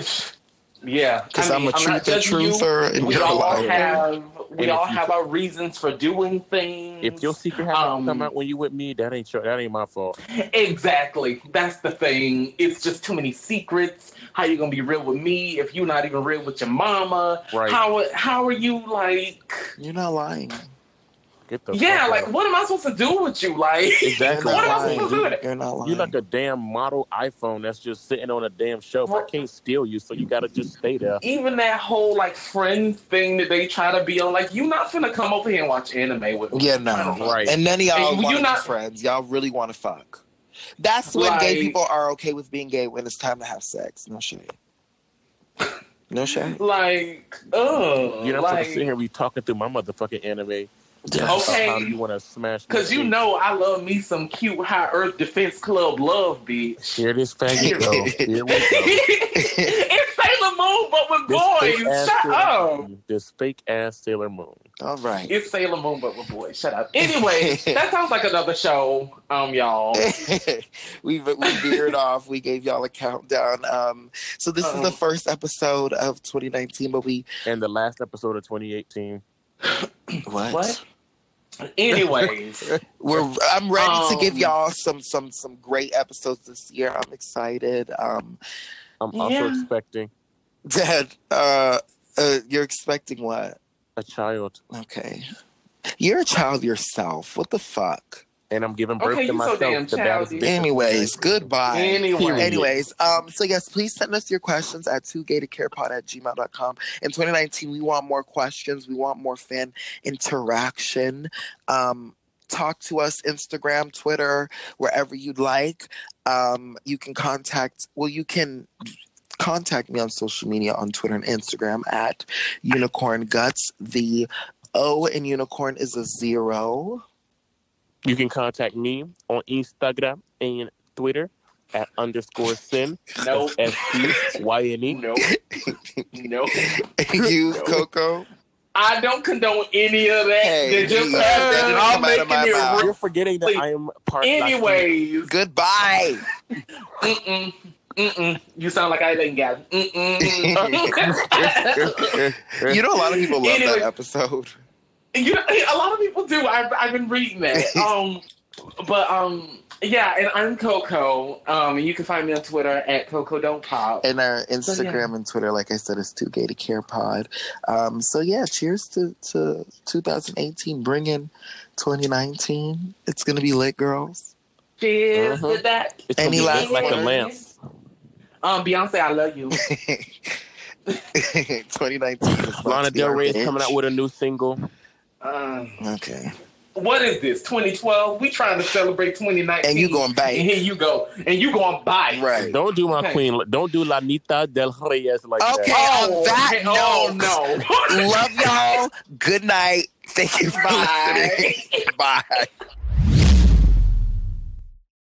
D: Yeah,
C: Because
D: I
C: I am
D: mean,
C: a
D: not
C: truth and
D: judging you.
C: truther, and
D: We
C: you're a
D: all
C: liar.
D: have we
F: And
D: all
F: if you-
D: have our reasons for doing things.
F: If your secret has
D: Um,
F: come out when you with me, that ain't your, that ain't my fault.
D: Exactly. That's the thing. It's just too many secrets. How you gonna be real with me if you're not even real with your mama?
F: Right.
D: How how are you like?
C: You're not lying.
F: Get the
D: yeah,
F: fuck
D: like
F: out.
D: what am I supposed to do with you? Like
C: You're
F: exactly.
C: not
D: What am I
C: lying.
D: supposed to do?
C: You're not lying.
F: You like a damn model iPhone that's just sitting on a damn shelf. I can't steal you, so you gotta just stay there.
D: even that whole like friend thing that they try to be on. Like you not finna come over here and watch anime with me.
C: yeah,
D: I
C: no.
D: don't know.
F: Right.
C: And none of y'all
D: And you
C: want to
D: not-
C: be friends. Y'all really want to fuck. That's when gay
D: Like-
C: people are okay with being gay when it's time to have sex. No shade. No shade.
D: Like, ugh.
F: You're not supposed to sit
D: like,
F: here and be talking through my motherfucking anime. about
C: Yes.
D: Okay.
F: How you wanna smash? my
D: cause you
F: face.
D: know I love me some cute High Earth Defense Club love, bitch.
F: Here this faggot go. Here we go.
D: it's Sailor Moon Moon, but with boys. Shut up.
F: This fake ass Sailor Moon.
C: All right.
D: It's Sailor Moon, but with boys. Shut up. Anyway, that sounds like another show, um, y'all.
C: we we veered off. We gave y'all a countdown. Um, so this is
D: Uh-oh.
C: the first episode of 2019, but we
F: And the last episode of 2018.
C: what?
D: What? Anyways,
C: We're I'm ready to give
D: Um,
C: y'all some some some great episodes this year. I'm excited. Um,
F: I'm also
D: Yeah.
F: expecting
C: Dad, uh, uh, you're expecting what?
F: a child,
C: Okay, you're a child yourself. What the fuck?
F: and I'm giving birth
D: Okay,
F: to
D: you so
F: myself.
D: damn
F: the baddest
D: childish.
F: bitch.
C: Anyways, goodbye.
D: anyway,
C: Anyways, um, so yes, please send us your questions at 2gatedcarepod at gmail.com. In 2019, we want more questions. We want more fan interaction. Um, talk to us Instagram, Twitter, wherever you'd like. Um, you can contact, well, you can contact me on social media on Twitter and Instagram at Unicorn Guts. The O in Unicorn is a zero.
F: You can contact me on Instagram and Twitter at underscore sin
D: no,
F: S C Y N E.
D: no, no.
C: you, Coco.
D: I don't condone any of that.
C: Hey,
D: They just
C: that
D: have
C: didn't
D: it all
C: come out
D: making
C: of my mouth.
D: it
F: You're
D: real.
F: forgetting that I am part. Latina.
D: Anyways,
C: Goodbye.
D: mm-mm, mm-mm. You sound like I didn't get. Mm-mm.
C: you know, a lot of people love
D: Anyway.
C: that episode.
D: you know, a lot of people do. I've, I've been reading that. Um, but um, yeah, and I'm Coco. Um, you can find me on Twitter at Coco Don't Pop.
C: And our Instagram
D: So, yeah.
C: and Twitter, like I said, is Too Gay to Care Pod. Um, so yeah, cheers to, to 2018. Bring in 2019. It's gonna be lit, girls.
D: Cheers
F: Uh-huh.
D: to that.
F: It's gonna
C: Any
F: be
C: last
F: lit like a
C: words?
F: lamp.
D: Um, Beyonce, I love you.
C: 2019. Is about
F: Lana
C: to be
F: Del
C: our
F: Rey is
C: bitch.
F: coming out with a new single.
D: Um,
C: Okay,
D: what is this? 2012? We trying to celebrate 2019.
C: and you going
D: And
C: back
D: here you go. And you going by
C: right?
F: Don't do my
D: Okay.
F: queen. Don't do La Nita Del Rey like
C: Okay.
F: that.
D: Oh,
C: On that
D: hey, oh no.
C: Love y'all. Good night. Thank you for
D: Bye.
C: listening. Bye.